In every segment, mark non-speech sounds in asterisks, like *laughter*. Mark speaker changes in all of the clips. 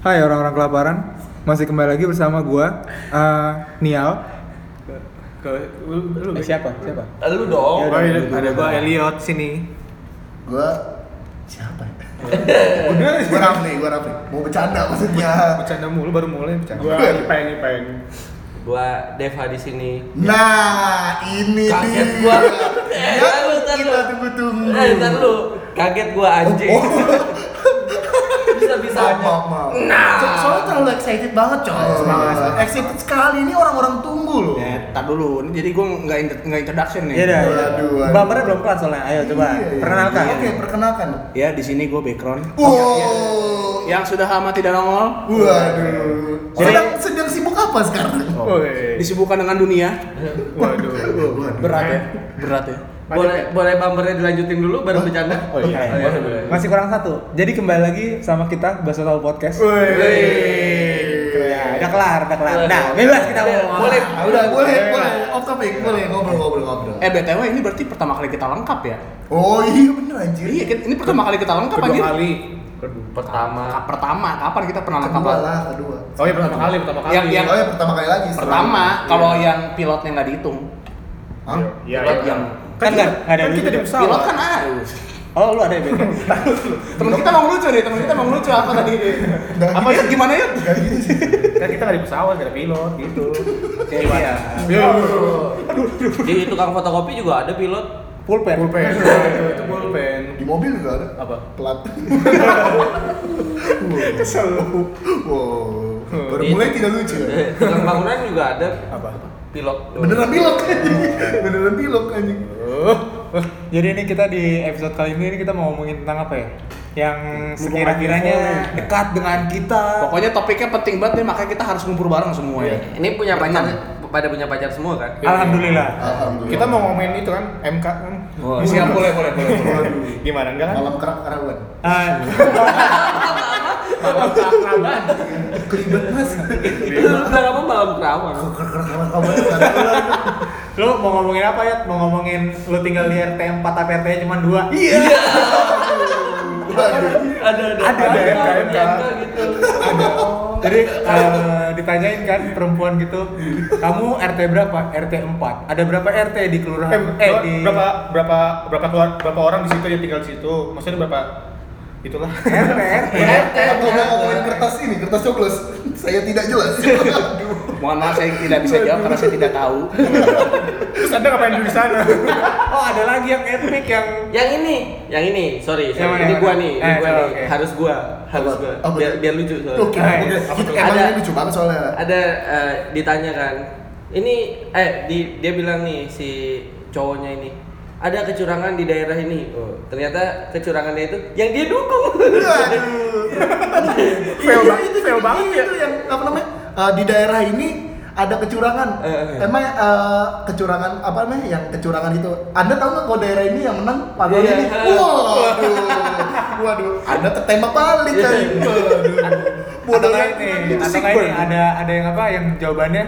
Speaker 1: Hai orang-orang kelaparan, masih kembali lagi bersama gua eh, Nial.
Speaker 2: Ke lu, lu
Speaker 1: Eh, siapa? Siapa?
Speaker 3: Lu
Speaker 1: Ya
Speaker 2: Oh,
Speaker 3: dong.
Speaker 4: Iya,
Speaker 1: udah,
Speaker 2: ada,
Speaker 1: lu dulu.
Speaker 2: ada gua Elliot sini.
Speaker 5: Gua siapa ya?
Speaker 1: Udah,
Speaker 5: Gua Rafli, gua Rafli. Mau bercanda maksudnya.
Speaker 2: Bercanda mulu baru mulai bercanda.
Speaker 5: Gua
Speaker 2: Ipeng Ipeng.
Speaker 3: Gua Deva di sini.
Speaker 5: Nah, ini
Speaker 3: Kaget
Speaker 5: dia.
Speaker 3: gua. Eh,
Speaker 5: Yang
Speaker 3: lu, ntar
Speaker 5: kita
Speaker 3: lu.
Speaker 5: tunggu-tunggu.
Speaker 3: Eh, ntar lu. Kaget gua anjing. *laughs*
Speaker 5: Oh,
Speaker 3: Bisa-bisa
Speaker 5: Maaf, maaf, maaf.
Speaker 3: Nah.
Speaker 5: So- soalnya terlalu excited banget, coy.
Speaker 3: Oh,
Speaker 2: semangat.
Speaker 3: iya.
Speaker 5: Excited sekali ini orang-orang tunggu loh.
Speaker 4: Ya, tar dulu. Ini jadi gue nggak inter- nggak introduction nih.
Speaker 1: Iya dah.
Speaker 5: Waduh, waduh.
Speaker 1: Bumpernya belum kelar soalnya. Ayo coba
Speaker 5: Iya, iya.
Speaker 1: perkenalkan.
Speaker 5: Oke, perkenalkan.
Speaker 3: Iya,
Speaker 4: Ya, di sini gue background.
Speaker 5: Wow.
Speaker 4: Yang sudah lama tidak nongol,
Speaker 3: Iya.
Speaker 5: Waduh.
Speaker 1: Jadi-
Speaker 5: Sedang sedang sibuk apa sekarang?
Speaker 3: Oh.
Speaker 2: Woi.
Speaker 4: disibukkan dengan dunia.
Speaker 2: Waduh. *laughs*
Speaker 4: Berat ya, berat ya.
Speaker 3: Boleh boleh bumpernya dilanjutin dulu baru bercanda.
Speaker 1: Oh, iya.
Speaker 3: Oh, iya, boleh.
Speaker 1: Masih kurang satu. Jadi kembali lagi sama kita Bahasa Tahu Podcast.
Speaker 2: Woi.
Speaker 1: Ya, udah kelar, udah kelar. Nah, bebas kita mau ngomong.
Speaker 3: Boleh.
Speaker 5: Ah, udah, boleh, boleh. Off topic, boleh ngobrol-ngobrol-ngobrol.
Speaker 4: Eh btw ini berarti pertama kali kita lengkap ya?
Speaker 5: Oh iya bener anjir.
Speaker 4: Iya, kan? ini pertama kali kita lengkap
Speaker 2: Kedua
Speaker 4: anjir.
Speaker 2: kali.
Speaker 3: Pertama.
Speaker 4: Ka- Pertama, kapan kita pernah lengkap?
Speaker 5: kedua
Speaker 4: lagi?
Speaker 5: lah kedua.
Speaker 2: Oh iya pertama kali, pertama kali.
Speaker 4: Yang- yang-
Speaker 5: Oh ya pertama kali lagi. setelah
Speaker 4: Pertama,
Speaker 5: itu.
Speaker 4: kalau yang pilotnya nggak dihitung.
Speaker 5: Hah?
Speaker 2: Iya,
Speaker 4: Pilot
Speaker 2: iya.
Speaker 4: yang
Speaker 1: Kan enggak ada
Speaker 2: kan
Speaker 1: dulu.
Speaker 2: kita di pesawat.
Speaker 4: pilot kan ada.
Speaker 1: Oh, lu ada ya, Ben?
Speaker 4: Temen kita mau lucu nih, temen kita mau lucu apa tadi? apa ya gimana ya?
Speaker 5: Gak gitu sih.
Speaker 2: Kan kita nggak di pesawat, nggak ada pilot gitu.
Speaker 4: Iya.
Speaker 2: Yo.
Speaker 3: Di tukang fotokopi juga ada pilot.
Speaker 1: Pulpen.
Speaker 2: Pulpen. Waduh, Itu pulpen.
Speaker 5: Di mobil juga ada.
Speaker 2: Apa?
Speaker 5: Pelat. Kesel. Wow. Baru mulai tidak lucu ya.
Speaker 3: Tukang bangunan juga ada
Speaker 2: Apa?
Speaker 3: pilot.
Speaker 5: Beneran pilok *laughs* anjing. Beneran pilok anjing.
Speaker 1: Oh, Jadi ini kita di episode kali ini ini kita mau ngomongin tentang apa ya? Yang
Speaker 2: ya.
Speaker 1: sekira-kiranya dekat dengan kita.
Speaker 4: Pokoknya topiknya penting banget nih, makanya kita harus ngumpul bareng semua ya.
Speaker 3: Ini punya pacar,
Speaker 4: Berenam.
Speaker 3: pada punya pacar semua kan?
Speaker 1: Iya.
Speaker 2: ya.
Speaker 1: Alhamdulillah.
Speaker 5: Alhamdulillah.
Speaker 2: Kita mau ngomongin itu kan MK kan.
Speaker 3: Oh,
Speaker 4: Siap, boleh, boleh, boleh.
Speaker 3: *laughs*
Speaker 5: Waduh.
Speaker 2: Gimana enggak kan?
Speaker 5: Malam kerap karawan.
Speaker 1: Ah,
Speaker 2: Malam kelaparan.
Speaker 5: Kelibet mas.
Speaker 3: Lu lu bilang apa malam kerawang?
Speaker 5: Kerap karawan.
Speaker 1: lu mau ngomongin apa ya? Mau ngomongin lu tinggal di RT 4 tapi RT cuma 2
Speaker 2: *laughs*
Speaker 1: Iya
Speaker 5: Waduh.
Speaker 3: Ada
Speaker 1: Ada,
Speaker 3: ada
Speaker 1: ada,
Speaker 3: ada
Speaker 1: ada,
Speaker 3: ada
Speaker 1: ada.
Speaker 3: gitu.
Speaker 1: Jadi eh, ditanyain kan perempuan gitu Kamu RT berapa? RT 4 Ada berapa RT di kelurahan?
Speaker 2: Eh,
Speaker 1: Eh,
Speaker 2: berapa-
Speaker 1: di
Speaker 2: berapa berapa berapa keluar berapa orang di situ yang tinggal di situ? Maksudnya berapa itulah.
Speaker 1: RT, RT
Speaker 2: *laughs*
Speaker 5: Atau mau ngomongin kertas ini, kertas coblos. Saya tidak jelas. *laughs* Aduh.
Speaker 4: Mohon maaf saya tidak bisa jawab karena saya tidak tahu.
Speaker 2: Terus Anda ngapain dulu di sana?
Speaker 1: Oh ada lagi yang etnik yang
Speaker 3: Yang ini, yang ini, sorry,
Speaker 1: Yang
Speaker 3: sorry.
Speaker 1: mana,
Speaker 3: ini
Speaker 1: yang
Speaker 3: gua
Speaker 1: mana?
Speaker 3: nih, ini
Speaker 1: Eh,
Speaker 4: oh,
Speaker 3: gua
Speaker 1: coba,
Speaker 3: nih,
Speaker 1: oke.
Speaker 3: harus gua, harus
Speaker 5: Apa?
Speaker 3: gua,
Speaker 5: Apa
Speaker 3: biar
Speaker 5: tuh?
Speaker 3: biar lucu soalnya. Gitu,
Speaker 5: Oke,
Speaker 1: Nice.
Speaker 5: oke.
Speaker 2: Apa tuh?
Speaker 5: Emang
Speaker 3: Ada-
Speaker 5: ini lucu banget
Speaker 3: *laughs*
Speaker 5: soalnya.
Speaker 3: Ada eh, ditanyakan, ini eh di, dia bilang nih si cowoknya ini ada kecurangan di daerah ini. Oh, ternyata kecurangannya itu yang dia dukung.
Speaker 2: Fail banget, fail banget
Speaker 5: Iya,
Speaker 2: ya.
Speaker 5: Itu yang apa namanya? eh, di daerah ini ada kecurangan.
Speaker 3: eh,
Speaker 5: Emang eh, kecurangan apa namanya? Yang kecurangan itu. Anda tahu nggak kalau daerah ini yang menang paduan
Speaker 3: Iya.
Speaker 5: ini? Waduh. Waduh. Anda ketembak balik
Speaker 3: Iya,
Speaker 5: kan. Waduh.
Speaker 1: atau
Speaker 5: Bodohnya
Speaker 1: kayak ini,
Speaker 5: itu
Speaker 1: atau
Speaker 5: sih,
Speaker 1: kayak ini,
Speaker 5: Bang.
Speaker 1: ada ada yang apa yang jawabannya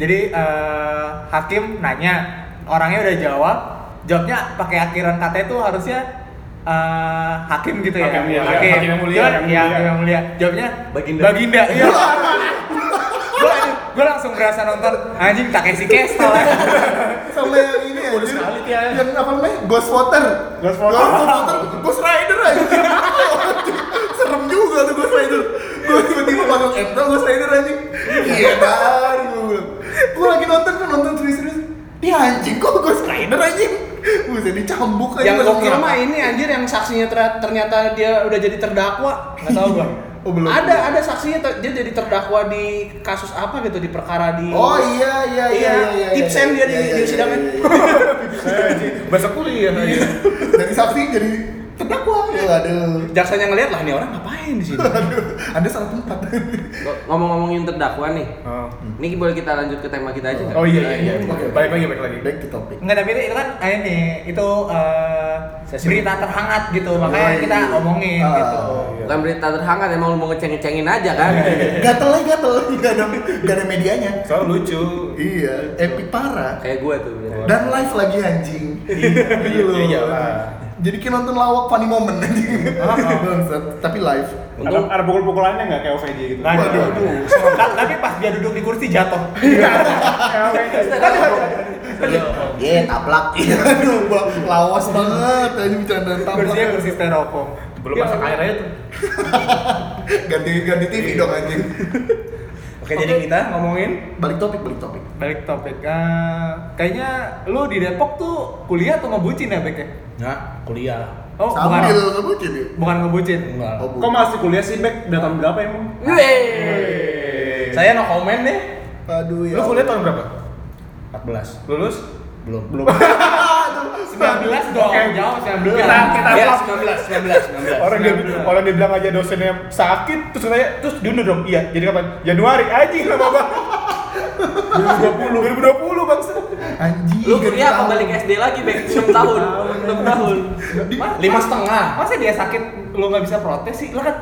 Speaker 1: jadi eh, hakim nanya orangnya udah jawab jawabnya pakai akhiran kata itu harusnya eh, hakim gitu ya
Speaker 2: Hakim, iya. Hakim yang mulia,
Speaker 1: Cuman, iya,
Speaker 2: yang mulia.
Speaker 1: hakim yang mulia jawabnya
Speaker 3: Baginda.
Speaker 1: baginda
Speaker 5: *laughs*
Speaker 1: iya gue gue langsung berasa nonton anjing Takeshi Castle ya.
Speaker 5: sama yang ini ya.
Speaker 2: Bodoh sekali, Tia.
Speaker 5: Yang apa namanya? Ghost Water.
Speaker 2: Ghost Water.
Speaker 5: Ghost Rider aja. Serem juga tuh Ghost Rider. Gue tiba-tiba panggil Epta Ghost Rider anjing. Iya dari gue bilang. Gue lagi nonton kan nonton serius-serius. Ini anjing kok Ghost Rider anjing. Buset dicambuk aja.
Speaker 4: *laughs* yang
Speaker 5: langsung
Speaker 4: gue kira
Speaker 5: ngerokok.
Speaker 4: mah ini anjir yang saksinya ter- ternyata dia udah jadi terdakwa. Nggak tahu
Speaker 3: *laughs*
Speaker 4: gua.
Speaker 5: Oh, belum.
Speaker 4: Ada ada saksinya ter- dia jadi terdakwa di kasus apa gitu di perkara di
Speaker 5: Oh iya iya iya
Speaker 4: Iya,
Speaker 5: iya.
Speaker 4: tips
Speaker 5: iya,
Speaker 4: and dia di-
Speaker 5: iya,
Speaker 4: di
Speaker 5: iya,
Speaker 4: sidangnya.
Speaker 5: iya, iya, iya.
Speaker 2: *laughs* *laughs* Bahasa kuliah iya. aja.
Speaker 5: Dari saksi jadi terdakwa. Aduh.
Speaker 4: jaksanya ngelihat lah ini orang ngapain di sini.
Speaker 5: Aduh, Anda salah tempat.
Speaker 3: Ngomong-ngomongin terdakwa nih.
Speaker 2: Oh.
Speaker 3: Ini Hmm. boleh kita lanjut ke tema kita aja nggak?
Speaker 2: Oh iya iya iya.
Speaker 5: Oke, oke.
Speaker 2: Balik lagi balik lagi.
Speaker 5: Back to topic.
Speaker 1: Enggak tapi itu, itu kan eh, ini itu eh, berita terhangat gitu makanya
Speaker 5: iya.
Speaker 1: kita omongin
Speaker 5: Ah,
Speaker 1: gitu
Speaker 5: iya.
Speaker 3: Bukan berita terhangat emang lu mau ngeceng-ngecengin aja kan?
Speaker 5: gatel aja gatel gak ada gak ada medianya
Speaker 2: Soal lucu.
Speaker 5: iya epic parah
Speaker 3: Kayak gue tuh. gitu. biasanya.
Speaker 5: dan live lagi anjing
Speaker 2: Iya,
Speaker 5: Gila.
Speaker 2: iyalah.
Speaker 5: jadi kayak nonton lawak funny moment anjing. Bangsat, tapi live
Speaker 2: Ada,
Speaker 3: Untung
Speaker 2: ada pukul-pukulannya nggak kayak OVJ gitu?
Speaker 1: Nggak ada.
Speaker 5: Waduh, aduh.
Speaker 1: Ta- tapi pas dia duduk di kursi
Speaker 2: *laughs*
Speaker 1: jatuh
Speaker 2: Iya. Kayak OVJ.
Speaker 5: Iya, taplak. Iya, aduh, gua lawas banget. Anjing bercandaan
Speaker 1: kursinya
Speaker 5: taplak.
Speaker 1: kursi styrofoam
Speaker 2: Belum masak air aja tuh.
Speaker 5: Ganti ganti TV dong anjing.
Speaker 1: oke jadi kita ngomongin
Speaker 5: Balik topik, balik topik.
Speaker 1: balik topik Eh, kayaknya lu di Depok tuh kuliah atau ngebucin ya Bek ya?
Speaker 4: Nah, kuliah.
Speaker 1: oh Ah.
Speaker 5: Sambil
Speaker 1: bukan
Speaker 5: kamu jadi.
Speaker 1: bukan ngebucin
Speaker 4: Enggak.
Speaker 5: Oh, bu.
Speaker 2: Kok masih kuliah sih, Bek? Udah tahun berapa emang?
Speaker 3: Weh.
Speaker 4: Saya no comment deh.
Speaker 5: Aduh ya.
Speaker 2: Eh. Lu kuliah tahun berapa?
Speaker 4: 14.
Speaker 2: Lulus?
Speaker 4: Belum.
Speaker 2: Belum. *laughs*
Speaker 1: 19 dong
Speaker 2: Oke.
Speaker 1: jauh 19
Speaker 2: Kita kita
Speaker 4: Ya,
Speaker 2: vlog.
Speaker 4: 19, 19, 19.
Speaker 2: Orang dia orang dia bilang aja dosennya sakit terus katanya terus diundur dong. Iya, jadi kapan? Januari anjing lama banget. 2020. 2020 bangsa.
Speaker 5: Anjing.
Speaker 3: Lu kuliah apa
Speaker 5: ganti
Speaker 3: balik
Speaker 5: tahun.
Speaker 3: SD lagi, Bek? 6 tahun. 6 tahun.
Speaker 4: Lima setengah.
Speaker 1: masa dia sakit lu nggak bisa protes sih lu kan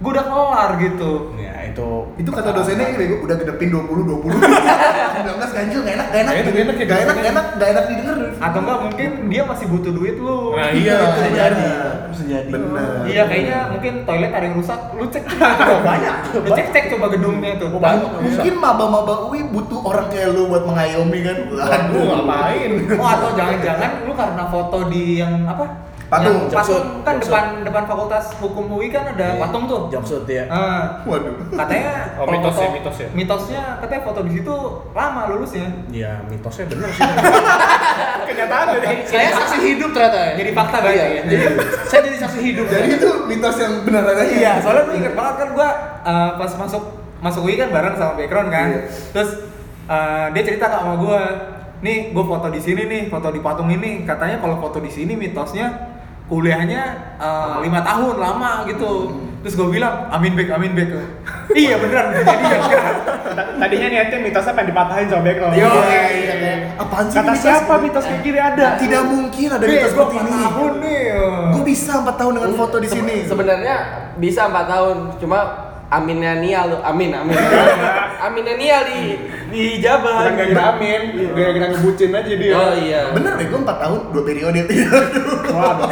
Speaker 1: gua udah kelar gitu
Speaker 4: Ya, itu
Speaker 5: Itu kata dosennya ini gua udah gedepin 20 20. 19 ganjil enggak enak, nggak enak.
Speaker 2: Nggak enak, nggak enak ya,
Speaker 5: Nggak enak,
Speaker 2: dosennya.
Speaker 5: nggak enak, nggak enak didengar.
Speaker 1: atau enggak mungkin dia masih butuh duit lu
Speaker 2: Nah,
Speaker 5: Iya,
Speaker 4: bisa
Speaker 5: iya.
Speaker 4: jadi. Bisa jadi.
Speaker 5: Benar.
Speaker 1: Iya kayaknya mungkin toilet ada yang rusak, lu cek coba banyak. Lu cek cek coba gedungnya tuh.
Speaker 4: banyak.
Speaker 5: Mungkin maba-maba UI butuh orang kayak lu buat mengayomi kan.
Speaker 2: Aduh, ngapain?
Speaker 1: Oh atau jangan-jangan lu karena foto di yang apa?
Speaker 5: Patung,
Speaker 1: Yang patung
Speaker 4: Jobsut,
Speaker 1: kan
Speaker 4: Jobsut.
Speaker 1: depan depan Fakultas Hukum UI kan ada
Speaker 4: Iya.
Speaker 1: patung tuh.
Speaker 4: Jobsut ya.
Speaker 1: Eh,
Speaker 5: Waduh.
Speaker 1: katanya
Speaker 2: Oh,
Speaker 1: kalau
Speaker 2: mitos
Speaker 1: foto-
Speaker 2: ya, mitos ya.
Speaker 1: Mitosnya katanya foto di situ lama lulusnya.
Speaker 4: Ya, mitosnya benar sih.
Speaker 2: Kenyataan aja.
Speaker 4: Saya saksi hidup ternyata ya.
Speaker 1: Jadi fakta berarti
Speaker 4: Iya,
Speaker 1: ya?
Speaker 4: jadi-
Speaker 1: *laughs*
Speaker 4: saya jadi saksi hidup.
Speaker 5: Jadi itu mitos yang benar aja.
Speaker 1: Iya, soalnya gue inget banget kan gue pas masuk masuk UI kan bareng sama background kan.
Speaker 5: Iya.
Speaker 1: Terus eh, dia cerita ke sama gue, nih gue foto di sini nih, foto di patung ini. Katanya kalau foto di sini mitosnya kuliahnya eh, lima tahun lama gitu.
Speaker 4: Hmm.
Speaker 1: Terus gue bilang, amin back, amin
Speaker 4: *laughs*
Speaker 1: back. iya beneran, jadi ya.
Speaker 2: Tadinya niatnya mitosnya pengen dipatahin sama background.
Speaker 5: Yo,
Speaker 2: Iya.
Speaker 5: iya, kayak, apaan sih
Speaker 2: Kata
Speaker 5: mitos?
Speaker 2: siapa mitos kayak gini ada?
Speaker 5: Tidak mungkin ada
Speaker 1: Nih,
Speaker 5: mitos
Speaker 1: gue
Speaker 5: seperti
Speaker 1: Iya, empat
Speaker 5: ini.
Speaker 1: tahun nih.
Speaker 5: Gue bisa 4 tahun dengan foto di
Speaker 3: Sebe-
Speaker 5: sini.
Speaker 3: Sebenarnya bisa 4 tahun, cuma aminnya Nial lu. Amin, amin. aminnya Nial di
Speaker 2: Bukan
Speaker 3: di Jabar.
Speaker 2: gara-gara amin,
Speaker 4: Iya.
Speaker 2: gara-gara ngebucin aja dia.
Speaker 3: Oh iya.
Speaker 5: Bener deh, gue 4 tahun, 2 periode *laughs*
Speaker 2: Waduh.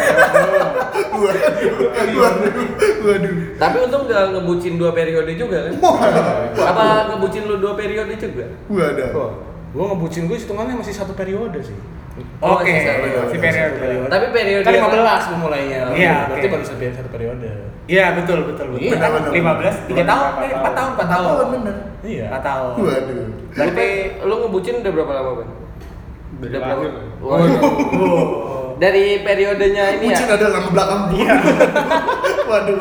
Speaker 5: Waduh, waduh, waduh
Speaker 3: Tapi untung gak ngebucin dua periode juga kan? Apa ngebucin lu dua periode juga?
Speaker 5: Waduh
Speaker 4: Gua ngebucin gue hitungannya masih satu periode sih.
Speaker 1: Oke,
Speaker 3: masih satu.
Speaker 1: si periode.
Speaker 3: Tapi periode
Speaker 4: Kan 15 gua mulainya.
Speaker 1: Iya,
Speaker 4: Berarti
Speaker 1: oke.
Speaker 4: baru satu satu periode.
Speaker 1: Iya betul betul betul.
Speaker 4: Iya,
Speaker 5: bener, bener.
Speaker 1: 15, 3 tahun, eh, 4 tahun, 4 tahun.
Speaker 5: Tahun bener
Speaker 4: Iya.
Speaker 1: 4 tahun.
Speaker 5: Waduh
Speaker 3: Berarti lu ngebucin udah berapa lama, Bang?
Speaker 2: Dari
Speaker 3: Udah berapa?
Speaker 2: lahir.
Speaker 3: Waduh.
Speaker 1: Oh.
Speaker 3: Dari periodenya ini ya.
Speaker 5: Kucing ada lama belakang Iya *laughs* Waduh,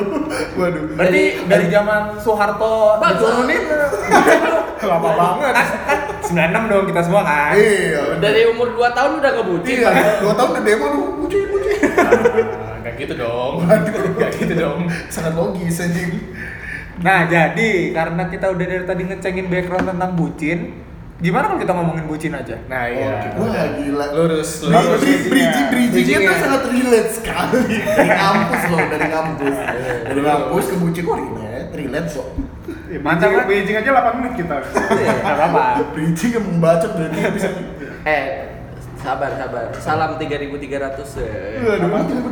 Speaker 5: waduh
Speaker 1: Berarti dari zaman Soeharto
Speaker 3: Bagus.
Speaker 1: diturunin
Speaker 2: Lama banget.
Speaker 1: kan kan 96 dong kita semua kan.
Speaker 5: Iya, bener
Speaker 3: Dari umur 2 tahun udah ngebucin.
Speaker 5: Iya, 2 tahun udah demo lu, kucing, kucing
Speaker 2: Gak gitu dong. *laughs* Gak gitu dong.
Speaker 5: Sangat logis anjing
Speaker 1: Nah, jadi karena kita udah dari tadi ngecengin background tentang bucin, gimana kalau kita ngomongin bucin aja?
Speaker 2: Nah iya.
Speaker 5: Wah gila
Speaker 2: Lurus, lurus.
Speaker 5: Bridging, bridging, bridgingnya
Speaker 4: Bridgingnya.
Speaker 5: tuh sangat relate sekali Dari kampus loh, dari kampus
Speaker 2: Iya.
Speaker 5: Dari kampus ke bucin, wah relate, relate kok
Speaker 2: Ya,
Speaker 1: Mantap,
Speaker 2: bridging-
Speaker 1: kan?
Speaker 2: Bridging aja 8 menit kita.
Speaker 3: Iya.
Speaker 1: Enggak apa-apa.
Speaker 5: Bridging yang membacot berarti bisa
Speaker 3: Eh, sabar sabar. Salam 3300 eh,
Speaker 5: Waduh, itu aku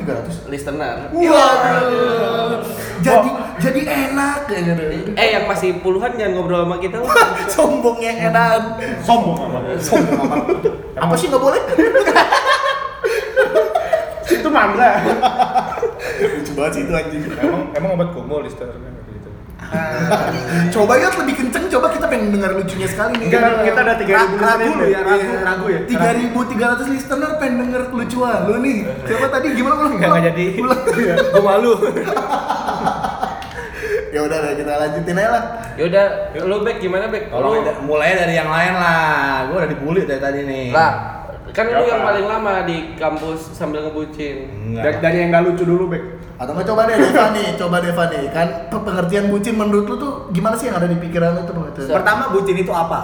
Speaker 5: 300
Speaker 3: listener.
Speaker 5: Iya. Waduh. Jadi jadi enak ya, gitu. kayaknya deh.
Speaker 3: Eh yang masih puluhan jangan ngobrol sama kita. lah.
Speaker 5: Sombongnya edan.
Speaker 2: Sombong amat. Sombong amat.
Speaker 5: Apa sih nggak boleh?
Speaker 2: Itu manda.
Speaker 5: Lucu banget sih itu anjing.
Speaker 2: Emang emang obat kumul di store gitu.
Speaker 5: Coba ya lebih kenceng, coba kita pengen dengar lucunya sekali nih.
Speaker 2: Enggak, kita ada 3.000
Speaker 5: Ra- ragu
Speaker 2: listener
Speaker 5: lu
Speaker 2: nih.
Speaker 5: ya, ragu,
Speaker 2: Iya.
Speaker 5: ragu ya. 3300 listener pengen denger kelucuan lu nih. Coba tadi gimana ulang?
Speaker 1: Enggak
Speaker 5: ulang.
Speaker 1: enggak jadi. *laughs* Iya,
Speaker 5: Ulang.
Speaker 1: Gua malu.
Speaker 5: Ya udah lah, kita lanjutin aja lah.
Speaker 3: Yaudah, lu back gimana back? Lu
Speaker 4: Tolong ada- mulai dari yang lain lah. Gua udah dibully dari tadi nih.
Speaker 3: lah kan lu yang
Speaker 2: Siapa?
Speaker 3: paling lama di kampus sambil ngebucin.
Speaker 2: Dan
Speaker 4: Enggak.
Speaker 2: dan yang nggak lucu dulu, Bek.
Speaker 5: Atau nggak coba deh Deva nih, coba Deva nih. Kan pe- pengertian bucin menurut lu tuh gimana sih yang ada di pikiran lu tuh pengertian?
Speaker 3: Sa-
Speaker 1: Pertama bucin itu apa?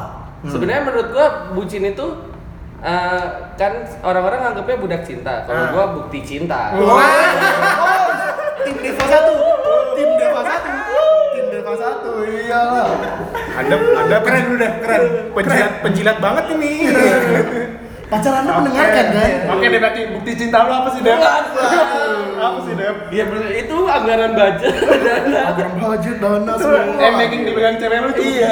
Speaker 3: Sebenarnya
Speaker 4: Hmm.
Speaker 3: menurut gua bucin itu eh, kan orang-orang anggapnya budak cinta. Kalau
Speaker 4: Ah.
Speaker 3: gua bukti cinta.
Speaker 4: Oh,
Speaker 5: tim Deva satu, tim Deva satu, tim Deva satu, iyalah.
Speaker 2: Anda Anda keren udah, keren. Penjilat penjilat banget ini.
Speaker 5: pacar anda mendengarkan kan
Speaker 2: Oke deh berarti bukti cinta lu apa sih
Speaker 4: iya.
Speaker 2: Dev? apa sih Dev?
Speaker 3: Iya bener, itu anggaran budget *laughs* dana.
Speaker 5: Anggaran budget dana
Speaker 2: Itu
Speaker 5: semua
Speaker 2: m banking di pegang cewek lu Iya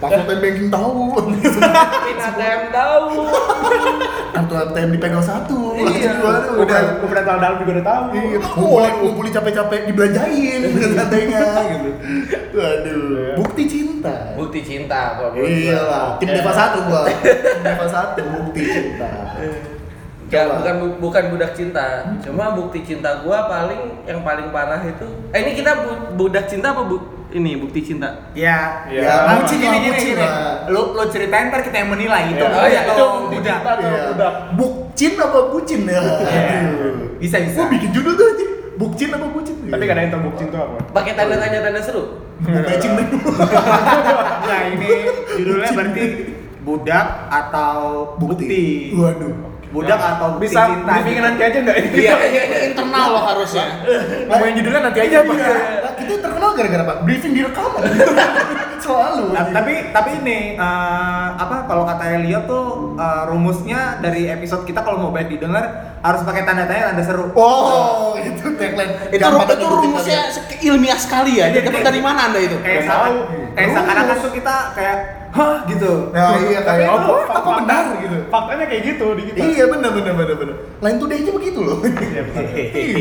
Speaker 5: Password m banking tahu
Speaker 3: Pin ATM tahu.
Speaker 5: kartu ATM dipegang satu
Speaker 2: Iya
Speaker 5: Waduh,
Speaker 2: Gue
Speaker 5: udah
Speaker 2: pernah- gue pernah tahu dalam juga udah tahu
Speaker 5: Iya, ngumpulin, ngumpulin capek-capek dibelanjain
Speaker 2: Iya.
Speaker 5: dengan
Speaker 2: *laughs*
Speaker 5: adanya gitu. Waduh, bukti cinta.
Speaker 3: Bukti cinta kalau menurut gua.
Speaker 5: Iya lah, tim
Speaker 2: Oke.
Speaker 5: Deva satu
Speaker 2: *laughs*
Speaker 5: gua. Tim Deva satu bukti cinta.
Speaker 3: Ya,
Speaker 5: Coba.
Speaker 3: bukan bu- bukan budak cinta. Cuma bukti cinta gua paling yang paling parah itu. Eh ini kita bu- budak cinta apa bu ini bukti cinta?
Speaker 1: Ya.
Speaker 2: Iya.
Speaker 1: Ya,
Speaker 5: Nah,
Speaker 1: Bucin gini gini
Speaker 5: bucin
Speaker 1: gini.
Speaker 5: lah.
Speaker 1: Lu lu ceritain ntar kita yang menilai itu.
Speaker 2: Iya.
Speaker 1: Oh,
Speaker 2: Oh, iya,
Speaker 1: ya,
Speaker 2: itu
Speaker 1: itu
Speaker 2: budak.
Speaker 1: udah.
Speaker 5: Iya.
Speaker 2: Udah.
Speaker 5: Bukcin apa bucin ya? *laughs* Aduh.
Speaker 1: Bisa bisa.
Speaker 5: Gua bikin judul tuh anjing. Bukcin apa bucin?
Speaker 2: Tapi kadang yang terbukti itu apa?
Speaker 3: Pakai tanda tanya tanda seru.
Speaker 5: Bukcin dulu.
Speaker 1: Nah, ini judulnya berarti budak atau bukti.
Speaker 5: Waduh.
Speaker 1: Budak
Speaker 5: Ya.
Speaker 1: atau bukti
Speaker 2: Bisa
Speaker 1: cinta. gitu.
Speaker 2: dibikin nanti aja nggak ini?
Speaker 4: Iya,
Speaker 3: *laughs*
Speaker 4: internal loh harusnya.
Speaker 2: Ngomongin judulnya nanti aja apa?
Speaker 5: Iya. Nah, kita terkenal gara-gara apa? Briefing di rekaman. Selalu.
Speaker 1: Nah, tapi tapi ini eh, apa kalau kata Elio tuh eh, rumusnya dari episode kita kalau mau banyak didengar harus pakai tanda tanya tanda seru.
Speaker 5: Oh, itu tagline.
Speaker 4: Itu
Speaker 5: Gampang
Speaker 4: itu
Speaker 5: ngebutin
Speaker 4: rumusnya
Speaker 5: kalian.
Speaker 4: se- ilmiah sekali
Speaker 5: iya,
Speaker 4: ya. Dia dapat dari mana anda itu?
Speaker 1: kayak
Speaker 2: Nggak
Speaker 1: seakan
Speaker 2: tahu.
Speaker 1: kayak
Speaker 5: Rumus.
Speaker 1: seakan akan tuh kita kayak hah gitu.
Speaker 5: Nah, iya kayak
Speaker 2: Tapi itu
Speaker 5: apa,
Speaker 2: fakta-
Speaker 5: apa benar gitu.
Speaker 2: Faktanya kayak gitu di kita
Speaker 5: Iya benar benar benar benar. Lain tuh aja begitu loh.
Speaker 2: Iya, benar.
Speaker 5: Iya.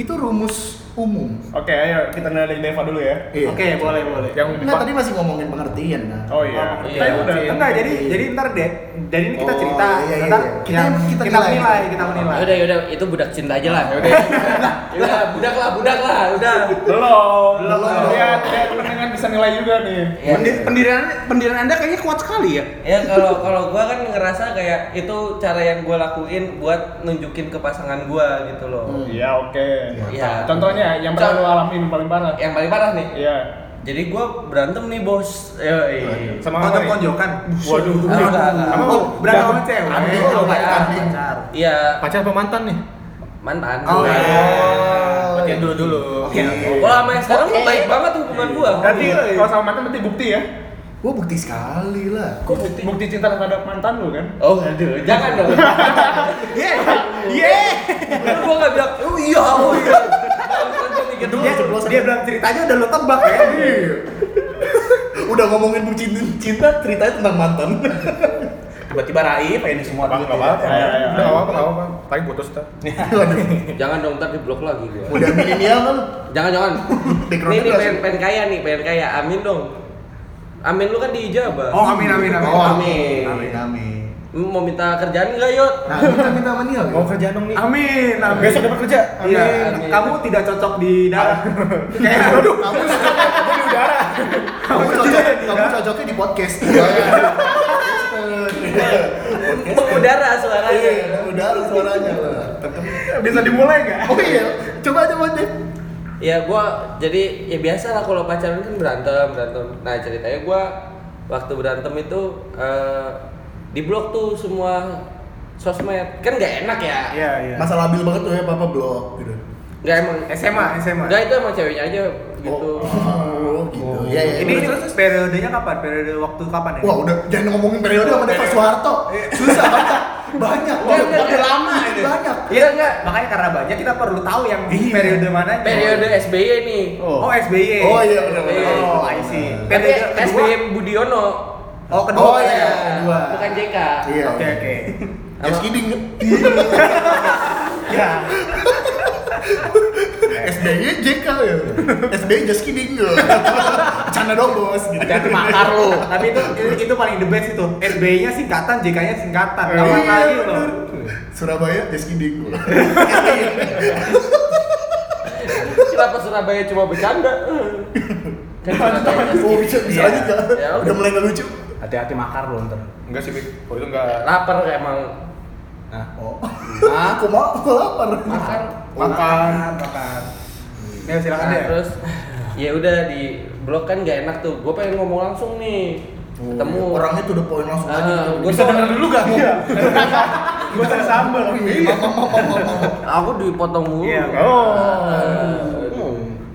Speaker 5: itu rumus umum.
Speaker 2: Oke, ayo kita nilai Deva dulu ya
Speaker 5: Iya.
Speaker 1: Oke, boleh boleh.
Speaker 2: Yang
Speaker 5: Nah, tadi masih ngomongin pengertian nah.
Speaker 2: Oh iya
Speaker 1: Oh,
Speaker 3: iya.
Speaker 2: Tapi udah ya,
Speaker 1: Enggak, jadi jadi ntar deh. Jadi ini kita
Speaker 5: Oh,
Speaker 1: cerita,
Speaker 5: iya, iya,
Speaker 1: ntar
Speaker 5: iya.
Speaker 1: kita
Speaker 5: Kita- kita
Speaker 1: kita
Speaker 5: nilai.
Speaker 1: menilai, kita menilai.
Speaker 3: Nah, Yaudah yaudah itu budak cinta aja lah. Yaudah *laughs* yaudah budak lah budak lah udah.
Speaker 2: Belum
Speaker 1: Belum.
Speaker 2: Lihat, lihat Iya, pendengar bisa nilai juga nih
Speaker 3: Ya.
Speaker 4: Pendi- Pendirian pendirian anda kayaknya kuat sekali ya.
Speaker 3: ya kalau kalau gua kan ngerasa kayak itu cara yang gua lakuin buat nunjukin ke pasangan gua gitu loh
Speaker 2: Iya, oke
Speaker 3: Iya.
Speaker 2: Contohnya yang pernah lu alami yang paling parah
Speaker 3: yang paling parah nih
Speaker 2: Iya
Speaker 3: jadi gua berantem nih bos Yoi.
Speaker 2: Sama apa
Speaker 1: Konjok
Speaker 2: nih?
Speaker 1: konjokan.
Speaker 2: Waduh
Speaker 3: Ah, enggak, enggak.
Speaker 1: Sama
Speaker 5: Oh,
Speaker 1: berapa sama
Speaker 5: dah.
Speaker 1: cewek?
Speaker 5: Ambil,
Speaker 1: Sama
Speaker 5: ambil,
Speaker 1: pacar.
Speaker 5: ambil.
Speaker 3: iya
Speaker 4: Pacar apa mantan nih?
Speaker 3: mantan
Speaker 1: Oh,
Speaker 3: Gua.
Speaker 1: iya.
Speaker 5: Berarti yang
Speaker 4: dulu.
Speaker 1: Oke.
Speaker 3: Kalau sama yang sekarang baik banget hubungan gua
Speaker 2: Berarti
Speaker 1: Iya.
Speaker 2: kalau sama mantan berarti bukti ya?
Speaker 5: Gua bukti sekali lah.
Speaker 3: kok bukti
Speaker 2: Bukti cinta terhadap mantan lu kan?
Speaker 3: oh aduh jangan dong
Speaker 2: Iya.
Speaker 3: Bener gua nggak bilang oh iya oh iya Harus aja mikir dulu.
Speaker 1: Dia, dia bilang ceritanya udah lo tebak ya.
Speaker 5: Udah ngomongin bucin cinta, ceritanya tentang mantan.
Speaker 4: Tiba-tiba Rai pengen semua
Speaker 2: Bang,
Speaker 4: dulu.
Speaker 2: nggak apa-apa.
Speaker 4: Iya.
Speaker 2: Ayo, ayo.
Speaker 4: Nggak apa-apa, nggak apa-apa. Paling putus dah.
Speaker 5: *laughs* Waduh.
Speaker 3: jangan dong ntar di blok lagi gua
Speaker 5: Udah milenial kan?
Speaker 3: Jangan jangan.
Speaker 5: Background
Speaker 3: nih nih
Speaker 5: keras.
Speaker 3: pengen, pengen kaya nih, pengen kaya. Amin dong. Amin lu kan di ijabah.
Speaker 1: Oh, amin amin amin.
Speaker 5: Oh,
Speaker 3: amin.
Speaker 5: Amin amin.
Speaker 3: Lu Mau minta kerjaan enggak, Yot?
Speaker 5: Nah, kita minta sama Niel. ya?
Speaker 2: Mau kerja dong nih.
Speaker 1: Amin, amin.
Speaker 2: Besok dapat kerja.
Speaker 1: Iya,
Speaker 3: Amin.
Speaker 1: kamu tidak cocok di darat. Kayak
Speaker 5: Aduh, kamu cocoknya di udara. Kamu cocoknya, kamu cocoknya di podcast.
Speaker 3: Mengudara suaranya.
Speaker 5: Iya, udara suaranya lah.
Speaker 2: Bisa dimulai nggak?
Speaker 5: Oh iya, coba aja buat deh.
Speaker 3: Ya gua jadi ya biasa lah kalau pacaran kan berantem, berantem. Nah, ceritanya gua waktu berantem itu eh, di blok tuh semua sosmed. Kan nggak enak ya.
Speaker 2: Iya, iya.
Speaker 5: Masa labil banget tuh ya papa blog gitu.
Speaker 3: Nggak emang
Speaker 1: SMA, SMA.
Speaker 3: Nggak itu emang ceweknya aja gitu.
Speaker 5: Oh, oh, gitu. Iya, iya.
Speaker 1: Ini periodenya kapan? Periode waktu kapan ya?
Speaker 5: Wah, udah jangan ngomongin periode sama Deva Suharto. Susah banyak. Banyak.
Speaker 3: Nggak, nggak,
Speaker 5: Banyak.
Speaker 3: nggak.
Speaker 4: lama ini.
Speaker 5: Banyak.
Speaker 1: Iya enggak? Makanya karena banyak kita perlu tahu yang
Speaker 5: Iya.
Speaker 1: periode mana.
Speaker 3: Periode SBY nih.
Speaker 1: Oh, SBY.
Speaker 5: Oh iya, benar-benar.
Speaker 3: Iya.
Speaker 1: Oh, I see.
Speaker 3: Tapi
Speaker 1: Periode kedua.
Speaker 3: SBY Budiono.
Speaker 1: Oh, kedua.
Speaker 5: Oh, iya. Kedua.
Speaker 3: Bukan JK.
Speaker 5: Iya.
Speaker 1: Oke,
Speaker 5: *laughs*
Speaker 1: oke.
Speaker 5: Just kidding.
Speaker 1: Ya.
Speaker 5: SBY JK ya. SBY just kidding. ya. Canda dong, Bos. Gitu.
Speaker 4: Jadi makar lu.
Speaker 1: Tapi itu itu- itu paling the best itu. SBY-nya singkatan, JK-nya singkatan. Nama
Speaker 5: Iya,
Speaker 1: lagi
Speaker 5: bener.
Speaker 1: loh.
Speaker 5: Surabaya just kidding. Oh,
Speaker 3: Kenapa Surabaya cuma bercanda? Kan Surabaya
Speaker 5: Oh, bisa bisa
Speaker 3: Iya.
Speaker 5: lanjut nggak?
Speaker 3: Ya
Speaker 5: Udah
Speaker 3: udah.
Speaker 5: mulai nggak lucu.
Speaker 4: Hati-hati makar lu ntar.
Speaker 2: Enggak sih, Bik. Oh, itu enggak.
Speaker 3: Lapar emang.
Speaker 4: Nah,
Speaker 5: Oh.
Speaker 4: Nah,
Speaker 5: Aku mau aku lapar.
Speaker 3: Makan.
Speaker 1: Makan, makan. Ya silakan
Speaker 3: Nah,
Speaker 1: deh.
Speaker 3: terus ya udah di blok kan gak enak tuh. Gue pengen ngomong langsung nih. Ketemu
Speaker 5: iya. orangnya tuh udah poin langsung aja. gitu.
Speaker 3: Ah, gua
Speaker 2: Bisa
Speaker 3: tuh-
Speaker 2: denger dulu gak? Iya. Gue cari sambal. Iya.
Speaker 3: aku dipotong dulu.
Speaker 1: Iya.
Speaker 3: Ah,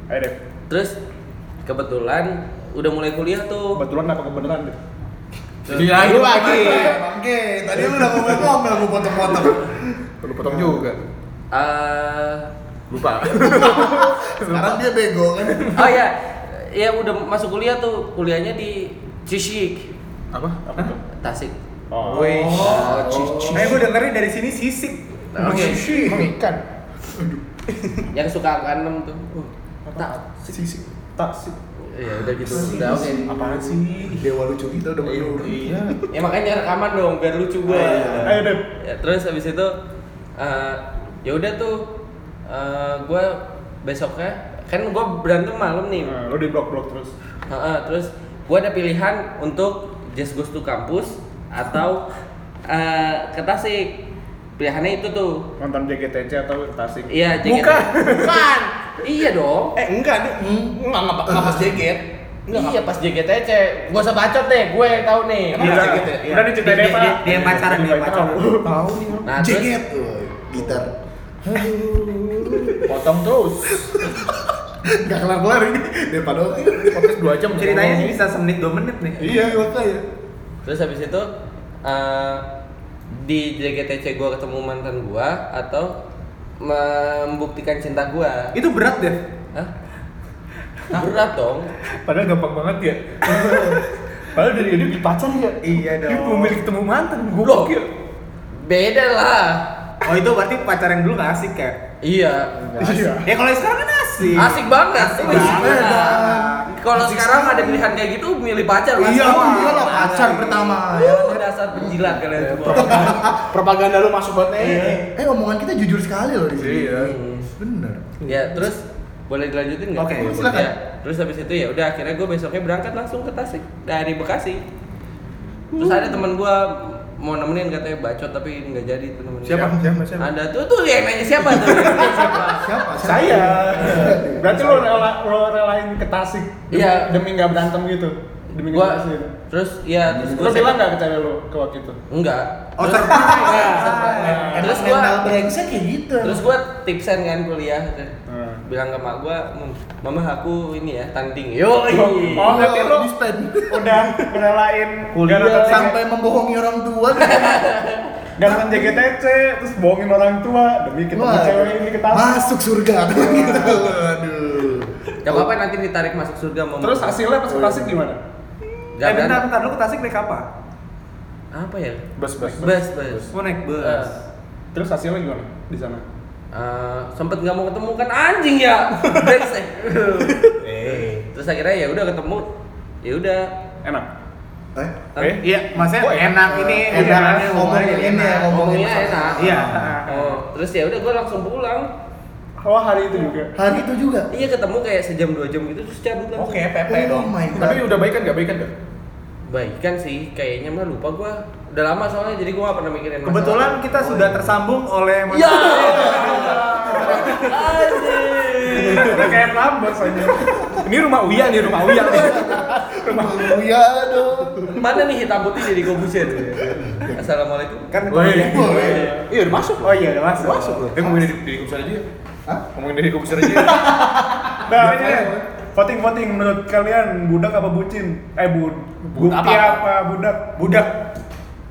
Speaker 2: Ayo deh.
Speaker 3: Terus kebetulan udah mulai kuliah tuh.
Speaker 2: Kebetulan apa kebenaran deh?
Speaker 4: Jadi lagi
Speaker 5: Lu
Speaker 4: lagi.
Speaker 5: Oke, tadi lu udah ngomel-ngomel, gua potong-potong.
Speaker 4: Perlu potong juga.
Speaker 3: Eh,
Speaker 4: Lupa.
Speaker 5: Sekarang dia bego kan.
Speaker 3: oh ya, ya udah masuk kuliah tuh, kuliahnya di Cisik,
Speaker 4: Apa?
Speaker 3: Tasik.
Speaker 2: Oh.
Speaker 1: Wih.
Speaker 3: Oh, Cisik.
Speaker 1: Nah, gue dengerin dari sini sisik.
Speaker 3: Oke.
Speaker 2: Mengikan.
Speaker 3: Yang suka angka 6 tuh. Uh, tak.
Speaker 5: Sisi.
Speaker 2: Tak sih.
Speaker 3: Ya udah gitu. Udah oke.
Speaker 2: Apaan sih?
Speaker 5: Dewa lucu kita udah menurun.
Speaker 2: Iya.
Speaker 3: Ya makanya rekaman dong biar lucu gua.
Speaker 2: Ayo Dep.
Speaker 3: ya, terus habis itu eh, ya udah tuh eh, gue besoknya kan gue berantem malam nih
Speaker 2: Nah, Lu di blok-blok terus.
Speaker 3: Heeh, terus gue ada pilihan untuk just goes to kampus atau eh, ke Tasik pilihannya itu tuh
Speaker 2: Nonton JGTC atau Tasik.
Speaker 3: iya JKT.
Speaker 2: Bukan.
Speaker 3: bukan iya dong
Speaker 4: Eh enggak nih. Enggak enggak enggak pas jaket.
Speaker 3: iya pas JGTC gue usah bacot deh gue tahu nih
Speaker 4: Emang
Speaker 2: Udah,
Speaker 4: JGT? Iya.
Speaker 2: udah diceritain
Speaker 1: Dia-
Speaker 2: apa?
Speaker 1: dia- dia pacaran, dia pacaran.
Speaker 2: Tahu nih.
Speaker 3: nah terus
Speaker 5: Jeget tuh, gitar.
Speaker 2: Potong terus.
Speaker 5: Gak kelar-kelar ini. Daripada ini podcast dua jam.
Speaker 1: Ceritanya sih bisa semenit dua menit nih.
Speaker 5: Iya, makanya.
Speaker 3: terus habis itu eh, di JGTC gue ketemu mantan gue atau membuktikan cinta gue
Speaker 1: Itu berat deh.
Speaker 3: Hah? Berat dong.
Speaker 2: Padahal gampang banget ya. Padahal dari ini beli pacar ya.
Speaker 1: Iya
Speaker 2: Dia pemilik ketemu mantan, gue
Speaker 3: Loh.
Speaker 2: gokil.
Speaker 3: Beda lah.
Speaker 1: Oh itu berarti pacar yang dulu gak asik ya?
Speaker 3: Iya.
Speaker 2: Iya.
Speaker 1: Ya kalau yang sekarang kan asik.
Speaker 3: Asik banget.
Speaker 1: Asik
Speaker 3: Wih,
Speaker 1: banget.
Speaker 3: Kalau sekarang ada pilihan kayak gitu, milih pacar
Speaker 1: Iya,
Speaker 3: Mas.
Speaker 1: iya lah,
Speaker 5: pacar pertama.
Speaker 3: Wuh, dasar penjilat kalian semua.
Speaker 4: Propaganda lu masuk buat nih.
Speaker 5: Eh, omongan kita jujur sekali loh di sini.
Speaker 2: Iya.
Speaker 3: Hmm.
Speaker 5: Bener.
Speaker 3: Ya terus boleh dilanjutin nggak?
Speaker 1: Oke,
Speaker 3: Ya,
Speaker 1: silakan.
Speaker 3: Terus habis itu ya udah akhirnya gue besoknya berangkat langsung ke Tasik dari Bekasi. Terus ada teman gue mau nemenin katanya bacot tapi nggak jadi tuh nemenin.
Speaker 2: Siapa? Siapa?
Speaker 3: Ada tuh tuh yang nanya siapa
Speaker 2: *laughs*
Speaker 3: tuh. Yang nanya siapa.
Speaker 5: Siapa?
Speaker 2: Saya. Berarti lo rela lo relain ke Tasik. demi-
Speaker 3: Iya.
Speaker 2: Demi nggak berantem gitu. Demi nggak
Speaker 3: gua
Speaker 2: berantem.
Speaker 3: terus ya terus
Speaker 2: Lo
Speaker 3: gua
Speaker 2: bilang nggak ke cewek lo ke waktu itu?
Speaker 3: enggak
Speaker 1: Oh,
Speaker 3: terus,
Speaker 1: surprise.
Speaker 3: Enggak,
Speaker 2: Ah.
Speaker 3: surprise. terus
Speaker 5: Terus
Speaker 3: gua
Speaker 5: mental brengsek kayak gitu.
Speaker 3: terus gua tipsen kan kuliah
Speaker 2: Hmm.
Speaker 3: bilang ke mak gua "Mem, mama aku ini ya tanding yo
Speaker 2: Oh, berarti lo
Speaker 5: di stand.
Speaker 2: udah relain
Speaker 1: Kuliah.
Speaker 2: nggak ya. nonton JGT
Speaker 5: sampai membohongi orang
Speaker 2: *laughs*
Speaker 5: tua gitu.
Speaker 2: nggak nonton JGTC, terus bohongin orang tua demi ketemu
Speaker 5: Wah,
Speaker 2: cewek Iya. ini ke Tasik.
Speaker 5: Masuk surga tuh gitu. Aduh.
Speaker 3: gak apa-apa nanti ditarik masuk surga mama
Speaker 2: Terus hasilnya pas ke Tasik gimana?
Speaker 3: Gak
Speaker 1: eh bentar,
Speaker 3: berani.
Speaker 1: bentar lu ke Tasik naik apa?
Speaker 3: apa ya
Speaker 2: Bus bus.
Speaker 3: bus bus
Speaker 1: Mau naik bus.
Speaker 3: Eh,
Speaker 2: Terus hasilnya gimana di sana?
Speaker 3: eh, sempet nggak mau ketemu kan anjing ya brengsek terus akhirnya ya udah ketemu ya udah
Speaker 2: Enak.
Speaker 5: Eh,
Speaker 2: Eh?
Speaker 1: Iya, maksudnya
Speaker 2: Oh,
Speaker 1: enak ini
Speaker 5: eh,
Speaker 1: udaranya ngomongnya
Speaker 5: enak. Ngomongin ini ya,
Speaker 1: enak.
Speaker 5: ngomongin
Speaker 3: ngomongnya enak
Speaker 1: Iya.
Speaker 3: oh, terus ya udah gua langsung pulang
Speaker 2: Oh hari itu juga.
Speaker 5: Hari itu juga.
Speaker 3: iya ketemu kayak sejam dua jam gitu terus cabut langsung
Speaker 4: Oke, Pepe
Speaker 5: Oh
Speaker 4: dong.
Speaker 5: my god.
Speaker 2: Tapi udah baikan nggak baikan nggak?
Speaker 3: Baikan sih, kayaknya mah lupa gua. Udah lama soalnya jadi gua gak pernah mikirin masalah.
Speaker 1: Kebetulan kita sudah tersambung oleh Mas.
Speaker 3: Ya. Anjing.
Speaker 2: Udah kayak pelambas aja. Ini rumah Uya nih, rumah
Speaker 5: *laughs*
Speaker 2: Uya nih.
Speaker 5: Aduh,
Speaker 2: Iya,
Speaker 5: ya dong.
Speaker 3: Mana nih hitam putih jadi gobuset? Assalamualaikum.
Speaker 1: Kan
Speaker 2: Woi.
Speaker 4: Iya, udah masuk.
Speaker 1: Oh iya, udah masuk.
Speaker 4: Masuk lu.
Speaker 2: Dia Eh, ngomongin dari dari komisar aja. ya?
Speaker 5: Hah?
Speaker 2: Ngomongin dari komisar
Speaker 5: *laughs*
Speaker 2: aja. Nah, ini deh. voting voting menurut kalian budak apa bucin? Eh bud
Speaker 4: Budak
Speaker 2: gupi
Speaker 4: apa?
Speaker 2: apa budak? Budak.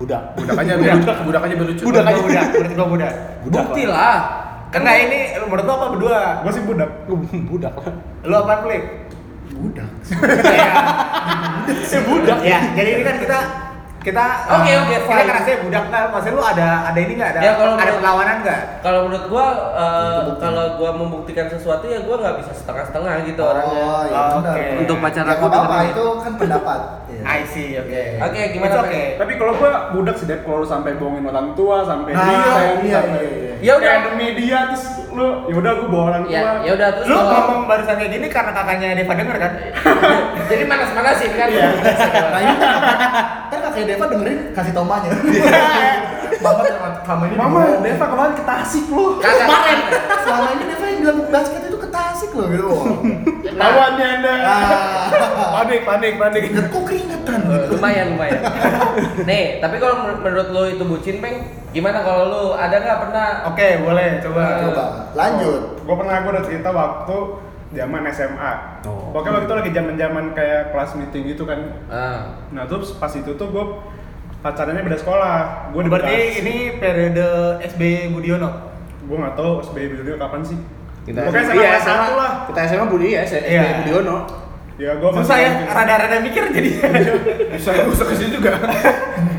Speaker 4: Udah.
Speaker 2: Budak aja budak, budak aja berlucu.
Speaker 1: Udah kan udah, udah udah udah.
Speaker 3: Bukti lah.
Speaker 1: Karena ini menurut lo apa berdua?
Speaker 2: Gua sih budak.
Speaker 4: Budak.
Speaker 1: Lo apa pelik?
Speaker 5: Budak.
Speaker 2: Eh budak.
Speaker 1: Ya, jadi ini kan kita kita
Speaker 3: Iya. Oke,
Speaker 1: eh,
Speaker 3: oke,
Speaker 1: kita
Speaker 3: fine.
Speaker 1: ngerasa budak kan maksudnya lu ada ada ini nggak ada
Speaker 3: Ya, kalau
Speaker 1: ada
Speaker 3: menurut-
Speaker 1: perlawanan nggak
Speaker 3: Kalau menurut gua eh, kalau gua membuktikan sesuatu ya gua nggak bisa setengah-setengah gitu orangnya.
Speaker 5: Oh, ya
Speaker 1: Oke.
Speaker 5: benar.
Speaker 3: Untuk pacar
Speaker 5: Ya,
Speaker 3: aku
Speaker 5: nggak apa-apa
Speaker 3: beneran.
Speaker 5: itu kan pendapat. Iya.
Speaker 1: I see, oke.
Speaker 3: Ya. Oke, gimana,
Speaker 1: It's
Speaker 3: Pak?
Speaker 1: Oke.
Speaker 2: Tapi kalau gua budak sih Dep, kalau lu sampai bohongin orang tua, sampai
Speaker 5: Nah,
Speaker 2: desain,
Speaker 5: iya,
Speaker 2: sampai
Speaker 5: iya, iya.
Speaker 3: Ya udah.
Speaker 2: kayak demi dia terus lu ya udah gua bawa orang tua.
Speaker 3: Ya, ya udah terus
Speaker 1: Lu
Speaker 3: kalau-
Speaker 1: ngomong barusan kayak gini karena kakaknya Deva denger kan?
Speaker 3: *laughs* jadi manas-manasin kan.
Speaker 2: Iya.
Speaker 5: Nah, ini kan kan kakek Deva dengerin kasih tomanya. Mama sama sama ini.
Speaker 2: Mama,
Speaker 5: dibohongin.
Speaker 2: Deva kemarin ke Tasik lu.
Speaker 3: Kemarin.
Speaker 5: Selama ini Deva yang bilang basket itu ke Tasik loh gitu.
Speaker 2: Lawan dia Anda.
Speaker 5: Ah.
Speaker 2: *laughs* Panik, panik, panik.
Speaker 5: Ingat kok keringetan gitu.
Speaker 3: lumayan lumayan nih tapi kalau menur- menurut lo itu bucin peng gimana kalau lo ada nggak pernah
Speaker 1: Oke, boleh coba.
Speaker 3: Eh,
Speaker 5: Coba lanjut.
Speaker 2: Gue pernah gue udah cerita waktu zaman SMA.
Speaker 1: Oh.
Speaker 2: Pokoknya waktu itu lagi zaman-zaman kayak kelas meeting gitu kan.
Speaker 3: Ah.
Speaker 2: Nah, terus pas itu tuh gue pacarannya beda sekolah. Gue di
Speaker 1: Berarti ini periode SB Budiono.
Speaker 2: gue nggak tahu SBY Budiono kapan sih.
Speaker 4: Kita
Speaker 2: Pokoknya
Speaker 4: SMA,
Speaker 2: sama kelas
Speaker 4: sama.
Speaker 2: satu lah.
Speaker 4: Kita SMA Budi ya, saya
Speaker 1: Iya.
Speaker 4: yeah. Budiono.
Speaker 2: Ya gue
Speaker 1: Susah ya, rada-rada mikir jadi. *laughs*
Speaker 5: Bisa gue usah kesini juga.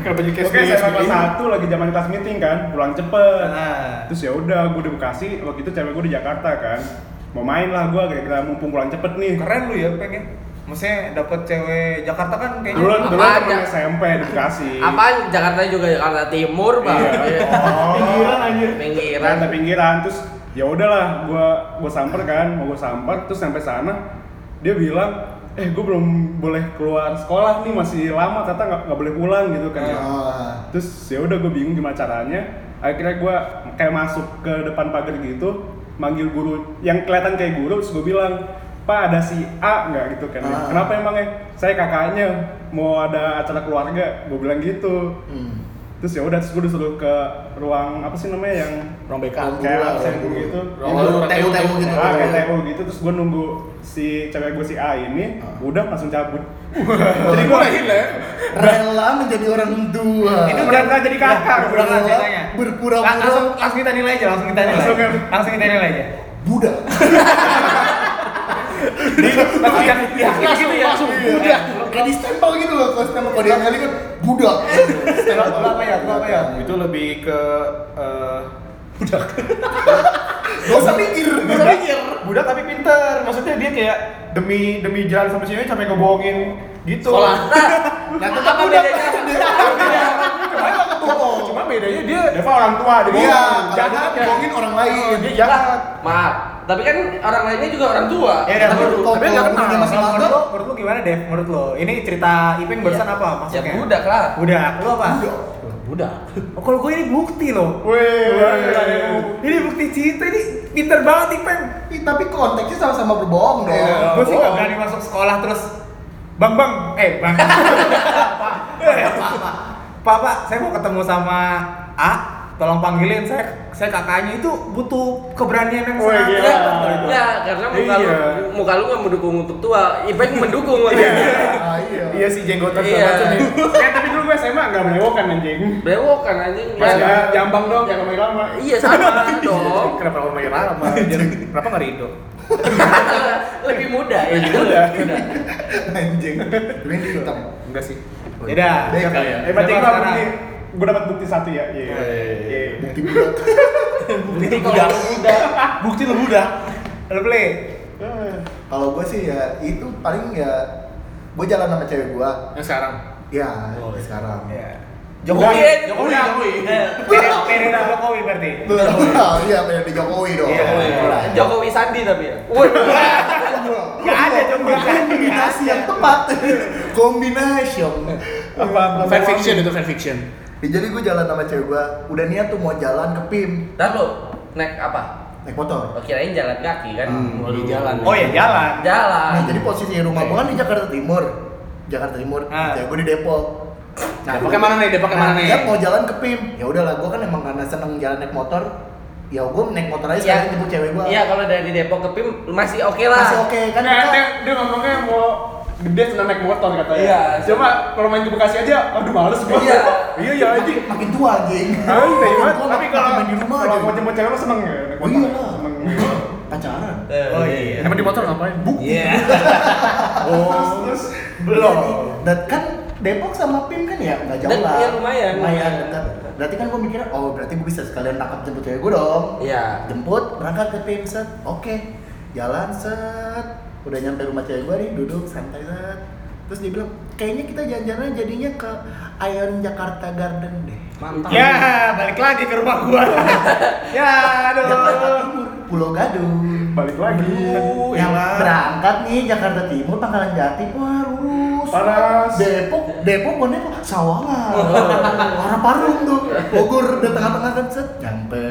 Speaker 5: Kenapa jadi
Speaker 2: Oke,
Speaker 5: SBY,
Speaker 2: saya sama kelas
Speaker 5: SBY?
Speaker 2: satu lagi zaman kelas meeting kan, pulang cepet.
Speaker 1: Ah.
Speaker 2: Terus ya udah, gue di Bekasi, waktu itu cewek gue di Jakarta kan. Mau main lah gue, kira-kira mumpung pulang cepet nih.
Speaker 1: Keren lu ya pengen. Maksudnya dapet cewek Jakarta kan kayaknya.
Speaker 2: Dulu, dulu
Speaker 3: Apaan,
Speaker 2: temen
Speaker 3: Jak?
Speaker 2: SMP di Bekasi.
Speaker 3: Apaan Jakarta juga Jakarta Timur, Bang. Oh,
Speaker 2: Iya.
Speaker 4: Pinggiran anjir.
Speaker 2: Pinggiran,
Speaker 3: Pinggiran.
Speaker 2: tapi pinggiran. Terus ya udahlah, gue gue samper kan, mau gue samper, terus sampai sana dia bilang, eh gue belum boleh keluar sekolah nih masih lama, kata nggak nggak boleh pulang gitu kan. ya.
Speaker 5: Ah.
Speaker 2: terus ya udah gue bingung gimana caranya akhirnya gue kayak masuk ke depan pagar gitu manggil guru yang kelihatan kayak guru terus gue bilang pak ada si A nggak gitu kan
Speaker 5: Ah.
Speaker 2: kenapa emangnya saya kakaknya mau ada acara keluarga gue bilang gitu
Speaker 5: Hmm.
Speaker 2: terus ya udah terus gue disuruh ke ruang apa sih namanya yang
Speaker 4: Ruang BK.
Speaker 5: Ruang
Speaker 2: kayak
Speaker 5: guru lah,
Speaker 2: absen
Speaker 5: ruang
Speaker 2: guru
Speaker 5: guru.
Speaker 2: gitu
Speaker 5: Ruang guru, TU, TU gitu.
Speaker 2: Ah, kayak TU gitu terus gue nunggu si cewek gue si A ini
Speaker 5: Ah.
Speaker 2: udah langsung cabut
Speaker 5: Jadi
Speaker 2: jadi ya?
Speaker 5: gue
Speaker 2: gue
Speaker 5: rela menjadi orang tua.
Speaker 2: itu mereka jadi kakak
Speaker 1: Udah
Speaker 5: Rela
Speaker 1: lah ceritanya. Lang- langsung,
Speaker 5: berpura-pura
Speaker 1: langsung kita nilai aja, langsung kita nilai.
Speaker 2: Langsung ya.
Speaker 1: Langsung kita nilai *laughs* aja.
Speaker 5: budak.
Speaker 1: Langsung yang ya, gitu, gitu ya.
Speaker 4: langsung.
Speaker 5: Budak. Kayak di stempel gitu loh, kalau stempel kode yang kali kan budak.
Speaker 1: Lu- lu apa ya? Lu apa ya?
Speaker 6: itu lebih ke eh,
Speaker 5: Gak usah mikir. Gak usah mikir.
Speaker 6: budak tapi pinter maksudnya dia kayak demi demi jalan sama cewek sampai ngebohongin gitu
Speaker 4: Sekolah.
Speaker 3: Nah, tetap bedanya.
Speaker 5: Bohong.
Speaker 6: cuma bedanya dia
Speaker 2: Deva orang tua dia
Speaker 5: Iya,
Speaker 2: bohong.
Speaker 5: jangan bohongin orang lain.
Speaker 6: dia jahat
Speaker 3: Maaf. Tapi kan orang lainnya juga orang tua.
Speaker 1: Ya udah,
Speaker 3: Tapi-
Speaker 1: menurut-
Speaker 5: Tapi nggak kenal.
Speaker 1: menurut lu- menurut lu- menurut lu gimana Dev? Menurut lu ini cerita Ipeng barusan
Speaker 3: Iya.
Speaker 1: apa
Speaker 3: Ya
Speaker 1: maksudnya?
Speaker 3: budak lah.
Speaker 1: Udah, lu apa?
Speaker 5: Iya.
Speaker 3: Budak.
Speaker 1: Oh, kalau gue ini bukti loh.
Speaker 2: Weh,
Speaker 1: Ini bukti cinta ini pinter banget Ipeng.
Speaker 5: Ih, tapi konteksnya sama-sama berbohong dong.
Speaker 1: gue sih nggak berani masuk sekolah terus bang bang eh bang Pak, Pak, Pak. pak pak saya mau ketemu sama A tolong panggilin saya saya kakaknya itu butuh keberanian yang
Speaker 2: Woi,
Speaker 1: sangat
Speaker 2: gila.
Speaker 3: Ya,
Speaker 2: Iya.
Speaker 3: ya, karena muka lu
Speaker 2: Iya.
Speaker 3: muka lu nggak mendukung untuk tua. Ibeng mendukung.
Speaker 5: Ah,
Speaker 6: iya sih jenggotan
Speaker 3: Iya.
Speaker 6: sama macam nih
Speaker 2: *laughs* Eh tapi dulu gue SMA nggak menewokan anjing.
Speaker 3: Brewokan anjing.
Speaker 2: Mas
Speaker 3: Ya.
Speaker 2: ya, jambang dong, jangan lama-lama.
Speaker 3: Iya sama
Speaker 1: Gitu.
Speaker 3: dong. *laughs*
Speaker 6: kenapa lo main lama kenapa nggak rindu
Speaker 3: Lebih muda ya. Lebih muda.
Speaker 5: Anjing. Tapi ini hitam.
Speaker 6: enggak sih
Speaker 1: Yaudah,
Speaker 5: Baik,
Speaker 1: siapa-
Speaker 5: ya.
Speaker 2: Eh berarti
Speaker 1: siapa
Speaker 2: gue
Speaker 1: sekarang?
Speaker 2: bukti, gue dapat bukti satu ya. Iya.
Speaker 5: Oh,
Speaker 2: Iya.
Speaker 5: Bukti budak.
Speaker 1: bukti budak bukti lu budak lu play
Speaker 2: Eh,
Speaker 5: Kalau gue sih ya itu paling ya gue jalan sama cewek gue.
Speaker 6: yang sekarang
Speaker 5: Ya, sekarang.
Speaker 1: Iya.
Speaker 3: Jokowi, Iya.
Speaker 2: Udah.
Speaker 3: Jokowi,
Speaker 2: Udah.
Speaker 3: Jokowi.
Speaker 1: periode periode Jokowi berarti
Speaker 5: Belum. Iya, pengen di Jokowi dong.
Speaker 1: Iya,
Speaker 5: Jokowi.
Speaker 3: Jokowi Sandi tapi ya. Waduh.
Speaker 5: Iya.
Speaker 1: Nggak ada Jokowi.
Speaker 5: Kombinasi yang tepat. Kombinasi.
Speaker 2: Apa?
Speaker 4: Fan fiction itu fan fiction.
Speaker 5: Ya, jadi gue jalan sama cewek gue, udah niat tuh mau jalan ke PIM
Speaker 3: Ntar lo naik apa?
Speaker 5: naik motor.
Speaker 3: Lo kirain jalan kaki kan?
Speaker 4: Hmm,
Speaker 3: Waduh.
Speaker 4: di jalan.
Speaker 1: oh ya jalan
Speaker 3: Jalan.
Speaker 5: Nah, jadi posisi rumah gue kan di Jakarta Timur. Jakarta Timur,
Speaker 1: Ah.
Speaker 5: cewek gue di Depok.
Speaker 4: Nah, pakai mana nih? Dia pakai mana
Speaker 5: Nah,
Speaker 4: nih?
Speaker 5: dia mau jalan ke PIM. Ya udahlah, gue kan emang karena seneng jalan naik motor. Ya gue naik motor aja sekalian jemput cewek gue.
Speaker 3: Iya, kalau dari Depok ke Pim masih oke lah.
Speaker 5: Masih oke kan?
Speaker 2: Nah,
Speaker 5: kita-
Speaker 2: dia, dia ngomongnya mau gede senang naik motor katanya.
Speaker 3: Iya.
Speaker 2: Cuma kalau main ke Bekasi aja, aduh males gue.
Speaker 3: Iya.
Speaker 2: iya iya anjing.
Speaker 5: makin tua anjing.
Speaker 2: Anjing banget.
Speaker 5: Gua
Speaker 2: Tapi
Speaker 5: makin
Speaker 2: kalau
Speaker 5: main di rumah
Speaker 2: kalau
Speaker 5: aja.
Speaker 2: mau jemput cewek lo seneng ya? naik
Speaker 5: Oh,
Speaker 2: motor?
Speaker 5: iya lah.
Speaker 2: Seneng.
Speaker 5: Pacaran.
Speaker 3: Eh,
Speaker 1: Oh, iya.
Speaker 6: Ya, emang di motor ngapain
Speaker 3: Iya.
Speaker 2: Terus terus
Speaker 5: Belum. Dan kan Depok sama PIM kan ya nggak jauh
Speaker 3: Dan-
Speaker 5: lah.
Speaker 3: iya, lumayan.
Speaker 5: Lumayan dekat. Berarti kan gue mikirnya, oh berarti gue bisa sekalian nangkap jemput cewek gue dong.
Speaker 3: Iya.
Speaker 5: Jemput, berangkat ke PIM set. Oke, jalan set. Udah nyampe rumah cewek gue nih, duduk santai set. Terus dia bilang, kayaknya kita jalan-jalan jadinya ke Ion Jakarta Garden deh.
Speaker 4: Mantap.
Speaker 2: Iya.
Speaker 1: ya balik lagi ke rumah gua ya
Speaker 5: Jakarta
Speaker 1: aduh
Speaker 5: Timur, Pulau Gadung.
Speaker 2: balik lagi.
Speaker 5: Aduh, yang
Speaker 6: Iya.
Speaker 5: berangkat nih Jakarta Timur Pangkalan Jati wah lurus
Speaker 2: Panas.
Speaker 5: Depok Depok mana Depok
Speaker 6: *laughs*
Speaker 5: Sawangan arah Parung tuh Bogor udah tengah-tengah kan set nyampe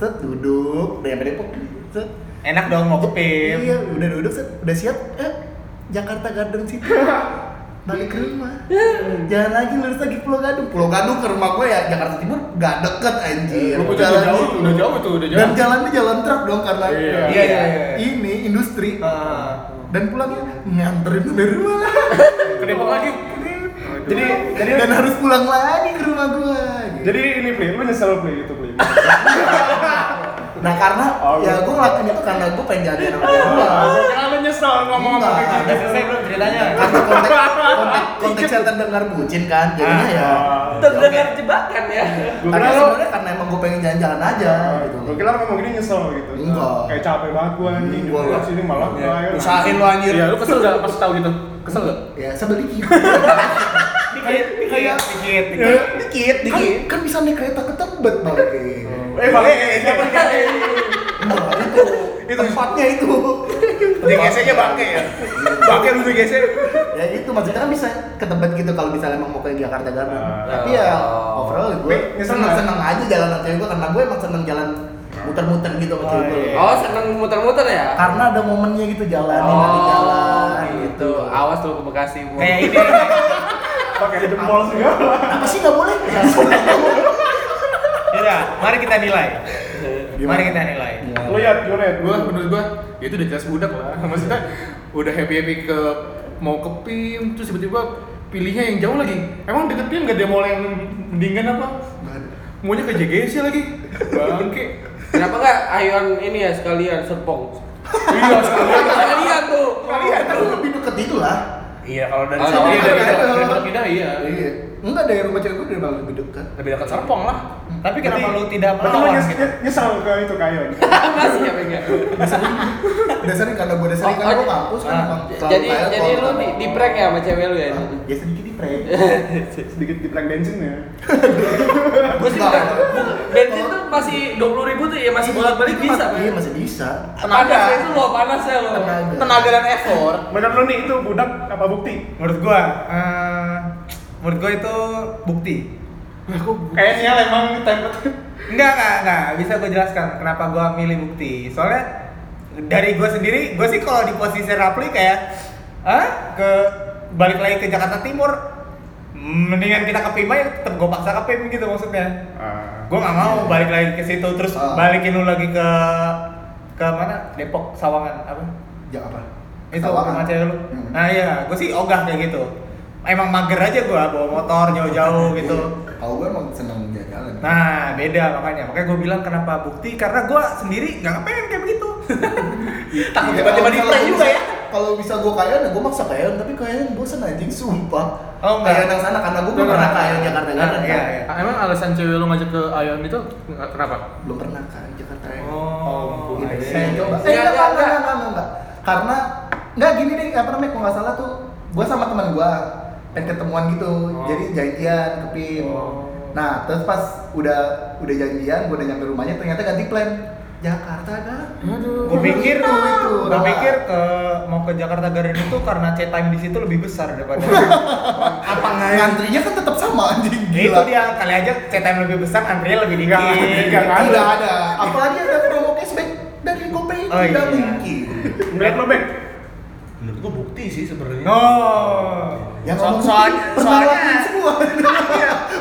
Speaker 5: set duduk udah nyampe Depok set
Speaker 1: enak dong mau ke PIM
Speaker 6: *laughs*
Speaker 5: iya udah duduk set udah siap eh Jakarta Garden City balik ke rumah jalan lagi lurus lagi Pulau Gadung Pulau Gadung ke rumah gue ya Jakarta Timur gak deket anjir
Speaker 6: Lu Eh, udah
Speaker 5: Jalannya-
Speaker 6: jauh, udah jauh tuh, udah jauh.
Speaker 5: Iya, dan jalannya jalan truk dong karena ya
Speaker 6: Iya.
Speaker 1: Iya, iya, iya.
Speaker 5: ini industri
Speaker 1: Ah.
Speaker 5: dan pulangnya nganterin dari rumah
Speaker 6: Kedepok lagi. Jadi jadi
Speaker 5: dan harus pulang lagi ke rumah gitu. gue
Speaker 2: Jadi ini Plin, lu nyesel gitu, Plin itu Plin.
Speaker 5: nah karena
Speaker 2: Oh,
Speaker 5: ya
Speaker 2: gitu.
Speaker 5: gue ngelakuin itu karena gue pengen jadi anak gue
Speaker 6: Jangan lu nyesel ngomong sama
Speaker 5: Enggak.
Speaker 6: kayak gitu.
Speaker 1: Selesai belum ceritanya?
Speaker 5: karena konteks konteks konteksnya terdengar bucin kan jadinya ya
Speaker 3: Terdengar jebakan ya.
Speaker 2: Ah. Gua
Speaker 5: karena
Speaker 2: kira lu
Speaker 5: sebenarnya karena emang gue pengen jalan-jalan aja gitu
Speaker 2: Gua kira lu ngomong gini nyesel gitu.
Speaker 5: Enggak.
Speaker 2: Kayak capek banget gua anjing.
Speaker 5: Enggak
Speaker 2: Gua
Speaker 5: lah. Iya.
Speaker 2: sini malah gua. ya.
Speaker 1: Usahain lo anjir.
Speaker 6: Iya, lu kesel gak pas tahu gitu? Kesel gak?
Speaker 5: ya sebel dikit
Speaker 1: Dikit, Iya. dikit, dikit,
Speaker 5: Ya,
Speaker 1: dikit.
Speaker 5: dikit kan, kan bisa naik kereta ke Tebet bang
Speaker 2: *laughs* Eh, Bang, eh, eh, siapa nih?
Speaker 5: nah, itu itu tempatnya itu
Speaker 6: Dia geseknya bangke ya. Bangke lu digesek.
Speaker 5: ya itu maksudnya kan bisa ke Tebet gitu kalau misalnya emang mau ke Jakarta Garut
Speaker 2: Ah.
Speaker 5: tapi ya
Speaker 3: Oh.
Speaker 5: overall gue
Speaker 2: Tapi nyesel
Speaker 5: seneng
Speaker 2: nggak?
Speaker 5: seneng aja jalan cewek gue karena gue emang seneng jalan muter-muter gitu sama cewek gue
Speaker 3: Oh, seneng muter-muter ya?
Speaker 5: karena ada momennya gitu jalan nanti
Speaker 3: Oh,
Speaker 5: jalan
Speaker 3: gitu. Awas lu ke Bekasi. Bu.
Speaker 1: Kayak gitu. ini.
Speaker 2: Pakai jempol segala.
Speaker 5: apa sih nggak boleh
Speaker 1: Yaudah, Iya, mari kita nilai. Mari kita nilai.
Speaker 2: Lu lihat, lu lihat.
Speaker 6: Gua menurut gua ya itu udah jelas budak lah. Maksudnya udah happy-happy ke mau ke PIM terus tiba-tiba pilihnya yang jauh lagi. Emang deket PIM gak ada mall yang mendingan apa? Maunya ke JGC lagi. Bangke.
Speaker 3: Kenapa nggak Ayon ini ya sekalian serpong?
Speaker 6: Iya, sekalian.
Speaker 3: Sekalian tuh.
Speaker 5: kalian kan lebih deket itu lah
Speaker 6: Iya, kalau dari
Speaker 3: Oh,
Speaker 6: sana iya, dari
Speaker 3: iya,
Speaker 5: iya,
Speaker 6: dari-
Speaker 5: iya.
Speaker 6: dari tempat kita iya.
Speaker 5: enggak dari rumah cewek gue dari Bali lebih dekat
Speaker 6: Lebih dekat Serpong lah.
Speaker 1: Tapi kenapa
Speaker 2: Berarti-
Speaker 1: lu tidak
Speaker 2: Berarti lu
Speaker 1: melawan?
Speaker 2: nyes-
Speaker 1: gitu?
Speaker 2: nyesel ke itu kayon.
Speaker 3: Masih ya pengen.
Speaker 5: udah sering karena gue udah sering
Speaker 3: Oh,
Speaker 5: karena
Speaker 3: oh,
Speaker 5: gue kampus kan
Speaker 1: ah,
Speaker 5: emang selalu
Speaker 3: Jadi
Speaker 5: kayak
Speaker 3: jadi
Speaker 5: kalau-
Speaker 3: lu di, di prank ya sama cewek lu ya?
Speaker 5: Ah, ya sedikit di
Speaker 1: *laughs*
Speaker 5: prank
Speaker 2: Sedikit di prank bensin ya.
Speaker 3: Gue sih
Speaker 5: Enggak.
Speaker 3: bukan- bensin tuh masih 20.000 tuh ya masih bolak balik
Speaker 5: Itu
Speaker 3: bisa.
Speaker 5: mas- iya masih bisa
Speaker 3: Tenaga itu lo panas ya lo.
Speaker 5: Tenaga.
Speaker 3: Tenaga dan effort.
Speaker 2: Menurut lu nih itu budak apa bukti?
Speaker 1: Menurut gua, eh, menurut gua itu bukti.
Speaker 2: Kayaknya emang tempat
Speaker 1: Enggak, enggak, enggak. Bisa gua jelaskan kenapa gua milih bukti. Soalnya dari gua sendiri, gua sih kalau di posisi Rapli kayak ah ke balik lagi ke Jakarta Timur mendingan kita ke PIM aja tetep gua paksa ke PIM gitu maksudnya
Speaker 2: Ah.
Speaker 1: gue nggak mau balik lagi ke situ terus
Speaker 5: Ah.
Speaker 1: balikin lu lagi ke ke mana Depok Sawangan apa
Speaker 5: ya apa
Speaker 1: itu
Speaker 5: Tawangan.
Speaker 1: rumah cewek lu
Speaker 5: Hmm.
Speaker 1: nah iya gue sih ogah kayak gitu emang mager aja gue bawa motor jauh-jauh gitu
Speaker 5: Iya. kalau gue emang seneng jalan
Speaker 1: nah beda makanya makanya gue bilang kenapa bukti karena gue sendiri nggak kepengen kayak
Speaker 5: *laughs*
Speaker 1: begitu takut
Speaker 5: Iya,
Speaker 1: tiba-tiba
Speaker 5: kalau-
Speaker 1: di
Speaker 5: kalau
Speaker 1: juga
Speaker 5: bisa-
Speaker 1: ya
Speaker 5: kalau bisa gue kaya nah gue maksa kaya tapi kaya bosan anjing sumpah
Speaker 1: Oh, enggak.
Speaker 5: kaya yang sana karena gue belum
Speaker 1: Enggak.
Speaker 5: pernah kaya Jakarta Garden
Speaker 1: Iya,
Speaker 5: kan.
Speaker 1: iya.
Speaker 6: Ah, Emang alasan cewek lu ngajak ke Ayon itu kenapa?
Speaker 5: belum pernah kaya Jakarta
Speaker 1: oh
Speaker 5: Gitu.
Speaker 1: iya.
Speaker 5: Saya coba. Eh,
Speaker 3: Iya,
Speaker 5: enggak, enggak,
Speaker 3: iya,
Speaker 5: enggak, enggak, enggak, enggak. Karena enggak gini deh, apa namanya kalau nggak salah tuh gua sama teman gua pengen ketemuan gitu.
Speaker 1: Oh.
Speaker 5: Jadi janjian ke PIM. Nah, terus pas udah udah janjian, gua udah nyampe rumahnya ternyata ganti plan. Jakarta kan.
Speaker 6: Aduh.
Speaker 1: gue pikir
Speaker 5: Itu, itu,
Speaker 1: gue
Speaker 5: Rama.
Speaker 1: pikir ke mau ke Jakarta Garden itu karena C time di situ lebih besar daripada
Speaker 5: *laughs* Apa ngantrinya kan tetap sama anjing
Speaker 1: Ya itu dia kali aja C time lebih besar antrinya lebih dikit
Speaker 2: Nggak
Speaker 5: Enggak
Speaker 2: ada.
Speaker 5: ada. Apalagi ada promo cashback dari GoPay
Speaker 1: Iya. Oh,
Speaker 5: tidak
Speaker 1: iya.
Speaker 5: mungkin.
Speaker 2: Menurut lu, Bek?
Speaker 6: Menurut gua bukti sih sebenarnya.
Speaker 1: Oh.
Speaker 5: Yang
Speaker 1: So-
Speaker 5: Ya, ngomong
Speaker 1: soalnya
Speaker 5: bukti, pernah
Speaker 1: soalnya
Speaker 5: lakuin
Speaker 1: *laughs*
Speaker 5: semua.
Speaker 1: pernah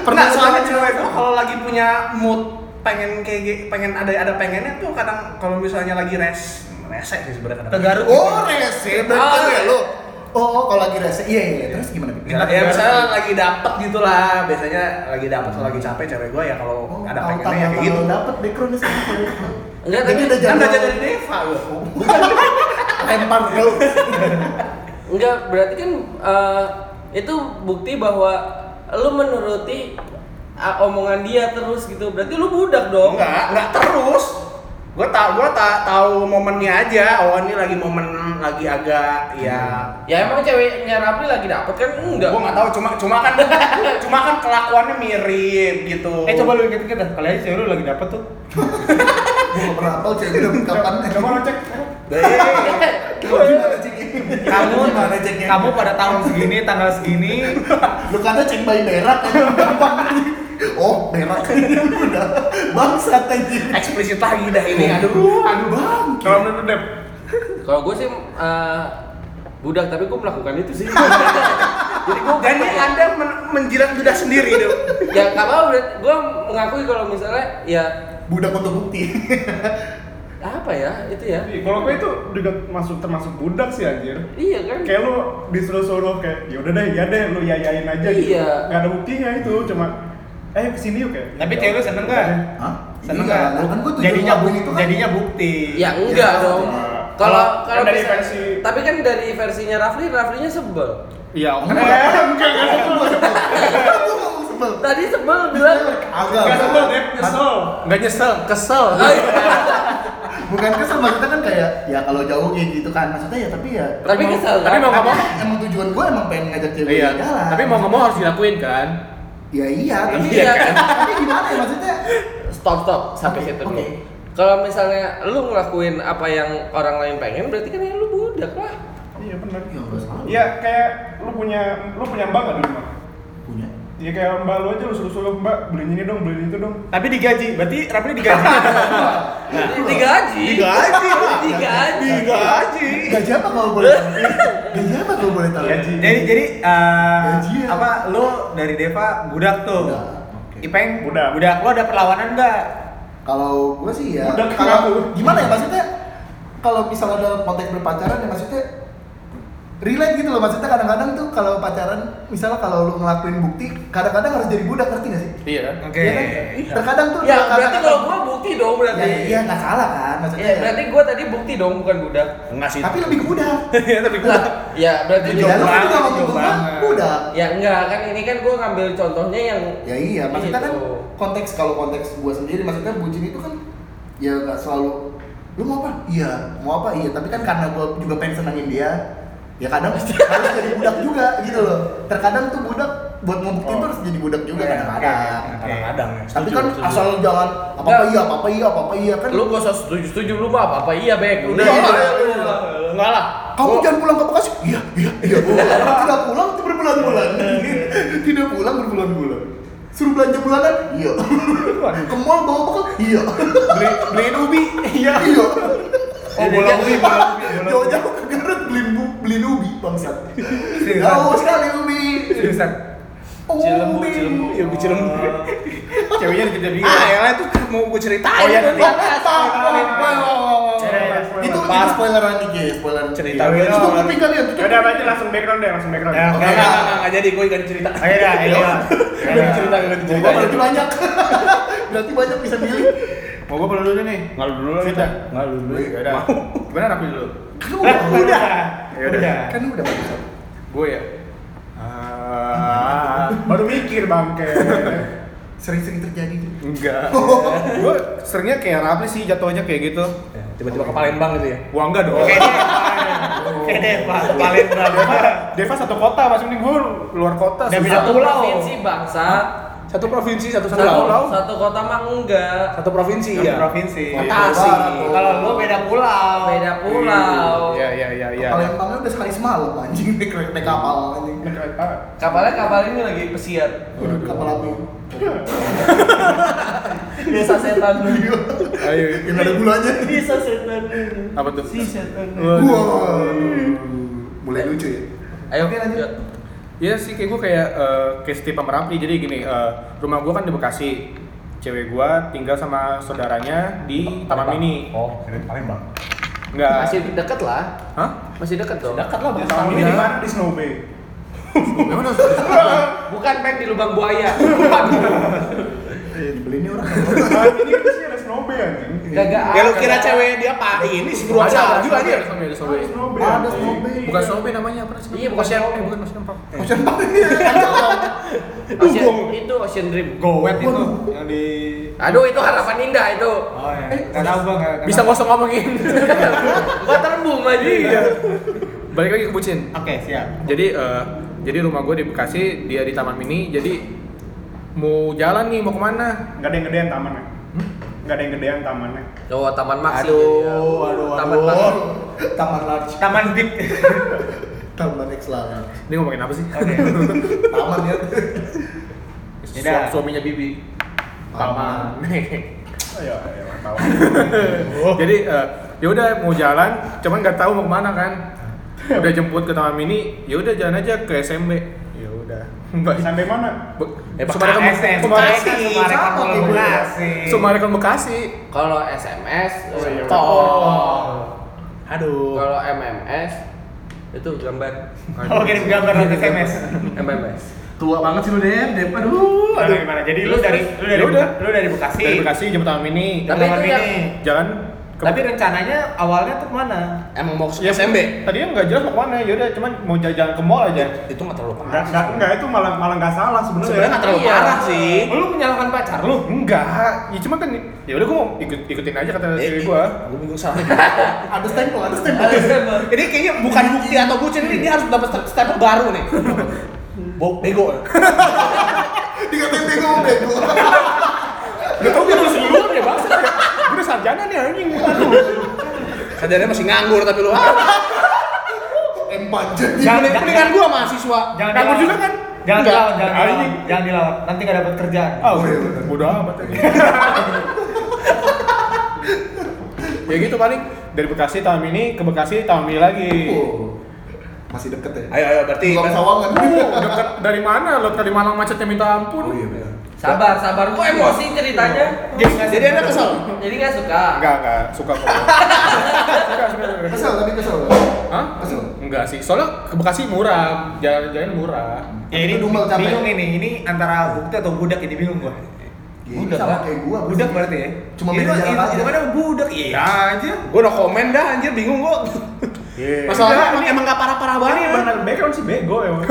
Speaker 5: Pernah
Speaker 1: soalnya
Speaker 5: lakuin
Speaker 1: cewek
Speaker 5: semua.
Speaker 1: tuh kalau lagi punya mood pengen kayak gi- pengen ada ada pengennya tuh kadang kalau misalnya lagi res rese sih sebenarnya kadang. Garut.
Speaker 5: Oh, rese berarti
Speaker 3: Ah.
Speaker 5: ya lo. Oh, oh, kalau lagi rese. Iya, iya, iya. Terus gimana? Bib?
Speaker 1: Ya, ya misalnya lagi dapet gitu lah, biasanya lagi dapet atau lagi capek cewek gue ya kalau
Speaker 5: Oh,
Speaker 1: ada
Speaker 5: tahu,
Speaker 1: pengennya ya
Speaker 5: tahu,
Speaker 1: kayak gitu.
Speaker 5: tahu. Dapat backgroundnya sama kalau itu.
Speaker 3: Enggak,
Speaker 5: Jadi
Speaker 3: tapi-
Speaker 5: udah
Speaker 1: Kan
Speaker 5: jago.
Speaker 1: udah jadi Deva loh.
Speaker 5: Lempar lo.
Speaker 3: Enggak, berarti kan eh, itu bukti bahwa lu menuruti ah, omongan dia terus gitu. Berarti lu budak
Speaker 1: Oh,
Speaker 3: dong.
Speaker 1: Enggak, enggak terus. Gue tau, gue ta tahu momennya aja. Oh ini lagi momen lagi agak ya
Speaker 3: Ya emang ceweknya Rapli lagi dapet kan enggak.
Speaker 1: Gue nggak tahu, cuma cuma kan *laughs* cuma kan kelakuannya mirip gitu. Eh coba lu inget kita, kali aja cewek lu lagi dapet tuh.
Speaker 5: *laughs* Gua nggak pernah tahu cewek udah kapan.
Speaker 2: Coba lu cek.
Speaker 3: *laughs*
Speaker 5: Gimana cek ini?
Speaker 1: kamu
Speaker 5: Gimana ceknya?
Speaker 1: kamu pada tahun segini, tanggal
Speaker 5: *laughs*
Speaker 1: segini,
Speaker 5: Lu kata cek bayi berak anjing. gampang anjing. Oh, berak udah bangsat anjing.
Speaker 1: eksplisit lagi dah ini. Aduh.
Speaker 5: Aduh, aduh bang.
Speaker 2: Kalau menurut lu, Dep?
Speaker 3: Kalau gue sih eh, budak tapi gue melakukan itu sih. *laughs* Jadi gue
Speaker 6: Dan ini
Speaker 4: ya?
Speaker 6: Anda men- menjilat ludah sendiri dong.
Speaker 3: ya nggak apa gue mengakui kalau misalnya ya
Speaker 5: budak untuk bukti
Speaker 3: apa ya itu ya
Speaker 2: Iya, Kalau gue itu juga masuk termasuk budak sih anjir.
Speaker 3: iya kan
Speaker 2: Kayak lu disuruh-suruh kayak ya udah deh, ya deh lu yayain aja gitu.
Speaker 3: Iya.
Speaker 2: Gak ada buktinya itu, cuma eh kesini yuk kayak.
Speaker 1: Tapi cewek lu seneng nggak?
Speaker 5: Hah?
Speaker 1: Seneng
Speaker 5: Iya,
Speaker 1: nggak?
Speaker 5: lah kan gua tujuan
Speaker 1: Jadinya
Speaker 5: ngelakuin
Speaker 1: bukti,
Speaker 5: itu kan-
Speaker 1: jadinya bukti.
Speaker 3: ya enggak
Speaker 5: salah
Speaker 3: dong
Speaker 5: satu.
Speaker 3: kalau
Speaker 2: Kalau-
Speaker 3: kalau
Speaker 2: kan dari
Speaker 3: bisa-
Speaker 2: versi-
Speaker 3: tapi kan dari versinya Rafli Raflinya sebel
Speaker 6: Iya,
Speaker 5: Enggak,
Speaker 6: karena
Speaker 5: enggak, enggak, enggak, sebel. Gua ngomong sebel.
Speaker 3: tadi sebel
Speaker 5: Iya,
Speaker 3: bilang
Speaker 5: Agak.
Speaker 2: Gak sebel deh, kesel.
Speaker 6: nggak nyesel, kesel.
Speaker 3: "Ah, iya."
Speaker 5: Bukan kesel maksudnya kan kayak ya kalau jauh kayak gitu kan maksudnya ya tapi ya
Speaker 3: tapi kesel
Speaker 6: Tapi
Speaker 3: kan?
Speaker 6: mau nggak mau,
Speaker 5: Karena emang tujuan gue emang pengen ngajak cewek
Speaker 6: iya.
Speaker 5: jalan
Speaker 6: Tapi mau nggak mau harus dilakuin kan.
Speaker 5: ya iya tapi
Speaker 3: Iya kan?
Speaker 5: tapi gimana ya maksudnya
Speaker 3: stop stop sampai
Speaker 5: Oke,
Speaker 3: situ
Speaker 5: oke.
Speaker 3: dulu kalau misalnya lu ngelakuin apa yang orang lain pengen berarti kan ya lu budak lah
Speaker 2: Iya benar.
Speaker 5: ya udah salah
Speaker 2: Iya kayak lu punya lu punya mbak gak di rumah?
Speaker 5: punya
Speaker 2: Iya kayak mbak lu aja lu suruh-suruh mbak beliin ini dong, beliin itu dong.
Speaker 1: Tapi digaji, berarti Rafli digaji.
Speaker 5: Nah,
Speaker 3: Jadi digaji
Speaker 1: Digaji.
Speaker 3: digaji
Speaker 1: digaji.
Speaker 5: gaji apa kalau boleh tahu? gaji apa kalau boleh tahu
Speaker 2: Gaji.
Speaker 1: Jadi jadi eh,
Speaker 5: Gajian.
Speaker 1: apa lo dari Deva budak tuh.
Speaker 5: Budak, oke.
Speaker 1: Ipeng
Speaker 2: Budak.
Speaker 1: Budak lo ada perlawanan enggak?
Speaker 5: kalau gue sih ya
Speaker 2: Udah kaku.
Speaker 5: kalau gimana ya maksudnya kalau misalnya dalam konteks berpacaran ya maksudnya relate gitu loh maksudnya kadang-kadang tuh kalau pacaran misalnya kalau lu ngelakuin bukti kadang-kadang harus jadi budak ngerti gak sih
Speaker 6: Iya.
Speaker 1: Oke.
Speaker 5: Iya kan? terkadang tuh
Speaker 3: ya
Speaker 5: kadang-
Speaker 3: berarti kalau gua bukti dong
Speaker 5: ya,
Speaker 3: berarti
Speaker 5: iya nggak salah kan maksudnya
Speaker 3: Ya,
Speaker 5: ya.
Speaker 3: berarti gua tadi bukti dong bukan budak
Speaker 1: Enggak sih.
Speaker 5: tapi lebih ke budak
Speaker 1: Iya, Tapi budak.
Speaker 3: ya berarti
Speaker 1: Jujur
Speaker 5: Ya, lu
Speaker 1: banget,
Speaker 5: juga ngomong
Speaker 1: jujur
Speaker 5: ke gua,
Speaker 1: banget.
Speaker 5: budak
Speaker 3: ya enggak kan ini kan gua ngambil contohnya yang
Speaker 5: ya iya maksudnya kan
Speaker 3: Gitu.
Speaker 5: konteks kalau konteks gua sendiri maksudnya bucin itu kan ya nggak selalu lu mau apa iya mau apa iya tapi kan karena gua juga pengen senangin dia ya
Speaker 3: *laughs*
Speaker 5: kadang harus jadi budak juga gitu loh terkadang tuh budak buat ngebuktiin
Speaker 3: Oh.
Speaker 5: tuh harus jadi budak juga
Speaker 3: Iya,
Speaker 5: kadang-kadang
Speaker 1: Kadang-kadang.
Speaker 5: tapi kan asal lu jangan apa apa iya apa apa iya apa apa iya kan
Speaker 3: lu gak usah setuju setuju lu mah apa apa iya bek udah
Speaker 5: Iya,
Speaker 3: gitu.
Speaker 5: iya,
Speaker 3: enggak lah
Speaker 5: kamu jangan pulang ke Bekasi iya iya iya Bu. tidak pulang tuh berbulan-bulan tidak pulang berbulan-bulan suruh belanja bulanan iya ke mall bawa bekal iya
Speaker 6: Beli beliin ubi.
Speaker 5: iya iya
Speaker 6: Oh, bola ubi, bola ubi.
Speaker 5: jauh-jauh ke Garut beli bu beli ubi bangsat jauh sekali ubi
Speaker 1: Seriusan.
Speaker 5: Oh,
Speaker 6: Cilembu,
Speaker 5: ubi.
Speaker 6: Cilembu.
Speaker 5: Iya,
Speaker 6: gue Cilembu.
Speaker 1: Ceweknya dikejar
Speaker 6: Ah, ya itu mau gue ceritain.
Speaker 1: Oh, iya.
Speaker 6: kan.
Speaker 5: Wah, wah, wah, wah, wah.
Speaker 2: Spoiler,
Speaker 5: itu itu
Speaker 1: Pas.
Speaker 5: spoileran nih guys spoileran
Speaker 1: Cerita
Speaker 5: Iya.
Speaker 1: dulu.
Speaker 5: itu kuping kalian
Speaker 2: Ya udah berarti langsung background deh, langsung background.
Speaker 1: Ya,
Speaker 5: Oke.
Speaker 1: enggak, enggak, enggak.
Speaker 6: Nggak jadi gue ganti cerita.
Speaker 1: Oke dah, ini lah.
Speaker 6: Ganti cerita, ganti
Speaker 5: Gua
Speaker 6: cerita.
Speaker 2: Iya,
Speaker 5: berarti banyak *laughs* berarti banyak bisa milih
Speaker 6: Mau gue perlu dulu nih.
Speaker 2: Ngalu dulu lah
Speaker 6: Cerita.
Speaker 2: kita. Ngalu dulu.
Speaker 6: Ya udah. Gimana rapi dulu?
Speaker 5: kan
Speaker 1: Lah,
Speaker 5: udah
Speaker 1: udah.
Speaker 2: Ya Eh, udah.
Speaker 1: Udah.
Speaker 5: kan udah bagus
Speaker 6: Gue ya.
Speaker 2: Ah, baru mikir bangke.
Speaker 5: sering-sering terjadi
Speaker 6: Enggak. gue seringnya kayak Rapli sih jatuhnya kayak gitu.
Speaker 3: tiba-tiba ke Palembang gitu ya
Speaker 6: Wah enggak dong. Oh.
Speaker 1: Oke deh. Oke deh, Pak. Palembang.
Speaker 2: Deva satu kota, masih mending gue luar kota.
Speaker 1: Udah
Speaker 2: susah.
Speaker 1: bisa
Speaker 3: satu
Speaker 1: pulau.
Speaker 3: provinsi bangsa
Speaker 6: Satu provinsi, satu
Speaker 3: satu,
Speaker 6: pulau.
Speaker 3: satu kota mah enggak
Speaker 6: Satu provinsi
Speaker 1: Iya. Provinsi.
Speaker 5: Kota
Speaker 1: Tasik.
Speaker 5: Barat.
Speaker 1: Kalau lu beda pulau.
Speaker 3: beda pulau
Speaker 6: Iya, iya, iya, iya.
Speaker 5: Palembangnya udah sekali semalam anjing naik naik kapal anjing
Speaker 2: Kereta.
Speaker 3: kapalnya kapal ini lagi pesiar
Speaker 5: kapal api
Speaker 3: desa setan
Speaker 6: Ayo.
Speaker 5: yang ada gulanya
Speaker 3: desa setan
Speaker 6: Apa tuh?
Speaker 5: wow mulai lucu ya
Speaker 3: ayo
Speaker 5: Oke, lanjut.
Speaker 3: lanjut
Speaker 6: Iya sih kayak gue kayak eh, kayak Steve sama Rafli. jadi gini eh, rumah gue kan di Bekasi cewek gue tinggal sama saudaranya di Taman Mini
Speaker 5: oh keren Palembang
Speaker 6: enggak
Speaker 3: masih deket lah
Speaker 6: hah
Speaker 3: masih Nah. deket dong
Speaker 2: lah bukan tahun ini di mana di Snow Bay.
Speaker 6: memang harus harus-
Speaker 3: bukan pek di lubang *laughs* buaya Waduh.
Speaker 5: Eh, dibeli ini orang
Speaker 2: Tahun ini kan sih ada Snow Bay anjing.
Speaker 3: gagak
Speaker 1: Ya lu kira cewek dia apa ini si buruan
Speaker 6: Ada,
Speaker 1: salju
Speaker 6: ada
Speaker 1: aja.
Speaker 6: sobek, ada sobek.
Speaker 2: Ada
Speaker 4: Iya,
Speaker 2: Snow Bay.
Speaker 5: ada
Speaker 2: anjing.
Speaker 5: sobe
Speaker 6: bukan sobek namanya apa sih
Speaker 3: Iya, bukan
Speaker 6: Ocean-
Speaker 3: sobek.
Speaker 6: eh, bukan Ocean Park.
Speaker 5: ocean park ini kacau dong.
Speaker 3: Ocean, itu Ocean Dream
Speaker 1: Gowet itu yang di
Speaker 3: aduh itu harapan indah itu
Speaker 1: Oh ya. Enggak tahu gua enggak.
Speaker 6: Eh, bisa
Speaker 1: gua
Speaker 6: gosong ngomongin
Speaker 3: Oh. gua terembung aja
Speaker 6: balik lagi ke bucin
Speaker 1: Oke, siap.
Speaker 6: jadi eh, jadi rumah gue di Bekasi dia di Taman Mini jadi mau jalan nih mau kemana
Speaker 2: Gak ada yang gedean tamannya. Gak ada yang gedean tamannya.
Speaker 3: Oh, Taman Maksi.
Speaker 1: Aduh, aduh,
Speaker 3: Taman
Speaker 1: aduh.
Speaker 3: Maksi.
Speaker 5: taman large
Speaker 1: Taman Big.
Speaker 5: taman X large
Speaker 6: ini ngomongin apa sih
Speaker 1: Oke.
Speaker 6: *laughs*
Speaker 5: taman ya
Speaker 6: Su-
Speaker 1: Beda.
Speaker 6: suaminya Bibi
Speaker 5: Paman.
Speaker 2: Ayo, ayo, iya, tahu.
Speaker 1: Oh.
Speaker 6: Jadi eh, ya udah mau jalan, cuman nggak tahu mau kemana kan. Udah jemput ke Taman Mini, ya udah jalan aja ke SMB.
Speaker 2: Sampai mana?
Speaker 6: Be-
Speaker 3: Eh,
Speaker 6: Summarecon
Speaker 1: Bekasi,
Speaker 6: Be-
Speaker 1: Bekasi,
Speaker 6: Summarecon-
Speaker 1: Summarecon
Speaker 6: Sama,
Speaker 1: Bekasi.
Speaker 6: kayak gue.
Speaker 1: kan
Speaker 6: Summarecon Bekasi.
Speaker 3: Kalau SMS,
Speaker 6: Oh, iya.
Speaker 1: Oh. Aduh.
Speaker 3: Kalau MMS itu gambar.
Speaker 1: Oh, kirim gambar lewat SMS.
Speaker 3: MMS.
Speaker 6: Tua banget sih lu Dem, Dem. Aduh,
Speaker 1: Gimana,
Speaker 6: aduh.
Speaker 1: gimana? Jadi lu dari lu dari
Speaker 6: Ya udah.
Speaker 1: lu dari Bekasi.
Speaker 2: Dari Bekasi jam tangan mini.
Speaker 3: Tapi
Speaker 1: Jalan
Speaker 3: itu
Speaker 1: ini.
Speaker 3: yang
Speaker 2: Jalan ke
Speaker 1: Tapi rencananya awalnya tuh kemana?
Speaker 3: emang mau ke
Speaker 6: Iya.
Speaker 2: Ya,
Speaker 3: SMB.
Speaker 2: Tadinya nggak jelas mau kemana, yaudah cuman mau jalan ke mall aja.
Speaker 3: Itu nggak terlalu parah.
Speaker 2: Nggak, nggak, nggak, itu malah malah nggak salah
Speaker 3: Sebenarnya
Speaker 2: sebenarnya.
Speaker 3: nggak terlalu Iya. parah sih.
Speaker 1: Lu menyalahkan pacar lu.
Speaker 2: Enggak, ya cuma kan ya udah gua mau ikut ikutin aja
Speaker 6: Iya,
Speaker 2: kata cewek gua.
Speaker 3: Gue bingung sama.
Speaker 4: Ada stempel, ada stempel. Ini kayaknya bukan bukti atau bucin, ini dia harus dapat ste- stempel baru nih. Bok bego.
Speaker 5: Dikatain bego sama bego. *laughs*
Speaker 2: Udah tau gua lulus duluan ya bangsa. Gua udah sarjana nih anjing. Aduh.
Speaker 4: Kadarnya masih nganggur tapi lu. ah,
Speaker 5: Empat jadi.
Speaker 1: Jangan-
Speaker 4: mending- Mendingan gua
Speaker 6: gitu.
Speaker 4: mahasiswa.
Speaker 1: Jangan
Speaker 2: Nganggur
Speaker 1: dilawan.
Speaker 2: juga kan?
Speaker 1: Jangan
Speaker 2: Enggak.
Speaker 1: dilawan, jangan dilawan.
Speaker 2: Anjing.
Speaker 1: Jangan dilawan. Nanti gak dapat kerjaan.
Speaker 2: Ah, udah, bodo amat. ya gitu paling dari Bekasi tahun ini ke Bekasi tahun ini lagi.
Speaker 5: Oh, Masih deket ya.
Speaker 4: Ayo ayo berarti kan-
Speaker 5: Bukan sawangan.
Speaker 6: Dekat dari mana? Lo dari Malang macetnya minta ampun.
Speaker 5: Oh iya benar.
Speaker 3: Sabar, sabar. Kok emosi ceritanya?
Speaker 4: jadi anda kesel.
Speaker 3: Jadi nggak suka.
Speaker 2: Enggak, enggak, suka kok. suka, suka, suka.
Speaker 5: Kesel tapi kesel.
Speaker 6: Hah?
Speaker 5: Kesel.
Speaker 6: Enggak sih. Soalnya ke Bekasi murah, jalan-jalan murah.
Speaker 1: Ya ini
Speaker 5: Dumel capek.
Speaker 1: bingung ini. Ini antara bukti atau budak ini bingung gua.
Speaker 5: Gini sama kayak gua.
Speaker 1: Budak berarti ya?
Speaker 5: Cuma
Speaker 1: Itu-
Speaker 5: beda jalan
Speaker 1: itu-
Speaker 5: aja.
Speaker 1: Itu mana budak? Iya aja.
Speaker 4: Gua udah komen dah anjir bingung gua.
Speaker 6: Iya.
Speaker 4: Masalahnya emang, emang gak parah-parah
Speaker 2: Ini
Speaker 4: banget.
Speaker 2: benar background sih bego *laughs* emang.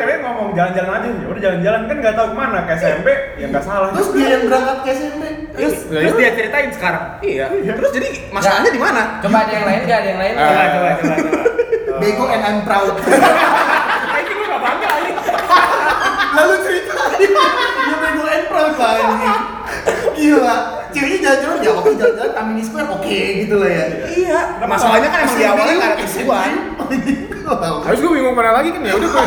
Speaker 2: Cewek ngomong jalan-jalan aja, ya udah jalan-jalan kan nggak tahu kemana ke SMP, ya nggak salah.
Speaker 5: Terus dia yang berangkat ke SMP.
Speaker 4: Terus
Speaker 1: Terus dia ceritain sekarang.
Speaker 4: iya. Terus jadi masalahnya di mana?
Speaker 3: Coba ada yang lain nggak? Ada yang lain nggak?
Speaker 1: Coba coba
Speaker 2: *laughs*
Speaker 1: coba. coba.
Speaker 5: Bego and I'm proud.
Speaker 1: nah, Ini gua gak bangga iya. ini.
Speaker 5: *laughs* Lalu cerita dia bego and proud lah anjing. Gila. Ceweknya jalan-jalan ya oke jalan-jalan Tamini Square oke gitu lah ya.
Speaker 4: Iya. Masalahnya kan emang di awalnya gak ada
Speaker 5: *laughs*
Speaker 4: kesuan.
Speaker 5: Oh, gitu.
Speaker 6: Harus gue bingung mana lagi kan ya udah gue.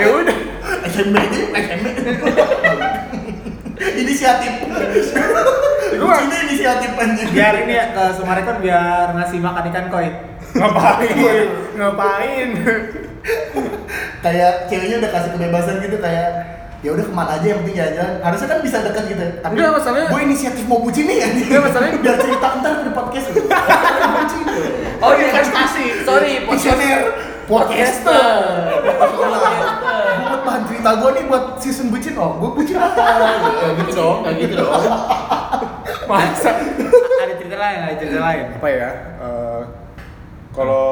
Speaker 6: ya udah.
Speaker 5: SMP ini SMP.
Speaker 6: *laughs*
Speaker 5: Inisiatif.
Speaker 6: Gua-
Speaker 5: Ini inisiatif anjing.
Speaker 1: Biar ini ya ke Sumarekon biar ngasih makan ikan koi. Iya.
Speaker 2: Ngapain? Ngapain?
Speaker 5: kayak ceweknya udah kasih kebebasan gitu kayak ya udah kemana aja yang penting jalan-jalan harusnya kan bisa dekat gitu tapi
Speaker 6: Enggak, masalahnya-
Speaker 5: gue inisiatif mau bucin nih ya
Speaker 6: Enggak, masalahnya-
Speaker 5: *laughs* biar cerita ntar di
Speaker 6: *laughs*
Speaker 5: podcast gitu bucin tuh.
Speaker 3: Oh iya, prestasi. Sorry,
Speaker 5: visioner podcaster Gila. Gua buat bahan cerita gue nih buat season bucin oh gue bucin apa
Speaker 3: Gitu dong, nggak gitu dong.
Speaker 6: Masa
Speaker 1: Ada cerita lain, ada cerita lain.
Speaker 2: Apa ya? eh, Kalau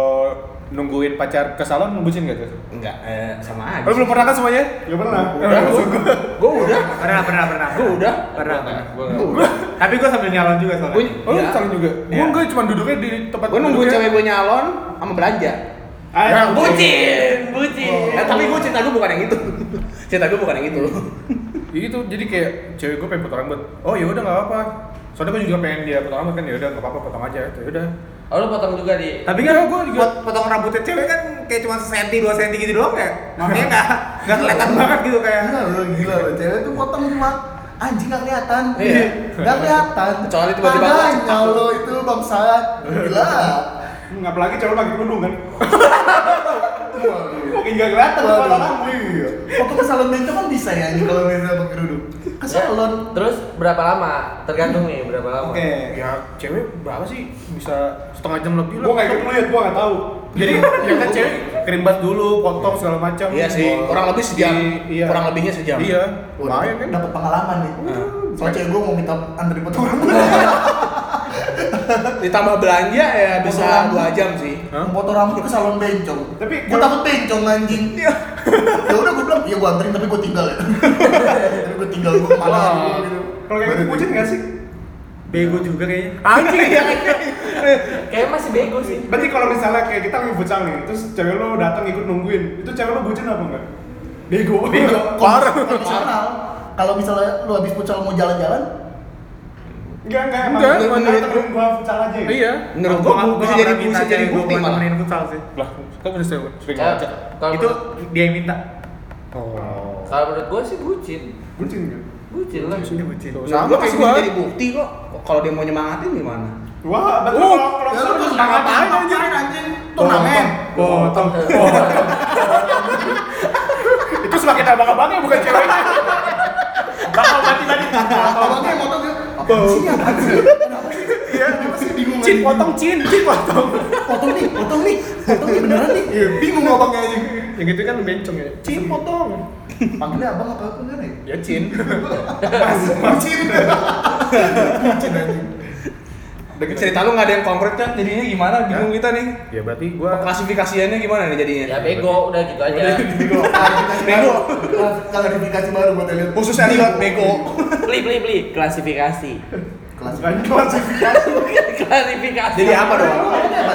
Speaker 2: nungguin pacar ke salon nungguin gak tuh?
Speaker 4: Enggak, eh, sama aja.
Speaker 2: Lo belum pernah kan semuanya? Belum pernah.
Speaker 3: Gue udah.
Speaker 1: Pernah, pernah, pernah.
Speaker 3: Gue udah.
Speaker 1: Pernah, pernah.
Speaker 3: Gue udah.
Speaker 1: Tapi gua sambil nyalon juga soalnya.
Speaker 2: Oh,
Speaker 3: Iya.
Speaker 2: lu salon juga?
Speaker 1: Iya.
Speaker 2: Gue enggak, cuma duduknya di tempat
Speaker 4: Gua nungguin
Speaker 2: duduknya.
Speaker 4: cewek gua nyalon sama belanja.
Speaker 2: Ah, ya,
Speaker 3: Bucin, bucin.
Speaker 4: Eh, tapi gua cerita gua bukan yang itu. cerita gua bukan yang itu.
Speaker 2: Iya, Itu jadi kayak cewek gue pengen potong rambut. Oh, ya udah enggak apa-apa. Soalnya gue juga pengen dia potong rambut kan, ya udah enggak apa-apa potong aja. Ya udah.
Speaker 3: Oh lu potong juga di.
Speaker 1: Tapi kan gua juga potong rambutnya cewek kan kayak cuma senti dua senti gitu doang ya. Makanya nggak nggak kelihatan banget gitu kayak.
Speaker 5: gila lo gila lo cewek tuh potong cuma anjing gak kelihatan
Speaker 4: Iya.
Speaker 5: gak kelihatan
Speaker 4: Kecuali tiba-tiba gua-
Speaker 5: Padahal lo itu bangsat gila
Speaker 2: Hmm, apalagi cewek pakai kerudung kan?
Speaker 5: Waduh.
Speaker 2: Mungkin enggak kelihatan
Speaker 5: Waduh.
Speaker 2: kepala kamu. Iya.
Speaker 5: Waktu ke salon bengkel kan bisa ya anjing kalau misalnya pakai kerudung. Ke salon.
Speaker 4: Ya,
Speaker 3: Terus berapa lama? Tergantung nih berapa lama.
Speaker 1: Oke.
Speaker 2: Ya, cewek berapa sih bisa
Speaker 6: setengah jam lebih lah.
Speaker 2: Gua nggak ikut lu ya, gua nggak tahu. *laughs* Jadi ya kan cewek kerimbas dulu, potong segala macam.
Speaker 4: Iya sih, kurang lebih sejam. Kurang lebihnya sejam.
Speaker 2: Iya.
Speaker 5: Wah,
Speaker 2: Lumayan kan?
Speaker 5: Dapat pengalaman nih.
Speaker 4: Nah.
Speaker 5: Soalnya cewek gue mau minta antri potong rambut.
Speaker 4: Ditambah belanja ya bisa dua jam sih.
Speaker 2: Hah?
Speaker 5: Potong rambut ke salon bencong.
Speaker 2: Tapi
Speaker 5: gue
Speaker 2: gua-
Speaker 5: takut bencong anjing. Iya. *laughs* ya udah gue bilang, ya gue anterin tapi gue tinggal ya. *laughs* tapi gue tinggal gue kemana
Speaker 2: Wah.
Speaker 5: gitu.
Speaker 2: Kalau kayak gitu bucin nggak sih?
Speaker 1: Bego juga kayaknya.
Speaker 4: Anjing ya.
Speaker 3: *laughs* Kayaknya masih bego sih.
Speaker 2: Berarti kalau misalnya kayak kita lagi futsal nih, terus cewek lo datang ikut nungguin, itu cewek lo bucin apa enggak? Bego. Bego.
Speaker 5: Iya.
Speaker 2: *laughs*
Speaker 5: Parah. Kondisional. Kalau misalnya lu habis pucal mau jalan-jalan,
Speaker 2: Enggak, enggak. emang.
Speaker 6: Enggak,
Speaker 2: Gua-
Speaker 4: menurut-
Speaker 2: temen gua futsal aja. ya?
Speaker 6: Iya.
Speaker 4: Menurut gua bu- bisa jadi bisa jadi bukti
Speaker 1: malah.
Speaker 4: malah.
Speaker 1: Temenin futsal sih.
Speaker 2: Lah, kamu udah sering sering ngaca.
Speaker 3: Kalau
Speaker 1: Itu
Speaker 3: menurut-
Speaker 1: dia yang minta.
Speaker 2: Oh.
Speaker 3: kalau menurut gue sih bucin.
Speaker 2: Bucin kan?
Speaker 3: Bucin lah.
Speaker 1: Ini bucin.
Speaker 4: Sama
Speaker 2: Sama
Speaker 4: masih
Speaker 2: kayak
Speaker 4: bisa
Speaker 2: gua.
Speaker 4: jadi bukti kok. Kalau dia mau nyemangatin gimana?
Speaker 2: Wah,
Speaker 6: Oh.
Speaker 2: betul.
Speaker 4: Uh,
Speaker 2: Kalau
Speaker 5: ya
Speaker 2: kalau
Speaker 5: lu terus
Speaker 2: semangat
Speaker 5: ngapain anjing? Turnamen.
Speaker 2: *laughs* Potong. Potong.
Speaker 6: semakin abang-abangnya bukan ceweknya. Bakal mati tadi.
Speaker 5: Abangnya motor dia, apa sih ini apaan sih? Kenapa sih? Iya, apa sih bingung
Speaker 6: Cin potong cin, cin potong.
Speaker 4: potong nih, potong nih, potong nih beneran nih.
Speaker 5: Iya, bingung abangnya anjing.
Speaker 6: Yang itu kan bencong ya. Cin potong.
Speaker 5: Panggilnya abang apa pun kan ya?
Speaker 6: Ya
Speaker 2: Iya,
Speaker 6: cin.
Speaker 5: Masuk bucin. Bucin anjing.
Speaker 1: cerita lu nggak ada yang konkret kan jadinya gimana bingung kita nih
Speaker 6: Ya berarti gua
Speaker 1: klasifikasiannya gimana nih jadinya
Speaker 3: ya bego udah gitu aja
Speaker 5: Bego. Bego. Klarifikasi baru buat Elliot.
Speaker 4: Khusus Elliot bego.
Speaker 3: beli beli beli klasifikasi *laughs*
Speaker 5: Klasifikasi.
Speaker 2: Bukan klasifikasi.
Speaker 3: klarifikasi
Speaker 4: Jadi apa dong?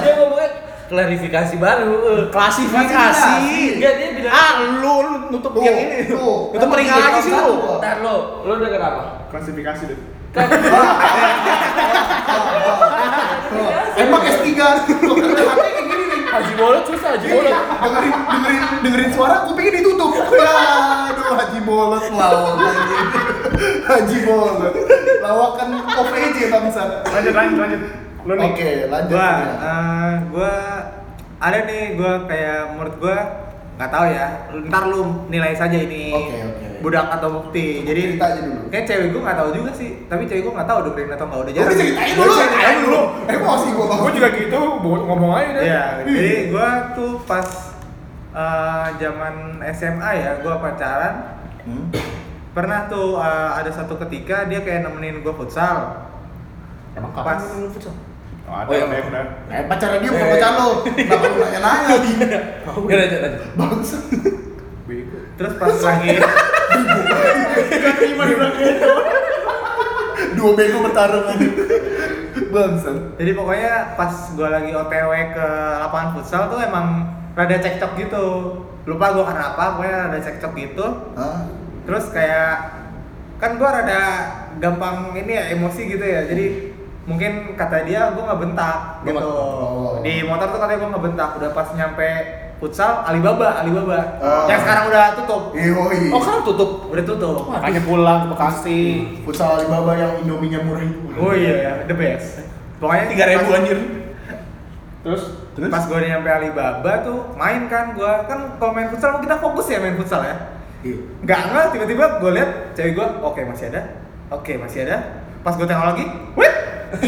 Speaker 3: dia ngomongnya klarifikasi baru
Speaker 4: Klasifikasi.
Speaker 3: enggak dia bilang
Speaker 4: Ah, lu lu nutup
Speaker 5: Tuh,
Speaker 4: yang ini.
Speaker 5: tuh.
Speaker 4: Itu meringat lagi Kan sih lu.
Speaker 3: ntar lo lo udah
Speaker 4: *laughs*
Speaker 3: kenapa
Speaker 2: Klasifikasi deh.
Speaker 5: Emang S3. Tuh, ternyata kayak gini nih.
Speaker 6: Haji bolot susah Haji bolot.
Speaker 4: Iya.
Speaker 5: dengerin dengerin dengerin suara kupingnya ditutup ya aduh haji bolot lawak anjing. haji bolot lawakan OPJ bangsa
Speaker 2: Lanjut lanjut lanjut. Lu nih.
Speaker 5: oke lanjut
Speaker 1: gua
Speaker 5: ya.
Speaker 1: eh, gua ada nih gua kayak menurut gua nggak tahu ya Lu- ntar lu nilai saja ini
Speaker 5: Oke, oke.
Speaker 1: budak atau bukti jadi
Speaker 5: Cerita aja dulu.
Speaker 1: kayak cewek gua nggak tahu juga sih tapi cewek gua nggak tahu udah green atau nggak udah
Speaker 5: Gua
Speaker 1: jarang
Speaker 5: bisa Ya, ceritain dulu
Speaker 1: Gua
Speaker 5: ceritain dulu emosi gua bang
Speaker 6: Gua juga gitu, bo- ngomong aja deh.
Speaker 1: Iya, jadi gua tuh pas eh, zaman SMA ya, gua pacaran.
Speaker 5: Hmm?
Speaker 1: Pernah tuh eh, ada satu ketika dia kayak nemenin gua futsal.
Speaker 5: emang
Speaker 1: Pas
Speaker 2: Oh, ada
Speaker 3: Oh, iya.
Speaker 2: ada, ada.
Speaker 5: eh pacaran dia bukan pacar lo kenapa lu nanya nanya lagi
Speaker 3: Ya, udah, udah, udah.
Speaker 5: bangsa
Speaker 1: terus pas lagi
Speaker 5: *laughs* dua bego bertarung aja bangsa
Speaker 1: jadi pokoknya pas gua lagi OTW ke lapangan futsal tuh emang rada cekcok gitu. Lupa gua karena apa, pokoknya rada cekcok gitu.
Speaker 5: Hah?
Speaker 1: Terus kayak kan gua rada gampang ini ya emosi gitu ya. Jadi mungkin kata dia gua nggak bentak
Speaker 5: Gua Oh.
Speaker 1: gitu.
Speaker 5: nggak-
Speaker 1: Di motor tuh katanya gua nggak bentak. Udah pas nyampe futsal Alibaba, Alibaba.
Speaker 5: Ah.
Speaker 1: Yang sekarang udah tutup.
Speaker 5: Yoi.
Speaker 4: Oh, kan tutup.
Speaker 1: Udah tutup.
Speaker 6: Makanya pulang ke Bekasi.
Speaker 5: Futsal Alibaba yang Indominya murah itu.
Speaker 1: Oh iya, the best. Pokoknya
Speaker 4: Tiga ribu
Speaker 1: pas-
Speaker 4: anjir.
Speaker 2: Terus terus
Speaker 1: Pas gue nyampe Alibaba tuh main kan gue kan kalau main futsal kita fokus ya main futsal ya.
Speaker 5: Iya.
Speaker 1: Gak nggak tiba-tiba gue lihat cewek gue oke masih ada, oke masih ada. Pas gue tengok lagi, wih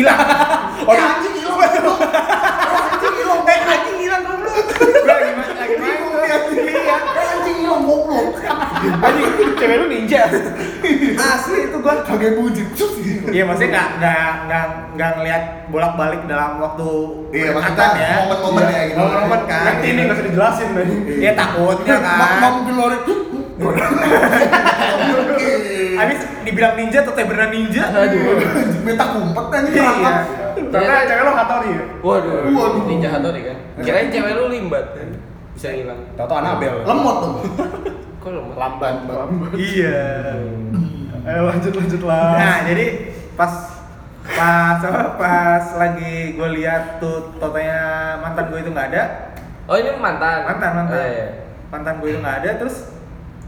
Speaker 1: hilang.
Speaker 5: *laughs* Oh, anjing hilang. Anjing hilang.
Speaker 4: Eh, anjing hilang dong
Speaker 5: *laughs*
Speaker 4: lu.
Speaker 1: Gue lagi main lagi main tuh iya.
Speaker 5: Anjing hilang goblok.
Speaker 6: Anjing, cewek lu ninja.
Speaker 1: Iya, Asli itu gue.
Speaker 5: Kaget buncit. Cus.
Speaker 1: Iya maksudnya nggak nggak nggak nggak ngelihat bolak-balik dalam waktu
Speaker 5: Iya, maksudnya
Speaker 1: pendekatan
Speaker 5: momen-momen ya, gitu.
Speaker 1: Momen-momen kan.
Speaker 2: nanti ini nggak usah dijelasin nih.
Speaker 1: Iya takutnya
Speaker 5: Mak- mak
Speaker 1: kan.
Speaker 5: mobil lori.
Speaker 1: Abis dibilang ninja atau beneran ninja.
Speaker 5: Minta kumpet anjing.
Speaker 1: Iya.
Speaker 5: berangkat.
Speaker 2: Ternyata cewek lu Hattori ya.
Speaker 3: Waduh,
Speaker 5: Waduh.
Speaker 3: ninja Hattori kan. Kirain cewek lu limbat kan. Bisa hilang.
Speaker 2: Tahu Anabel.
Speaker 5: Lemot dong.
Speaker 3: Kok lu lambat?
Speaker 5: Lamban.
Speaker 1: Iya.
Speaker 2: Eh lanjut lanjut lah.
Speaker 1: Nah, jadi pas pas apa, pas lagi gue lihat tuh totonya mantan gue itu nggak ada,
Speaker 3: Oh, ini mantan.
Speaker 1: mantan mantan
Speaker 3: Oh, iya.
Speaker 1: mantan gue itu nggak ada, terus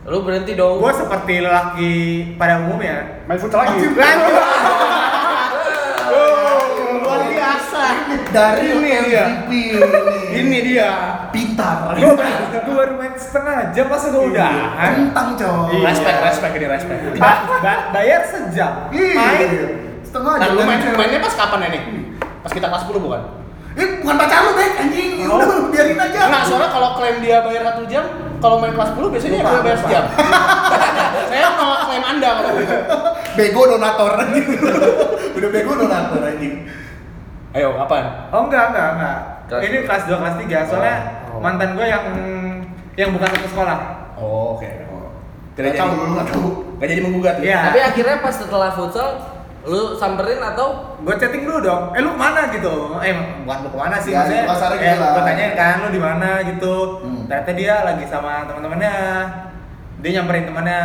Speaker 3: Lu berhenti dong.
Speaker 1: gue seperti lelaki pada umumnya.
Speaker 2: Main futsal lagi.
Speaker 3: Oh.
Speaker 5: Luar biasa. Dari ini
Speaker 4: dia.
Speaker 5: Ini
Speaker 4: dia.
Speaker 5: pintar.
Speaker 1: Gue baru main setengah jam pas
Speaker 3: Iya.
Speaker 1: gue udah.
Speaker 5: Kentang cowok.
Speaker 4: Iya. Respect, respect ini respect.
Speaker 1: Ba- ba- bayar sejam,
Speaker 5: Iya.
Speaker 1: main
Speaker 5: Setengah
Speaker 4: Nah,
Speaker 5: jam.
Speaker 4: lu main mainnya pas kapan ini? Pas kita kelas 10 bukan?
Speaker 5: Eh, bukan pacar lu, Bek, anjing. Ya udah, biarin aja.
Speaker 4: Nah, soalnya kalau klaim dia bayar 1 jam, kalau main kelas 10 biasanya
Speaker 5: Lupa,
Speaker 4: dia bayar
Speaker 5: lupa.
Speaker 4: sejam. *laughs* Saya malah klaim Anda kalau gitu.
Speaker 5: bego
Speaker 4: *laughs*
Speaker 5: donator anjing. udah bego donator anjing.
Speaker 4: Ayo, kapan?
Speaker 1: Oh enggak, enggak, enggak.
Speaker 3: Kelas
Speaker 1: Ini kelas 2, kelas 3. Soalnya
Speaker 4: Oh.
Speaker 1: mantan gue yang yang bukan satu sekolah.
Speaker 4: Oh, oke.
Speaker 5: Gak
Speaker 4: Tidak
Speaker 5: tahu
Speaker 4: jadi.
Speaker 5: lu nggak tahu.
Speaker 4: Gak jadi menggugat. ya?
Speaker 1: Iya.
Speaker 3: Tapi akhirnya pas setelah futsal lu samperin atau
Speaker 1: gue chatting dulu dong eh lu kemana gitu eh bukan lu kemana sih
Speaker 5: Ya,
Speaker 1: maksudnya
Speaker 5: di pasar
Speaker 1: eh,
Speaker 5: gila.
Speaker 1: gue tanyain kan lu di mana gitu
Speaker 5: Hmm.
Speaker 1: ternyata dia lagi sama teman-temannya dia nyamperin temannya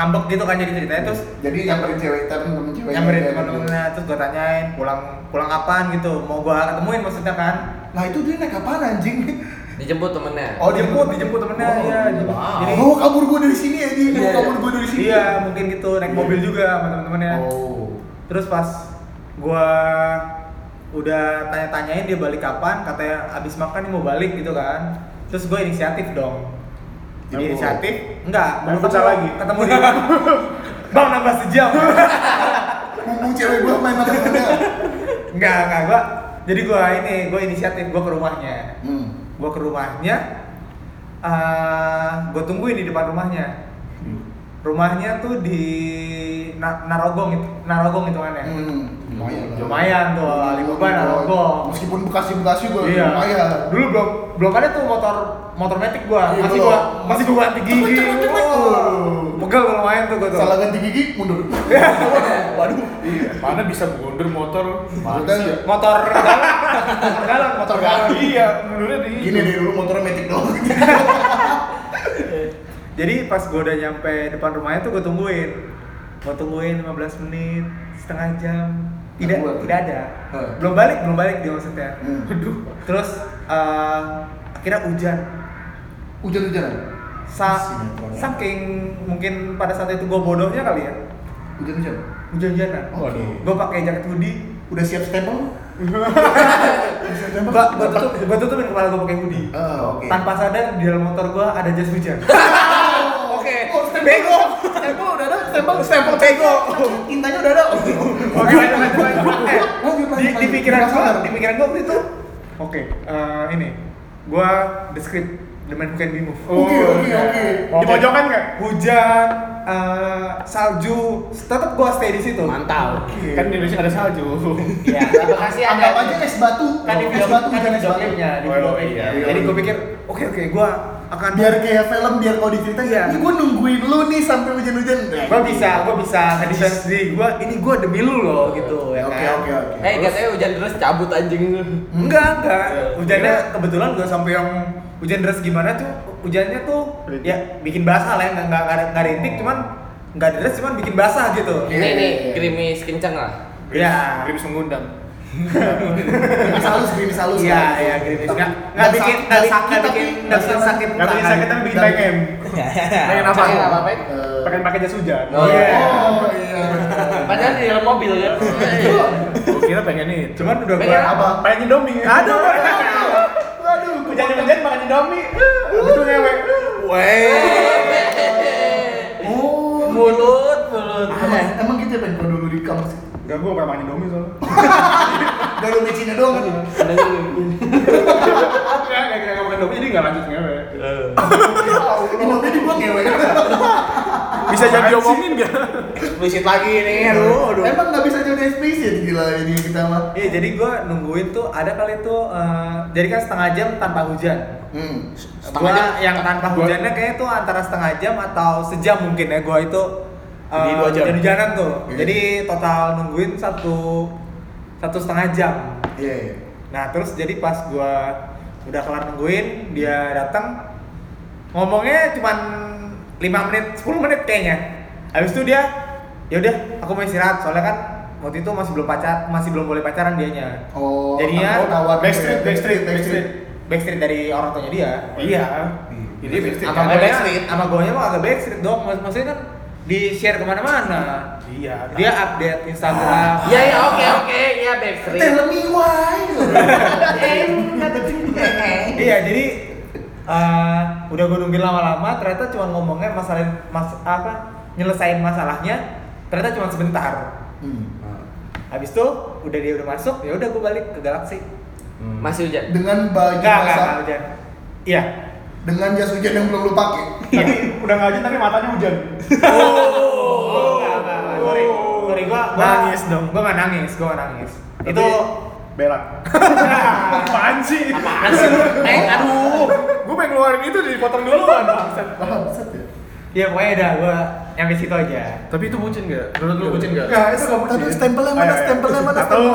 Speaker 1: ngambek gitu kan jadi
Speaker 5: Hmm.
Speaker 1: ceritanya terus
Speaker 5: Jadi nyamperin cewek, tapi temen cewek. gitu.
Speaker 1: nyamperin teman-temannya terus gue tanyain pulang pulang kapan gitu mau gue ketemuin maksudnya kan
Speaker 5: Nah itu dia naik apaan anjing?
Speaker 3: dijemput temennya?
Speaker 1: oh dijemput dijemput
Speaker 5: *laughs*
Speaker 1: temennya
Speaker 5: Oh,
Speaker 1: iya dijemput.
Speaker 4: wow.
Speaker 1: jadi
Speaker 5: Mau kabur gua dari sini anjing, mau
Speaker 3: Iya, iya.
Speaker 5: kabur gua dari sini.
Speaker 1: iya mungkin gitu naik mobil juga sama teman-temannya
Speaker 5: Oh.
Speaker 1: terus pas gua udah tanya-tanyain dia balik kapan katanya abis makan nih mau balik gitu kan terus gue inisiatif dong Jadi inisiatif? Enggak,
Speaker 2: Dan
Speaker 1: baru ketemu-
Speaker 2: futsal lagi.
Speaker 1: Ketemu di *laughs* Bang nambah sejam.
Speaker 5: Mumpung cewek gua main makan tengah.
Speaker 1: enggak, enggak gua. Jadi gua ini, gua inisiatif, gua ke rumahnya.
Speaker 5: Hmm.
Speaker 1: Gua ke rumahnya. eh gua tungguin di depan rumahnya. Rumahnya tuh di Na- Narogong itu, Narogong itu mana?
Speaker 5: Hmm. Lumayan lah.
Speaker 1: Lumayan tuh, Alibaba Narogong.
Speaker 5: Iya, Meskipun Bekasi Bekasi gua
Speaker 1: Iya.
Speaker 5: lumayan.
Speaker 1: Dulu belum belum ada tuh motor motor metik gua.
Speaker 5: Iya,
Speaker 1: Masih
Speaker 5: belum.
Speaker 1: gua masih gua ganti gigi. Oh, Pegel lumayan tuh gua tuh.
Speaker 5: Salah ganti gigi
Speaker 1: *laughs*
Speaker 5: mundur.
Speaker 4: Waduh.
Speaker 6: Mana bisa gondor motor?
Speaker 5: Maksudnya
Speaker 1: motor galak motor galak motor galak
Speaker 6: Iya, menurutnya di
Speaker 5: gini deh dulu motornya metik
Speaker 1: *laughs*
Speaker 5: doang.
Speaker 1: jadi pas gue udah nyampe depan rumahnya tuh gue tungguin gue tungguin 15 menit setengah jam tidak
Speaker 5: Keluar.
Speaker 1: tidak ada
Speaker 5: Hah.
Speaker 1: belum balik belum balik dia maksudnya
Speaker 5: Hmm.
Speaker 1: terus eh, akhirnya hujan
Speaker 5: Hujan-hujanan.
Speaker 1: Sa
Speaker 5: Sinetron.
Speaker 1: saking mungkin pada saat itu gue bodohnya kali ya
Speaker 5: Hujan-hujan.
Speaker 1: hujan-hujanan
Speaker 5: Oke.
Speaker 1: gue pakai jaket hoodie
Speaker 5: Udah siap stempel? Udah siap stempel?
Speaker 1: gue tutup, gua tutupin kepala gue pakai hoodie
Speaker 5: Ah, oke.
Speaker 1: tanpa sadar di dalam motor gue ada jas hujan Ah,
Speaker 4: Oke.
Speaker 5: Oh, stempel.
Speaker 4: Bego.
Speaker 5: Stempel udah ada, stempel.
Speaker 4: Stempel bego.
Speaker 5: Tintanya udah ada.
Speaker 1: Oke, lanjut, lanjut, lanjut. Eh,
Speaker 5: Lanjut,
Speaker 1: di,
Speaker 5: lanjut,
Speaker 1: di
Speaker 5: lanjut.
Speaker 1: pikiran gua,
Speaker 5: Penasaran.
Speaker 1: di pikiran gua waktu itu. Oke, eh, ini. Gua the script The Man Who Can Be Moved.
Speaker 2: Oh.
Speaker 6: Oh,
Speaker 5: Oke, oke,
Speaker 6: iya.
Speaker 5: oke.
Speaker 2: Di pojokan nggak?
Speaker 1: Hujan, eh, salju, tetap gua stay di situ.
Speaker 4: Mantap.
Speaker 6: kan di Indonesia ada salju.
Speaker 4: Iya, terima kasih ada.
Speaker 5: Anggap aja es batu.
Speaker 1: Kan di
Speaker 5: es
Speaker 1: video
Speaker 5: batu
Speaker 1: kan di
Speaker 5: hujan es
Speaker 1: video
Speaker 5: batu.
Speaker 1: klipnya, di
Speaker 6: Oh,
Speaker 1: video
Speaker 6: iya,
Speaker 1: klipnya.
Speaker 6: iya.
Speaker 1: Jadi gua pikir, oke oke, gua akan
Speaker 5: Biar kayak film, biar kalau diceritain
Speaker 1: Iya.
Speaker 5: Ini gue nungguin lu nih sampai hujan-hujan. Nah, gitu.
Speaker 1: gua bisa, gua bisa ngedefense diri gua. Ini gua demi lu loh gitu ya.
Speaker 5: Oke,
Speaker 1: kan?
Speaker 5: oke, oke.
Speaker 3: Eh katanya hujan deras cabut anjing lu.
Speaker 1: Hmm. Enggak, enggak. Hujannya kebetulan gua sampai yang hujan deras gimana tuh hujannya tuh
Speaker 2: Rintik.
Speaker 1: ya bikin basah lah ya, enggak enggak enggak, enggak rintik cuman enggak deras cuman bikin basah gitu.
Speaker 5: Iya,
Speaker 3: Ini
Speaker 5: iya,
Speaker 3: nih
Speaker 5: iya.
Speaker 3: gerimis kenceng lah.
Speaker 1: Iya.
Speaker 6: Grimis mengundang.
Speaker 5: Grimis halus, grimis halus.
Speaker 1: Iya,
Speaker 5: kan?
Speaker 1: iya, gerimis.
Speaker 5: Tapi
Speaker 1: Enggak enggak
Speaker 5: sak-
Speaker 1: bikin
Speaker 5: nggak
Speaker 1: enggak bikin
Speaker 5: sakit,
Speaker 1: enggak
Speaker 5: tapi
Speaker 1: bikin enggak bikin sakit
Speaker 2: Nggak bikin sakit tapi bikin
Speaker 1: Dan-
Speaker 2: pengen.
Speaker 3: Pengen
Speaker 1: apa?
Speaker 3: apa? Peng?
Speaker 5: Eh,
Speaker 2: Pengen pakai jas hujan.
Speaker 3: Oh, iya.
Speaker 5: Oh, iya.
Speaker 3: Padahal di dalam mobil kan. *laughs*
Speaker 6: Gua Oh, kira pengen itu.
Speaker 1: Cuman udah gua
Speaker 3: Pengen
Speaker 5: apa?
Speaker 2: Pengen nyedomi.
Speaker 1: Aduh,
Speaker 5: Waduh,
Speaker 2: Hujan-hujan makan nyedomi. Itu ngewek.
Speaker 3: Iya,
Speaker 5: Oh,
Speaker 3: Mulut, mulut.
Speaker 5: emang, emang gitu ya Ben kalau dulu di kampus.
Speaker 2: Enggak gua pernah makan nyedomi soalnya.
Speaker 5: Gak ada mecinnya doang *laughs* kan?
Speaker 2: Enggak, enggak enggak makan nyedomi jadi enggak lanjut ngewek.
Speaker 5: Ini ya, tadi gua ngewe.
Speaker 6: Bisa jadi omongin enggak?
Speaker 4: Eksplisit lagi nih, Iya, aduh, aduh.
Speaker 5: Emang nggak bisa jadi eksplisit gila ini kita mah.
Speaker 1: Iya, jadi gua nungguin tuh ada kali tuh eh, jadi kan setengah jam tanpa hujan.
Speaker 5: Hmm.
Speaker 1: gua yang tanpa hujannya kayaknya tuh antara setengah jam atau sejam mungkin ya gua itu
Speaker 4: Jadi
Speaker 1: eh,
Speaker 4: dua jam. Hmm.
Speaker 1: hujan-hujanan tuh.
Speaker 5: Iya.
Speaker 1: Jadi total nungguin satu satu setengah jam.
Speaker 5: Iya, iya.
Speaker 1: Nah terus jadi pas gua udah kelar nungguin dia datang ngomongnya cuman 5 menit 10 menit kayaknya. Habis itu dia ya udah aku mau istirahat soalnya kan waktu itu masih belum pacar masih belum boleh pacaran dianya.
Speaker 5: Oh,
Speaker 1: Jadinya-
Speaker 5: aku tawar gitu
Speaker 2: Backstreet,
Speaker 5: ya.
Speaker 2: backstreet, backstreet.
Speaker 1: Backstreet dari orang tuanya dia.
Speaker 4: Oh,
Speaker 1: Iya.
Speaker 6: Jadi pasti
Speaker 1: Sama
Speaker 4: Agak
Speaker 1: gue
Speaker 4: iya. backstreet.
Speaker 1: sama gue mah agak backstreet dong. Mak- Maksudnya kan di share kemana-mana.
Speaker 2: Iya.
Speaker 1: Dia update Instagram.
Speaker 4: Iya,
Speaker 3: Ya ya oke oke ya backstreet.
Speaker 5: Tell me *laughs* why. Eh,
Speaker 1: Iya, jadi eh, udah gue nungguin lama-lama, ternyata cuma ngomongnya masalah mas apa nyelesain masalahnya, ternyata cuma sebentar.
Speaker 5: Hmm.
Speaker 1: Habis itu udah dia udah masuk, ya udah gue balik ke Galaxy.
Speaker 3: Masih
Speaker 5: *laughs*
Speaker 3: hujan.
Speaker 5: Dengan baju
Speaker 1: Enggak, enggak,
Speaker 5: basah,
Speaker 1: enggak hujan. Iya.
Speaker 5: dengan jas hujan yang belum lu pakai.
Speaker 2: Tapi udah enggak hujan tapi matanya hujan.
Speaker 1: Oh, enggak, enggak, enggak. Sorry. Sorry gua, gua
Speaker 2: Oh. Nangis dong.
Speaker 1: Gua enggak nangis, gua enggak nangis.
Speaker 2: Tapi-
Speaker 1: Itu
Speaker 2: Berak. Apaan sih?
Speaker 4: Eh, aduh.
Speaker 6: Gua pengen ngeluarin itu dipotong duluan.
Speaker 5: Bangsat ya.
Speaker 1: ya pokoknya udah gua nyampe situ aja.
Speaker 6: Tapi itu bucin enggak? Menurut lu bucin enggak?
Speaker 2: Enggak, itu enggak mungkin.
Speaker 5: Tadi stempelnya mana?
Speaker 2: Ayo, ayo.
Speaker 5: Stempelnya mana?
Speaker 2: Satu,
Speaker 5: Stempel.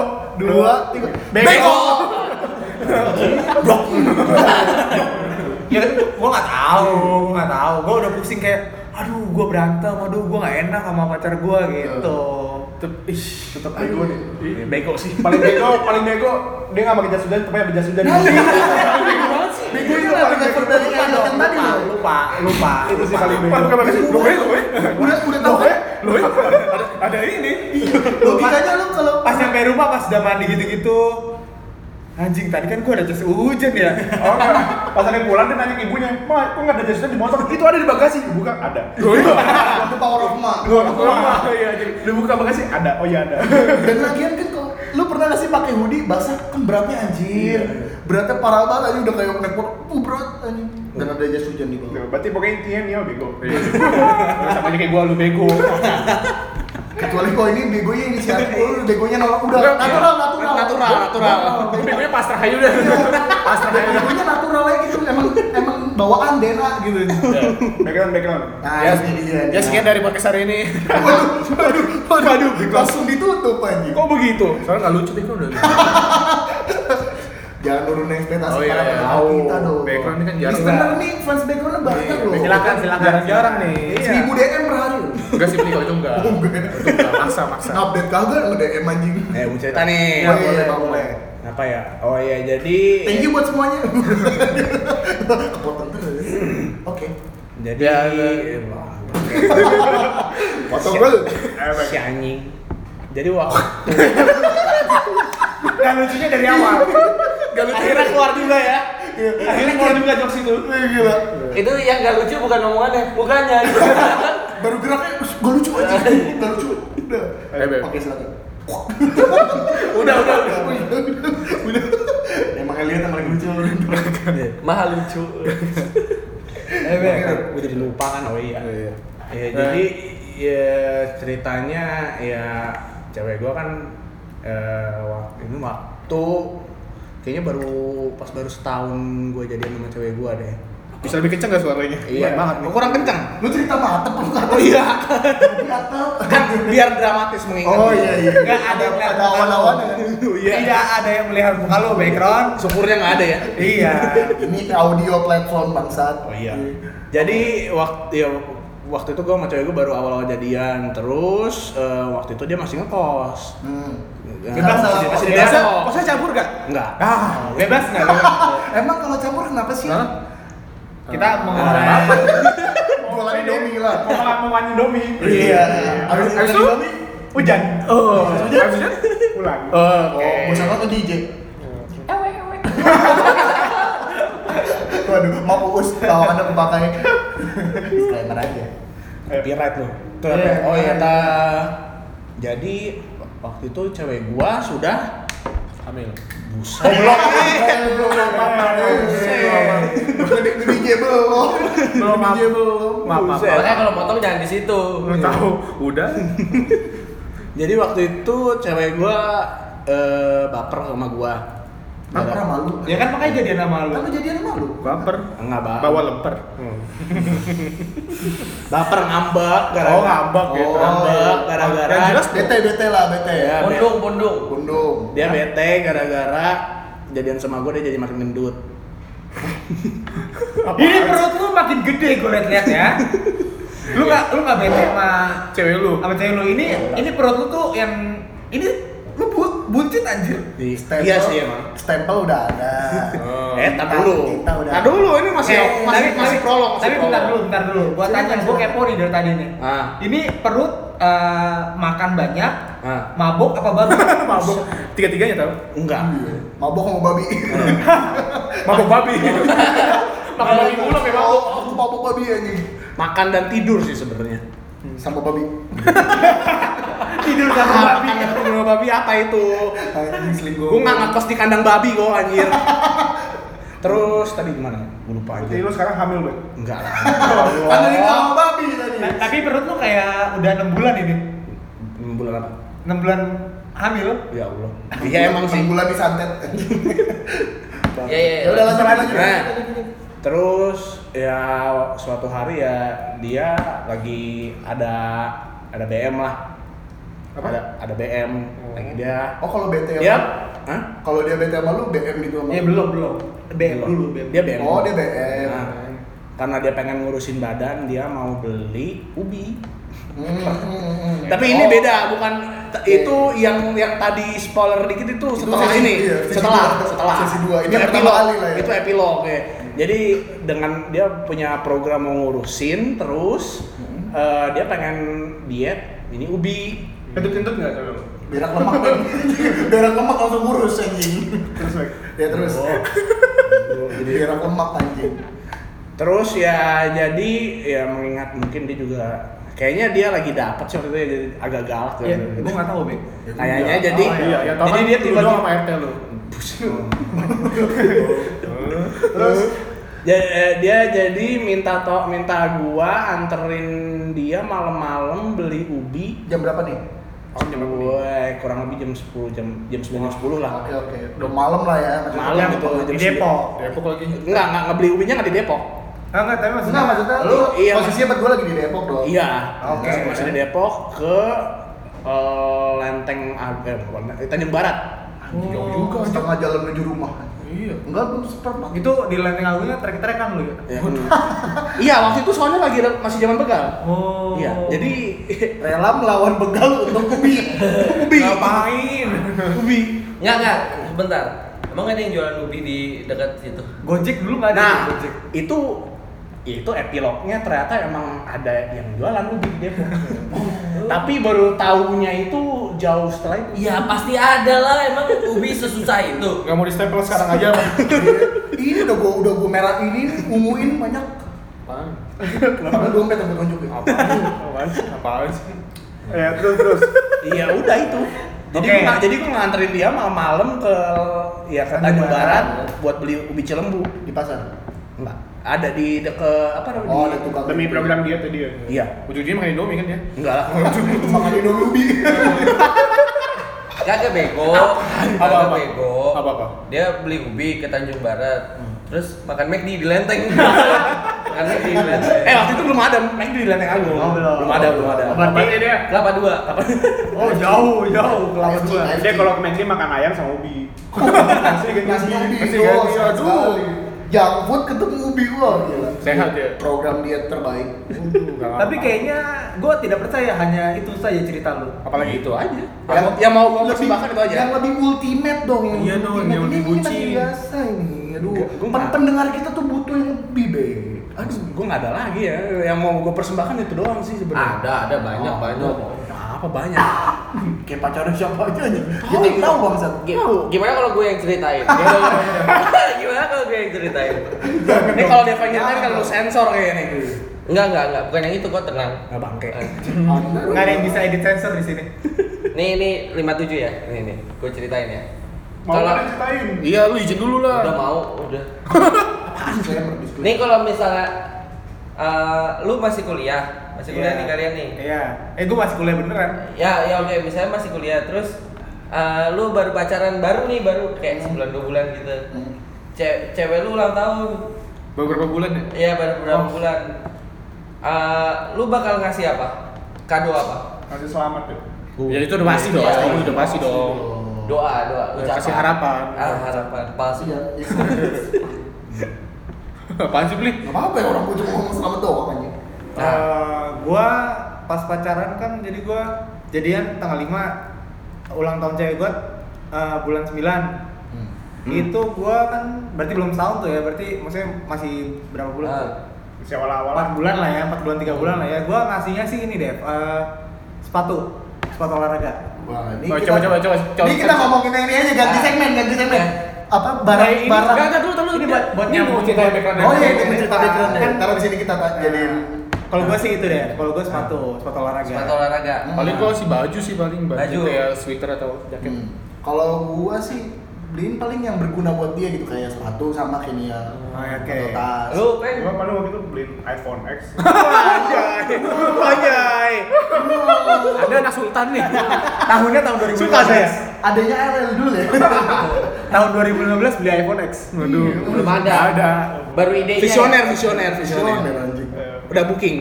Speaker 5: dua, tiga.
Speaker 2: Bego.
Speaker 1: ya kan gue nggak tahu gue nggak tahu gue udah pusing kayak aduh gue berantem aduh gue nggak enak sama pacar gue gitu
Speaker 6: Tetep ih, tetep
Speaker 5: Bego nih.
Speaker 4: Bego sih.
Speaker 2: Paling bego, paling bego dia enggak pakai jas hujan tapi pakai jas hujan.
Speaker 5: Bego itu paling bego dari
Speaker 1: gitu? lupa
Speaker 5: yang
Speaker 1: dong,
Speaker 5: tadi
Speaker 1: lupa
Speaker 5: loh.
Speaker 1: lupa lupa
Speaker 2: Itu sih paling bego.
Speaker 6: Bukan pakai lu gue, gue.
Speaker 5: Udah udah tahu kan?
Speaker 6: Lu ada, ada ini.
Speaker 5: Logikanya lu kalau
Speaker 1: pas nyampe rumah pas udah mandi gitu gitu anjing tadi kan gua ada jas hujan ya
Speaker 2: Oh enggak, pas ada yang pulang dia nanya ke ibunya, Ma, kok nggak ada jasnya di motor? Itu ada di bagasi, dibuka, ada
Speaker 5: The power of ma.
Speaker 2: Wah, iya jadi dibuka bagasi, ada, oh iya ada
Speaker 5: Dan lagian kan kok lu pernah gak sih pakai hoodie basah kan beratnya anjir. Beratnya parah banget anjing udah kayak naik motor. Uh berat anjing. Dan ada jas hujan di bawah.
Speaker 2: Tuh, Berarti pokoknya intinya Nio bego Sama aja kayak gua, lu bego
Speaker 5: Kecuali kok ini begonya inisiatif lu, begonya nolak udah natural natural.
Speaker 4: Natural, natural.
Speaker 6: Tapi gue pasrah aja udah.
Speaker 5: Pasti begonya natural aja gitu emang emang bawaan DNA gitu.
Speaker 2: Background, background
Speaker 5: Nah,
Speaker 6: Ya,
Speaker 5: ini dia.
Speaker 6: ya sekian dari podcast hari ini.
Speaker 5: Waduh, waduh, waduh, langsung ditutup anjing.
Speaker 2: Kok begitu?
Speaker 6: Soalnya nggak lucu nih kan udah.
Speaker 5: *laughs* Jangan nurunin ekspektasi
Speaker 6: Oh, iya,
Speaker 5: para
Speaker 6: iya.
Speaker 5: pendengar kita dong.
Speaker 6: Background ini kan jarang
Speaker 5: Listener
Speaker 6: banget.
Speaker 5: nih fans backgroundnya banyak
Speaker 1: Ya,
Speaker 5: loh.
Speaker 6: Silakan, silakan. Jarang-jarang nih.
Speaker 1: Iya.
Speaker 5: Seribu DM per hari. loh.
Speaker 6: Enggak sih beli kalau itu enggak.
Speaker 5: Oh, *laughs* enggak.
Speaker 6: Itu enggak, Maksa, maksa.
Speaker 5: Update kagak lo DM anjing.
Speaker 4: Eh, mau cerita nih.
Speaker 5: Boleh, Bang, boleh.
Speaker 4: Apa ya? Oh iya, jadi
Speaker 5: Thank you buat semuanya. *laughs* Kepotong terus.
Speaker 6: Hmm.
Speaker 5: Oke.
Speaker 4: jadi
Speaker 6: Ya, ya.
Speaker 4: Eh, wah,
Speaker 5: Potong dulu.
Speaker 4: si anjing. Jadi waktu
Speaker 2: Nah lucunya dari
Speaker 1: *laughs*
Speaker 2: awal
Speaker 1: Iya.
Speaker 4: akhirnya keluar juga ya. Akhirnya keluar juga jokes itu.
Speaker 1: Iya,
Speaker 5: Gila.
Speaker 3: Itu yang gak lucu bukan omongannya, bukannya.
Speaker 5: Baru geraknya "Us, gak lucu aja. Gak lucu. Udah.
Speaker 6: Eh, Beb.
Speaker 5: Oke, silakan.
Speaker 6: Udah, udah, udah.
Speaker 3: *laughs*
Speaker 5: Udah. Emang kalian yang paling lucu.
Speaker 3: Mahal lucu.
Speaker 4: Eh, gue gue jadi lupa kan, oh iya. Ya, jadi ya ceritanya ya cewek gua kan eh waktu ini waktu kayaknya baru pas baru setahun gua jadian sama cewek gua deh.
Speaker 6: Bisa lebih kenceng gak suaranya?
Speaker 4: Iya, banget. Kurang kencang.
Speaker 5: Lu cerita mata perlu kata.
Speaker 4: Oh iya.
Speaker 5: Atau
Speaker 4: *laughs* Kan biar dramatis mengingat.
Speaker 5: Oh iya iya.
Speaker 1: Nggak ada yang
Speaker 5: ada
Speaker 1: kelihatan
Speaker 5: lawan-lawan.
Speaker 4: Iya.
Speaker 1: tidak ada yang melihat muka lu background
Speaker 4: Syukurnya nggak ada ya. *laughs*
Speaker 1: iya
Speaker 5: Ini audio platform bangsat.
Speaker 4: Oh iya. Jadi waktu ya, waktu itu gua sama cewek gua baru awal-awal jadian terus eh, waktu itu dia masih ngekos.
Speaker 5: Hmm.
Speaker 4: Ya,
Speaker 5: Bebas
Speaker 4: masih-
Speaker 5: lah,
Speaker 4: masih di
Speaker 1: bebas
Speaker 4: Depok.
Speaker 1: kosnya campur gak?
Speaker 4: Enggak.
Speaker 1: ah bebas gak?
Speaker 5: Emang kalau campur kenapa sih?
Speaker 1: kita mau
Speaker 4: Iya.
Speaker 5: Jualan Indomie lah.
Speaker 2: Mau mau domi
Speaker 5: Iya. Habis
Speaker 6: Habis
Speaker 5: habis
Speaker 6: itu?
Speaker 5: Indomie.
Speaker 2: Hujan
Speaker 4: Oh.
Speaker 2: Habisnya pulang
Speaker 4: Oke.
Speaker 5: Oh, mau sama tuh DJ. Waduh, mau us tawakannya pakai disclaimer aja.
Speaker 4: Copyright lu. Tuh,
Speaker 1: Iya.
Speaker 4: Oh iya ta. Jadi waktu itu cewek gua sudah
Speaker 6: Amil.
Speaker 4: buset.
Speaker 5: Gede DJ belum.
Speaker 6: Belum
Speaker 5: DJ belum.
Speaker 6: Maaf, maaf.
Speaker 4: Buset.
Speaker 3: Makanya kalau potong jangan di situ.
Speaker 6: Belum tahu. Udah.
Speaker 4: Jadi waktu itu cewek gua eh, baper sama gua.
Speaker 5: Baper sama lu.
Speaker 1: ya kan makanya jadian sama lu
Speaker 5: Kan lu jadian sama lu.
Speaker 6: Baper.
Speaker 4: Enggak baper.
Speaker 6: Bawa lemper.
Speaker 4: Baper ngambek
Speaker 6: Oh, ngambek gitu.
Speaker 5: Oh,
Speaker 4: ngambek
Speaker 5: iya.
Speaker 4: gara-gara
Speaker 6: Yang jelas
Speaker 5: Bete bete lah bete ya.
Speaker 3: Pundung, pundung.
Speaker 5: Bundung.
Speaker 4: dia bete gara-gara jadian sama gue dia jadi makin gendut
Speaker 1: ini perut lu makin gede gue liat-liat
Speaker 4: *laughs*
Speaker 1: ya lu
Speaker 4: Iya.
Speaker 1: gak lu gak bete sama
Speaker 6: Cewek lu.
Speaker 1: sama cewek lu ini ini perut lu tuh yang ini lu bu, buncit anjir
Speaker 4: di
Speaker 5: Stempel-
Speaker 4: iya sih emang
Speaker 5: Stempel udah ada.
Speaker 4: eh tak dulu
Speaker 5: Kita udah.
Speaker 4: tak Nah, dulu ini masih
Speaker 1: Eh,
Speaker 4: masih masih prolog masih
Speaker 1: tapi bentar
Speaker 4: prolog.
Speaker 1: dulu bentar dulu gua tanya
Speaker 5: Silakan,
Speaker 1: gua
Speaker 5: silakan.
Speaker 1: kepo nih dari tadi nih
Speaker 4: ah
Speaker 1: ini perut eh, makan banyak
Speaker 4: ah
Speaker 1: mabuk apa
Speaker 2: *laughs*
Speaker 1: baru
Speaker 6: Mabok. Tiga-tiganya tau.
Speaker 4: enggak
Speaker 5: Mabok sama babi.
Speaker 6: Mabok babi. Makan babi pulang ya mabok.
Speaker 5: Oh, Aku mabok babi anjing.
Speaker 4: makan dan tidur sih *laughs* sebenarnya
Speaker 5: Sama babi.
Speaker 1: tidur sama
Speaker 4: Ah,
Speaker 1: babi
Speaker 4: makan dan tidur sama babi apa itu
Speaker 5: Anjing selingkuh.
Speaker 4: gue nggak ngekos di kandang babi kok *laughs* anjir terus tadi gimana gue lupa
Speaker 2: Jadi
Speaker 4: anjir
Speaker 2: lu sekarang hamil, Bek?
Speaker 4: enggak lah
Speaker 5: Kan tadi sama babi tadi.
Speaker 1: Nah, tapi perut lu kayak udah enam bulan ini
Speaker 4: bulan apa
Speaker 1: enam bulan hamil
Speaker 4: ya *laughs* allah iya emang sih
Speaker 5: Bulan disantet.
Speaker 3: Ya, ya,
Speaker 5: Ya udah lanjut lanjut.
Speaker 4: Nah, terus ya suatu hari ya dia lagi ada ada BM lah.
Speaker 2: Apa?
Speaker 4: Ada ada BM. Lagi dia.
Speaker 5: Oh kalau bete sama
Speaker 4: Dia, Hah?
Speaker 5: Kalau dia bete sama lu BM gitu sama.
Speaker 1: ya
Speaker 5: lu?
Speaker 1: belum belum BM
Speaker 4: Belum.
Speaker 1: dulu BM
Speaker 4: Dia BM.
Speaker 5: Oh, dia BM.
Speaker 4: Nah, karena dia pengen ngurusin badan, dia mau beli ubi.
Speaker 5: Hmm, hmm, hmm.
Speaker 4: Tapi
Speaker 5: Oh,
Speaker 4: ini beda, bukan t-
Speaker 5: Iya.
Speaker 4: itu yang yang tadi spoiler dikit itu
Speaker 5: Itu
Speaker 4: setelah
Speaker 5: sesi-
Speaker 4: ini,
Speaker 5: iya, sesi
Speaker 4: setelah
Speaker 5: dua.
Speaker 4: setelah
Speaker 5: Sesi dua. Ini
Speaker 4: Itu
Speaker 5: yang pertama
Speaker 4: epilog,
Speaker 5: kali lah ya.
Speaker 4: itu epilog ya. Jadi dengan dia punya program mau ngurusin
Speaker 5: Hmm.
Speaker 4: terus eh, dia pengen diet ini ubi
Speaker 6: Kentut-kentut nggak cewek lu?
Speaker 5: berak lemak kan *laughs* berak lemak langsung kurus anjing
Speaker 2: Terus Meg.
Speaker 5: ya terus
Speaker 4: Oh, jadi
Speaker 5: berak lemak anjing
Speaker 4: Terus ya jadi ya mengingat mungkin dia juga kayaknya dia lagi dapat sih waktu itu ya, jadi agak galak
Speaker 1: Ya,
Speaker 4: gitu.
Speaker 1: gue nggak tahu, Bek.
Speaker 5: Ya
Speaker 4: Kayaknya jadi
Speaker 6: Oh, iya, ya, tau
Speaker 4: jadi
Speaker 6: kan
Speaker 4: dia
Speaker 6: lu doang
Speaker 4: tiba-tiba
Speaker 6: sama RT lu.
Speaker 2: Terus
Speaker 4: Ja- eh, dia jadi minta to minta gua anterin dia malam-malam beli ubi
Speaker 5: jam berapa nih
Speaker 4: Gue kurang lebih jam 10 jam jam 9 jam 10 lah.
Speaker 5: oke oke udah malam lah ya maksudnya.
Speaker 4: Malam gitu jam
Speaker 1: Di Depok.
Speaker 6: Depok lagi.
Speaker 4: Enggak, enggak ngebeli ubinya enggak di Depok.
Speaker 1: Ah, enggak, tapi maksudnya
Speaker 5: Enggak maksudnya
Speaker 4: Lu,
Speaker 5: lu
Speaker 4: iya,
Speaker 5: posisinya empat gue lagi di Depok dong.
Speaker 4: Iya.
Speaker 5: Oke.
Speaker 4: Masih- Masih di Depok ke eh, Lenteng Ag- eh, bukan, Tanjung Barat.
Speaker 1: Oh.
Speaker 6: Jauh juga.
Speaker 5: Juga setengah jalan menuju rumah.
Speaker 6: Iya.
Speaker 5: Enggak belum seperempat.
Speaker 1: itu di lenteng agungnya trek-trek kan lu ya?
Speaker 4: Ya. iya, waktu itu soalnya lagi re- masih zaman begal.
Speaker 1: Oh.
Speaker 4: Iya, jadi *laughs*
Speaker 5: Rela melawan begal untuk ubi.
Speaker 4: ubi.
Speaker 1: ngapain?
Speaker 4: Ubi.
Speaker 3: Enggak, enggak, sebentar. Emang ada yang jualan ubi di dekat situ?
Speaker 1: Gojek dulu nggak ada
Speaker 4: Nah,
Speaker 1: ya, Gojek.
Speaker 4: itu itu epilognya ternyata emang ada yang jualan ubi di *laughs* Depok. Tapi baru tahunya itu jauh setelah itu.
Speaker 3: Iya, pasti ada lah. Emang ubi sesusah itu.
Speaker 6: Gak mau di stempel sekarang aja. Oh, Bang.
Speaker 5: ini udah gua udah gua merah ini unguin banyak.
Speaker 6: Apaan?
Speaker 5: Sama dompet yang gua tunjukin.
Speaker 6: Apaan? kan? Apaan sih?
Speaker 2: ya terus terus.
Speaker 4: Iya udah itu. Jadi
Speaker 1: Oke.
Speaker 4: gua nga- jadi gua nganterin dia malam-malam ke ya ke
Speaker 5: Tanjung
Speaker 4: Tanjung Barat
Speaker 5: Barat.
Speaker 4: buat beli ubi cilembu.
Speaker 5: Di pasar.
Speaker 4: Enggak. Ada di deket apa namanya?
Speaker 5: Oh,
Speaker 4: di-
Speaker 5: ada tukang.
Speaker 2: Demi program dia tadi ya.
Speaker 4: Iya.
Speaker 6: Ujung-ujungnya makan Indomie kan ya?
Speaker 4: Enggak lah.
Speaker 5: makan Indomie ubi.
Speaker 3: Kagak bego. Kagak
Speaker 6: Apa-apa?
Speaker 3: bego.
Speaker 6: Apa-apa?
Speaker 3: Dia beli ubi ke Tanjung Barat. Terus makan McD di Lenteng. *laughs* makan McD di Lenteng.
Speaker 4: eh waktu itu belum ada naik di Lenteng Agung.
Speaker 1: Oh, belum.
Speaker 4: belum ada, belum ada.
Speaker 2: Berarti dia
Speaker 3: Kelapa dua. Apa?
Speaker 1: Oh, jauh, jauh kelapa
Speaker 5: Anjing,
Speaker 1: dua.
Speaker 5: anjing.
Speaker 2: dia kalau ke McD makan ayam sama ubi. Masih
Speaker 5: nasi ubi
Speaker 2: Masih
Speaker 5: doang,
Speaker 2: ganti.
Speaker 5: sekali
Speaker 2: Aduh.
Speaker 5: sekali. Junk food ketemu ubi gua gila.
Speaker 6: Sehat ya?
Speaker 5: Program diet terbaik.
Speaker 1: Tapi kayaknya gue tidak percaya hanya itu saja cerita lu.
Speaker 6: apalagi itu aja.
Speaker 4: Yang, yang mau gua
Speaker 5: Lebih-
Speaker 4: persembahkan itu aja.
Speaker 5: Yang lebih ultimate dong. yang
Speaker 6: Iya, dong,
Speaker 5: ultimate.
Speaker 6: yang
Speaker 5: Ini-
Speaker 6: lebih
Speaker 5: ini masih
Speaker 6: bucin.
Speaker 5: biasa ini. Aduh,
Speaker 4: Gua- gua
Speaker 5: pen-
Speaker 4: nggak-
Speaker 5: pendengar kita tuh butuh yang lebih, Be.
Speaker 4: Aduh, gua nggak ada lagi ya. Yang mau gua persembahkan itu doang sih sebenarnya.
Speaker 3: Ada, ada banyak, banyak.
Speaker 4: Nah, apa banyak?
Speaker 5: Kayak pacarnya siapa aja nih. Kita tahu bangsat.
Speaker 3: Gi- Gimana kalau gue yang ceritain? Gimana kalau gue yang ceritain?
Speaker 4: Ini kalau dia pengen nyetir kan lu sensor kayaknya nih.
Speaker 3: Enggak, enggak, enggak. Bukan yang itu kok tenang.
Speaker 4: Enggak bangke.
Speaker 5: Anda
Speaker 1: Nggak ada yang bisa edit sensor di sini.
Speaker 3: Nih, ini 57 ya. Nih, nih. Gue ceritain ya.
Speaker 2: Mau
Speaker 3: Kalau
Speaker 2: ada ceritain.
Speaker 6: Iya, lu izin dulu lah.
Speaker 3: udah mau, udah.
Speaker 5: Saya berdiskusi.
Speaker 3: Nih kalau misalnya eh, lu masih kuliah, masih kuliah
Speaker 1: Iya.
Speaker 3: nih kalian nih.
Speaker 1: Iya. Eh, gue masih kuliah beneran.
Speaker 3: Ya, ya oke, misalnya masih kuliah terus eh, lu baru pacaran baru nih, baru kayak sebulan dua bulan gitu.
Speaker 5: Hmm.
Speaker 3: Ce- cewek lu ulang tahun.
Speaker 6: Beberapa bulan ya?
Speaker 3: Ya, baru berapa bulan. Eh, lu bakal ngasih apa? Kado apa?
Speaker 2: Masih selamat ya.
Speaker 6: Ya itu udah pasti dong,
Speaker 3: Iya.
Speaker 6: pasti udah pasti
Speaker 3: *laughs*
Speaker 6: dong.
Speaker 3: Doa, doa,
Speaker 6: Ya,
Speaker 3: ucapan.
Speaker 6: kasih harapan.
Speaker 3: Ah, harapan palsu.
Speaker 5: Iya, iya.
Speaker 6: Apaan sih beli?
Speaker 5: Nggak apa-apa ya orang gue cuma ngomong selamat doang anjing.
Speaker 3: Nah.
Speaker 1: Eh, gua pas pacaran kan jadi gua jadian tanggal 5 ulang tahun cewek gua eh, bulan 9.
Speaker 3: Hmm.
Speaker 1: Itu gua kan berarti belum setahun tuh ya. Berarti maksudnya masih berapa bulan?
Speaker 3: Ah.
Speaker 1: tuh?
Speaker 2: Masih awal-awal.
Speaker 1: Empat bulan lah ya, empat bulan tiga bulan lah ya. Gua ngasihnya sih ini deh, eh, sepatu, sepatu olahraga.
Speaker 5: Wah, ini
Speaker 6: Coba,
Speaker 5: kita-
Speaker 6: coba, coba, coba, coba.
Speaker 5: Ini kita ngomongin yang ini aja ganti
Speaker 3: Ah.
Speaker 5: segmen, ganti segmen.
Speaker 3: Eh.
Speaker 1: Nah,
Speaker 5: Apa
Speaker 1: ini-
Speaker 5: barang-barang?
Speaker 6: Enggak, enggak, dulu, dulu.
Speaker 1: Ini buat buat nyambung
Speaker 6: cerita
Speaker 1: buat-
Speaker 6: background.
Speaker 5: Oh iya, itu cerita background deh.
Speaker 1: Kan-
Speaker 5: Taruh di sini kita tak jadiin
Speaker 1: Kalau gua sih itu deh, kalau gua sepatu, sepatu olahraga.
Speaker 3: Sepatu olahraga.
Speaker 6: Paling gua sih baju sih paling baju
Speaker 3: Baju.
Speaker 6: kayak sweater atau jaket.
Speaker 5: Hmm. Kalau gua sih beliin paling yang berguna buat dia gitu kayak sepatu sama kayak ya. dia.
Speaker 1: Oh, oke.
Speaker 5: Atau tas.
Speaker 3: Lu kan
Speaker 2: Gua paling waktu itu beliin iPhone X.
Speaker 6: *laughs*
Speaker 4: Anjay.
Speaker 1: *laughs*
Speaker 4: Anjay.
Speaker 6: Ada anak sultan nih.
Speaker 1: Tahunnya tahun 2015.
Speaker 4: Suka saya.
Speaker 5: Adanya RL dulu ya.
Speaker 1: Tahun 2015 beli iPhone X. Iya,
Speaker 6: Waduh,
Speaker 3: belum ada.
Speaker 6: ada.
Speaker 3: Baru idenya.
Speaker 4: Visioner, visioner,
Speaker 5: Visioner
Speaker 4: visioner.
Speaker 5: ya, anjing.
Speaker 2: Eh,
Speaker 4: Udah booking.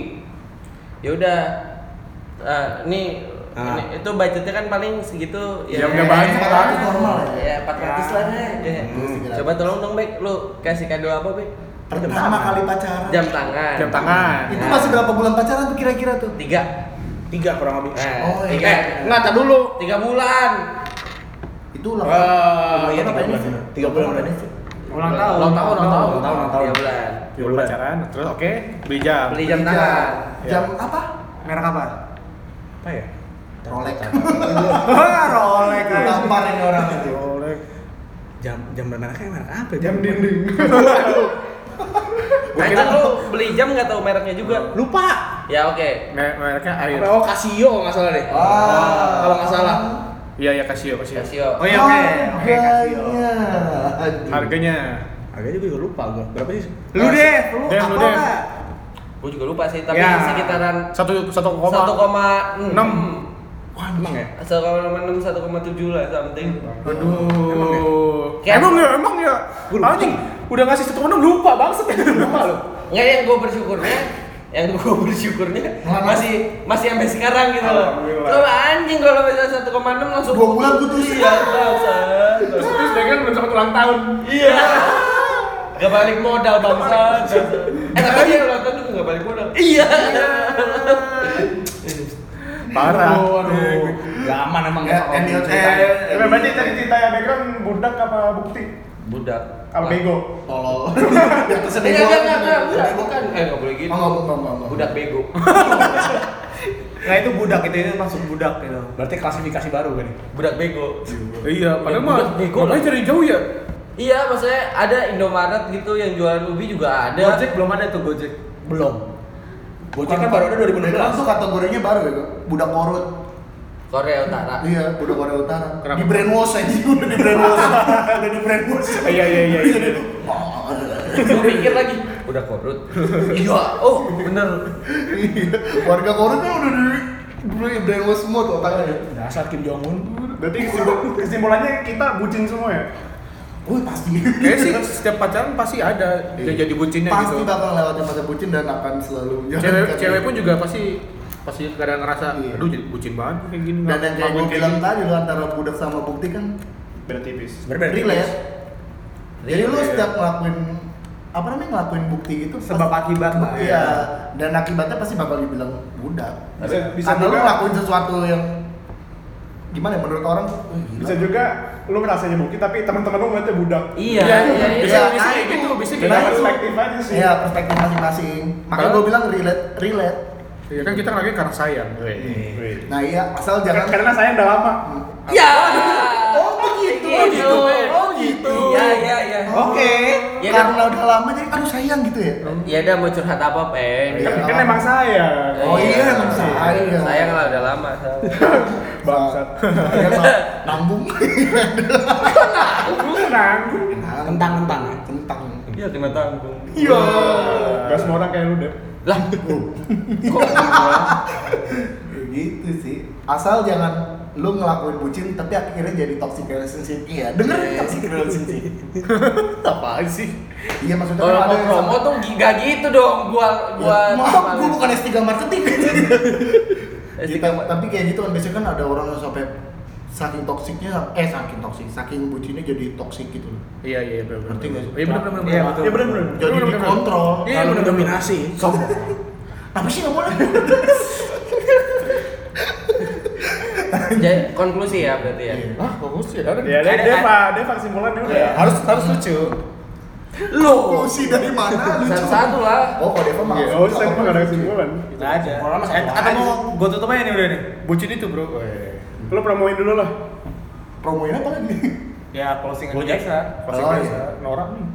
Speaker 3: ya udah ah, ini,
Speaker 4: Ah.
Speaker 3: ini itu budgetnya kan paling segitu
Speaker 6: Ya, udah banyak lah.
Speaker 5: 400 normal ya.
Speaker 3: ya 400 lah Nek. Ya.
Speaker 5: Hmm.
Speaker 3: coba tolong dong Bek lu kasih kado apa Bek
Speaker 5: Pertama kali pacaran.
Speaker 3: jam tangan
Speaker 6: Jam tangan.
Speaker 5: Itu masih berapa bulan pacaran tuh kira-kira tuh?
Speaker 3: tiga
Speaker 4: Tiga kurang lebih.
Speaker 3: nah,
Speaker 5: Oh, iya.
Speaker 3: tiga
Speaker 4: Eh, nggak tak dulu.
Speaker 3: tiga bulan
Speaker 5: Itu lah.
Speaker 4: Eh, iya tiga
Speaker 5: Apa
Speaker 4: bulan.
Speaker 5: ini sih?
Speaker 4: Tiga bulan
Speaker 5: Apa
Speaker 4: berarti.
Speaker 5: ini sih?
Speaker 1: Ulang tahun.
Speaker 6: Ulang tahun, ulang tahun.
Speaker 4: tahun, ulang tahun.
Speaker 3: tiga bulan
Speaker 4: Tiga bulan.
Speaker 2: pacaran, terus oke, beli jam.
Speaker 3: beli jam tangan
Speaker 1: *laughs*
Speaker 5: Jam apa?
Speaker 1: Merek apa?
Speaker 4: Apa ya?
Speaker 5: Rolex. *laughs*
Speaker 1: Wah, Rolex aja.
Speaker 5: Lamparin orang itu.
Speaker 2: Boleh.
Speaker 4: jam jam dan anaknya merek apa ya?
Speaker 2: Jam dinding.
Speaker 3: Gua kira Nah, lu beli jam nggak tahu mereknya juga.
Speaker 4: lupa
Speaker 3: Ya oke.
Speaker 6: Mer- mereknya air.
Speaker 4: oh Casio nggak salah deh
Speaker 5: Ah.
Speaker 4: kalau nggak salah
Speaker 6: Iya ya Casio Casio.
Speaker 3: Casio.
Speaker 1: Oh iya oke, oke kasih. lo.
Speaker 5: Harganya. Aduh.
Speaker 6: Harganya
Speaker 4: Harganya juga lupa gua berapa sih
Speaker 1: Lu deh, lu
Speaker 6: Dem,
Speaker 1: apa
Speaker 6: lu dem.
Speaker 1: nggak?
Speaker 3: Gua juga lupa sih, tapi
Speaker 1: Ya.
Speaker 3: sekitaran
Speaker 6: satu satu
Speaker 3: satu
Speaker 6: koma.
Speaker 3: koma
Speaker 6: Enam.
Speaker 4: wah emang ya
Speaker 3: satu koma enam satu koma tujuh lah something
Speaker 6: Aduh. ya?
Speaker 3: Kayak-
Speaker 6: Emang ya, emang ya.
Speaker 4: Gua lupa.
Speaker 6: Anjing, udah ngasih satu koma enam lupa bangset ya. *laughs* Lupa lo.
Speaker 3: nggak yang gue bersyukurnya yang gue *laughs* bersyukurnya
Speaker 5: Lama.
Speaker 3: masih masih sampai sekarang gitu loh
Speaker 2: Alhamdulillah.
Speaker 3: kalau anjing kalau misalnya satu koma enam langsung
Speaker 5: Dua bulan putus.
Speaker 3: iya bangsat.
Speaker 6: Terus terus dia kan belum sempat ulang tahun.
Speaker 3: iya gak balik modal bangsa eh tapi dia ulang tahun juga gak balik modal iya
Speaker 2: Parah.
Speaker 4: nggak aman emang
Speaker 5: Ya,
Speaker 4: ya
Speaker 5: Daniel ceritanya.
Speaker 2: Eh, eh, berarti tadi cerita yang background budak apa bukti?
Speaker 3: budak
Speaker 2: Apa bego?
Speaker 6: *laughs*
Speaker 5: Tolol. Yang tersedih.
Speaker 3: Enggak, enggak, enggak, enggak, budak
Speaker 5: Sedih
Speaker 3: iya, bukan. Eh, enggak boleh gitu.
Speaker 5: Oh, enggak, enggak, enggak.
Speaker 3: Budak bego.
Speaker 1: Nah itu budak itu itu masuk budak gitu.
Speaker 4: berarti klasifikasi baru kan nih
Speaker 3: Budak bego.
Speaker 6: Iya, padahal
Speaker 3: Ya,
Speaker 6: mah
Speaker 3: budak bego
Speaker 6: makanya
Speaker 3: lah.
Speaker 6: cari jauh ya.
Speaker 3: Iya, maksudnya ada Indomaret gitu yang jualan ubi juga ada.
Speaker 1: Gojek belum ada tuh Gojek.
Speaker 4: belum Gojek kan baru ada
Speaker 5: Background tuh
Speaker 4: 2016
Speaker 5: kategorinya baru ya, Kak. budak korut.
Speaker 3: Korea
Speaker 5: *laughs*
Speaker 3: Utara.
Speaker 5: Iya, budak Korea Utara.
Speaker 6: Kenapa?
Speaker 5: Di brainwash aja, udah di brainwash. udah di brainwash.
Speaker 2: Iya iya iya. iya.
Speaker 5: Oh,
Speaker 3: Gue pikir lagi, udah korut. Iya, oh bener.
Speaker 5: iya. Warga korut kan udah di di brainwash semua tuh otaknya. ya.
Speaker 4: dasar Kim Jong Un
Speaker 2: Berarti kesimpu- kesimpulannya kita bucin semua ya?
Speaker 5: Wih pasti.
Speaker 6: Kayaknya sih setiap pacaran pasti ada yang jadi bucinnya
Speaker 5: Pasti
Speaker 6: gitu.
Speaker 5: bakal lewatin masa bucin dan akan selalu gitu.
Speaker 6: Cewek
Speaker 5: menjalankan
Speaker 6: cewek
Speaker 5: itu.
Speaker 6: pun juga pasti pasti kadang ngerasa
Speaker 5: Iya.
Speaker 6: aduh jadi bucin banget kayak gini.
Speaker 5: dan yang
Speaker 6: mabok
Speaker 5: kayak gue
Speaker 6: kayak
Speaker 5: bilang
Speaker 6: gini."
Speaker 5: tadi lo antara budak sama bukti kan
Speaker 2: Beda tipis.
Speaker 4: sebenarnya
Speaker 5: relate. Jadi
Speaker 6: Iya,
Speaker 5: lu
Speaker 3: Relate.
Speaker 5: setiap ngelakuin apa namanya ngelakuin bukti gitu
Speaker 1: Sebab
Speaker 5: pasti-
Speaker 1: akibat lah.
Speaker 6: ya.
Speaker 5: Iya, dan akibatnya pasti bakal dibilang budak.
Speaker 2: Bisa bisa
Speaker 5: Karena lu
Speaker 2: juga
Speaker 5: ngelakuin sesuatu yang gimana ya, menurut orang "Wih, gila."
Speaker 2: bisa juga lu ngerasanya bukti tapi teman-teman lu ngeliatnya budak.
Speaker 6: Iya,
Speaker 3: Iya, iya,
Speaker 6: iya.
Speaker 3: iya.
Speaker 6: Bisa- bisa kayak gitu, bisa kayak
Speaker 5: Nah,
Speaker 2: Beda
Speaker 5: itu-
Speaker 2: perspektif aja sih.
Speaker 5: Iya, perspektif masing-masing. Makanya
Speaker 6: Kalau-
Speaker 5: gue bilang relate, relate.
Speaker 6: Iya kan kita ngelakuin karena sayang.
Speaker 2: Wih.
Speaker 5: Nah iya, asal
Speaker 2: Karena-
Speaker 5: jangan
Speaker 2: Karena saya udah lama.
Speaker 3: Ya.
Speaker 5: Oh, begitu.
Speaker 3: Kayak gitu.
Speaker 5: Oh, gitu.
Speaker 3: Iya, iya, iya.
Speaker 1: Oke.
Speaker 3: Ya,
Speaker 5: karena udah lama jadi aduh sayang gitu ya.
Speaker 3: Ya udah mau curhat apa, Peng?
Speaker 2: Kan,
Speaker 5: Iya.
Speaker 2: kan emang saya.
Speaker 5: Oh, iya, emang sayang.
Speaker 3: Sayang lah udah lama.
Speaker 5: *laughs*
Speaker 2: Bangsat.
Speaker 5: Sayang mah nambung.
Speaker 2: Lu tenang.
Speaker 4: kentang kentang ya
Speaker 5: *laughs* Kentang.
Speaker 3: Iya, kena tanggung.
Speaker 5: Iya.
Speaker 2: Gak semua orang kayak lu deh.
Speaker 3: Lah, kok
Speaker 5: Gitu sih. Asal jangan lu ngelakuin bucin tapi akhirnya jadi toxic relationship. Iya, dengerin toxic relationship. *laughs*
Speaker 2: Apaan sih?
Speaker 5: Iya maksudnya
Speaker 3: Kalau
Speaker 5: kan
Speaker 3: mau
Speaker 5: yang
Speaker 3: promo
Speaker 5: sama-
Speaker 3: tuh gi- gak gitu dong, gua gua.
Speaker 5: Ya, maaf, gue bukan S3 marketing.
Speaker 3: S3
Speaker 5: Kita- tapi kayak gitu kan biasanya kan ada orang yang sampai saking toksiknya eh saking toksik, saking bucinnya jadi toksik gitu loh.
Speaker 6: Iya iya benar benar.
Speaker 5: Ngerti nggak sih?
Speaker 6: Iya benar benar.
Speaker 1: Iya, betul.
Speaker 2: Ya bener bener.
Speaker 5: Jadi
Speaker 6: Bener, bener,
Speaker 5: dikontrol.
Speaker 6: bener. Iya
Speaker 4: kalau
Speaker 6: benar benar.
Speaker 4: dominasi
Speaker 5: *laughs* Sombong. Tapi sih nggak boleh.
Speaker 3: Jadi konklusi ya berarti ya.
Speaker 5: Iya.
Speaker 6: Hah, bagus ya. Ada-
Speaker 2: Ya dia
Speaker 3: Ada-
Speaker 2: dia pak dia pak simpulannya
Speaker 1: Iya.
Speaker 2: udah.
Speaker 6: Harus harus lucu.
Speaker 3: Loh,
Speaker 5: Konklusi Oh, dari mana lu?
Speaker 3: satu-satu lah.
Speaker 5: Oh, kalau Deva mah.
Speaker 2: Gak usah emang gak ada kesimpulan.
Speaker 1: Nggak ada.
Speaker 4: Corona masih
Speaker 1: Eh,
Speaker 4: ada
Speaker 1: Atau
Speaker 4: aja.
Speaker 1: mau gue tutup aja nih udah nih.
Speaker 6: Bucin itu, Bro.
Speaker 2: Lu promoin dulu lah.
Speaker 5: Promoin apa lagi?
Speaker 1: Ya closing aja
Speaker 3: Gojek.
Speaker 1: biasa.
Speaker 2: Pasti
Speaker 5: Oh,
Speaker 2: oh,
Speaker 5: iya.
Speaker 2: norak nih.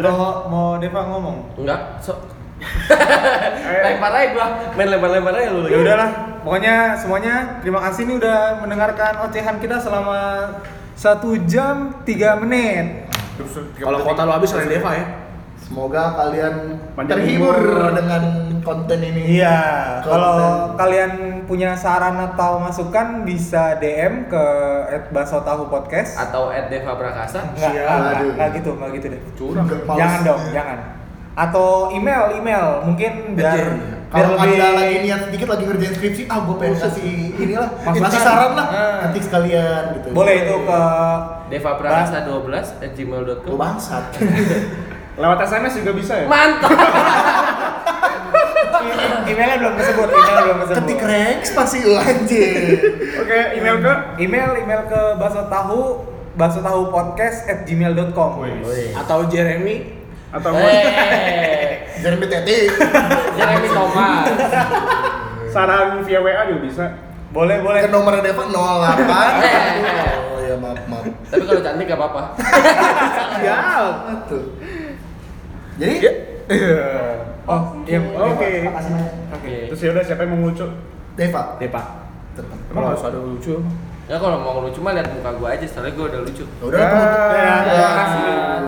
Speaker 1: Atau mau Deva ngomong?
Speaker 3: Enggak,
Speaker 5: *laughs*
Speaker 3: sok. Lempar aja gua, main lempar-lempar aja lu.
Speaker 1: Ya udahlah, pokoknya semuanya terima kasih nih udah mendengarkan ocehan kita selama satu jam 3 menit.
Speaker 6: Terus
Speaker 4: kalau kota lu habis selain Deva ya
Speaker 5: Semoga kalian
Speaker 2: Panjang
Speaker 5: terhibur
Speaker 2: umur.
Speaker 5: dengan konten ini.
Speaker 1: Iya,
Speaker 5: Konten.
Speaker 1: kalau kalian punya saran atau masukan bisa DM ke @basotahu podcast.
Speaker 3: Atau at Deva Prakasa.
Speaker 1: Enggak,
Speaker 5: Sial,
Speaker 1: enggak,
Speaker 5: aduh.
Speaker 1: enggak gitu, enggak gitu deh.
Speaker 5: curang. Males.
Speaker 1: Jangan dong, jangan. Atau email, email mungkin biar
Speaker 4: Betul.
Speaker 1: biar
Speaker 5: Kalau
Speaker 1: lebih
Speaker 5: anda lagi niat sedikit lagi ngerjain skripsi, ah gue pengen kasih inilah,
Speaker 1: Masukan.
Speaker 5: kasih saran lah,
Speaker 1: Ah.
Speaker 5: nanti sekalian gitu.
Speaker 1: boleh itu ke
Speaker 3: Deva Prakasa 12 at gmail.com.
Speaker 5: Gue bangsat.
Speaker 2: Lewat SMS juga bisa ya?
Speaker 5: *laughs*
Speaker 3: Mantap.
Speaker 1: emailnya belum disebut, email belum disebut.
Speaker 5: Ketik Rex pasti lu anjing.
Speaker 2: Oke, email ke
Speaker 1: Email email ke basotahu basotahu podcast at gmail.com.
Speaker 4: atau Jeremy
Speaker 2: atau
Speaker 3: Hey,
Speaker 5: Jeremy Tete.
Speaker 3: Jeremy Thomas.
Speaker 2: saran via WA juga bisa. Boleh, boleh.
Speaker 5: Ke nomor Deva 08.
Speaker 1: *laughs*
Speaker 3: Eh.
Speaker 5: oh ya maaf maaf.
Speaker 3: Tapi kalau cantik gak apa-apa.
Speaker 2: Ya.
Speaker 5: Tuh. Jadi
Speaker 2: Iya.
Speaker 1: Oh, iya.
Speaker 2: Oke.
Speaker 5: makasih banyak.
Speaker 1: Oke.
Speaker 2: Terus ya udah siapa yang mau lucu?
Speaker 5: Deva.
Speaker 4: Deh pak.
Speaker 5: Tetap.
Speaker 6: Emang harus ada lucu.
Speaker 3: Ya kalau mau lucu mah lihat muka gua aja, soalnya gua udah lucu.
Speaker 1: Ah.
Speaker 5: Ya Udah lah, penutup.
Speaker 2: Ya,
Speaker 5: Ya.
Speaker 2: makasih.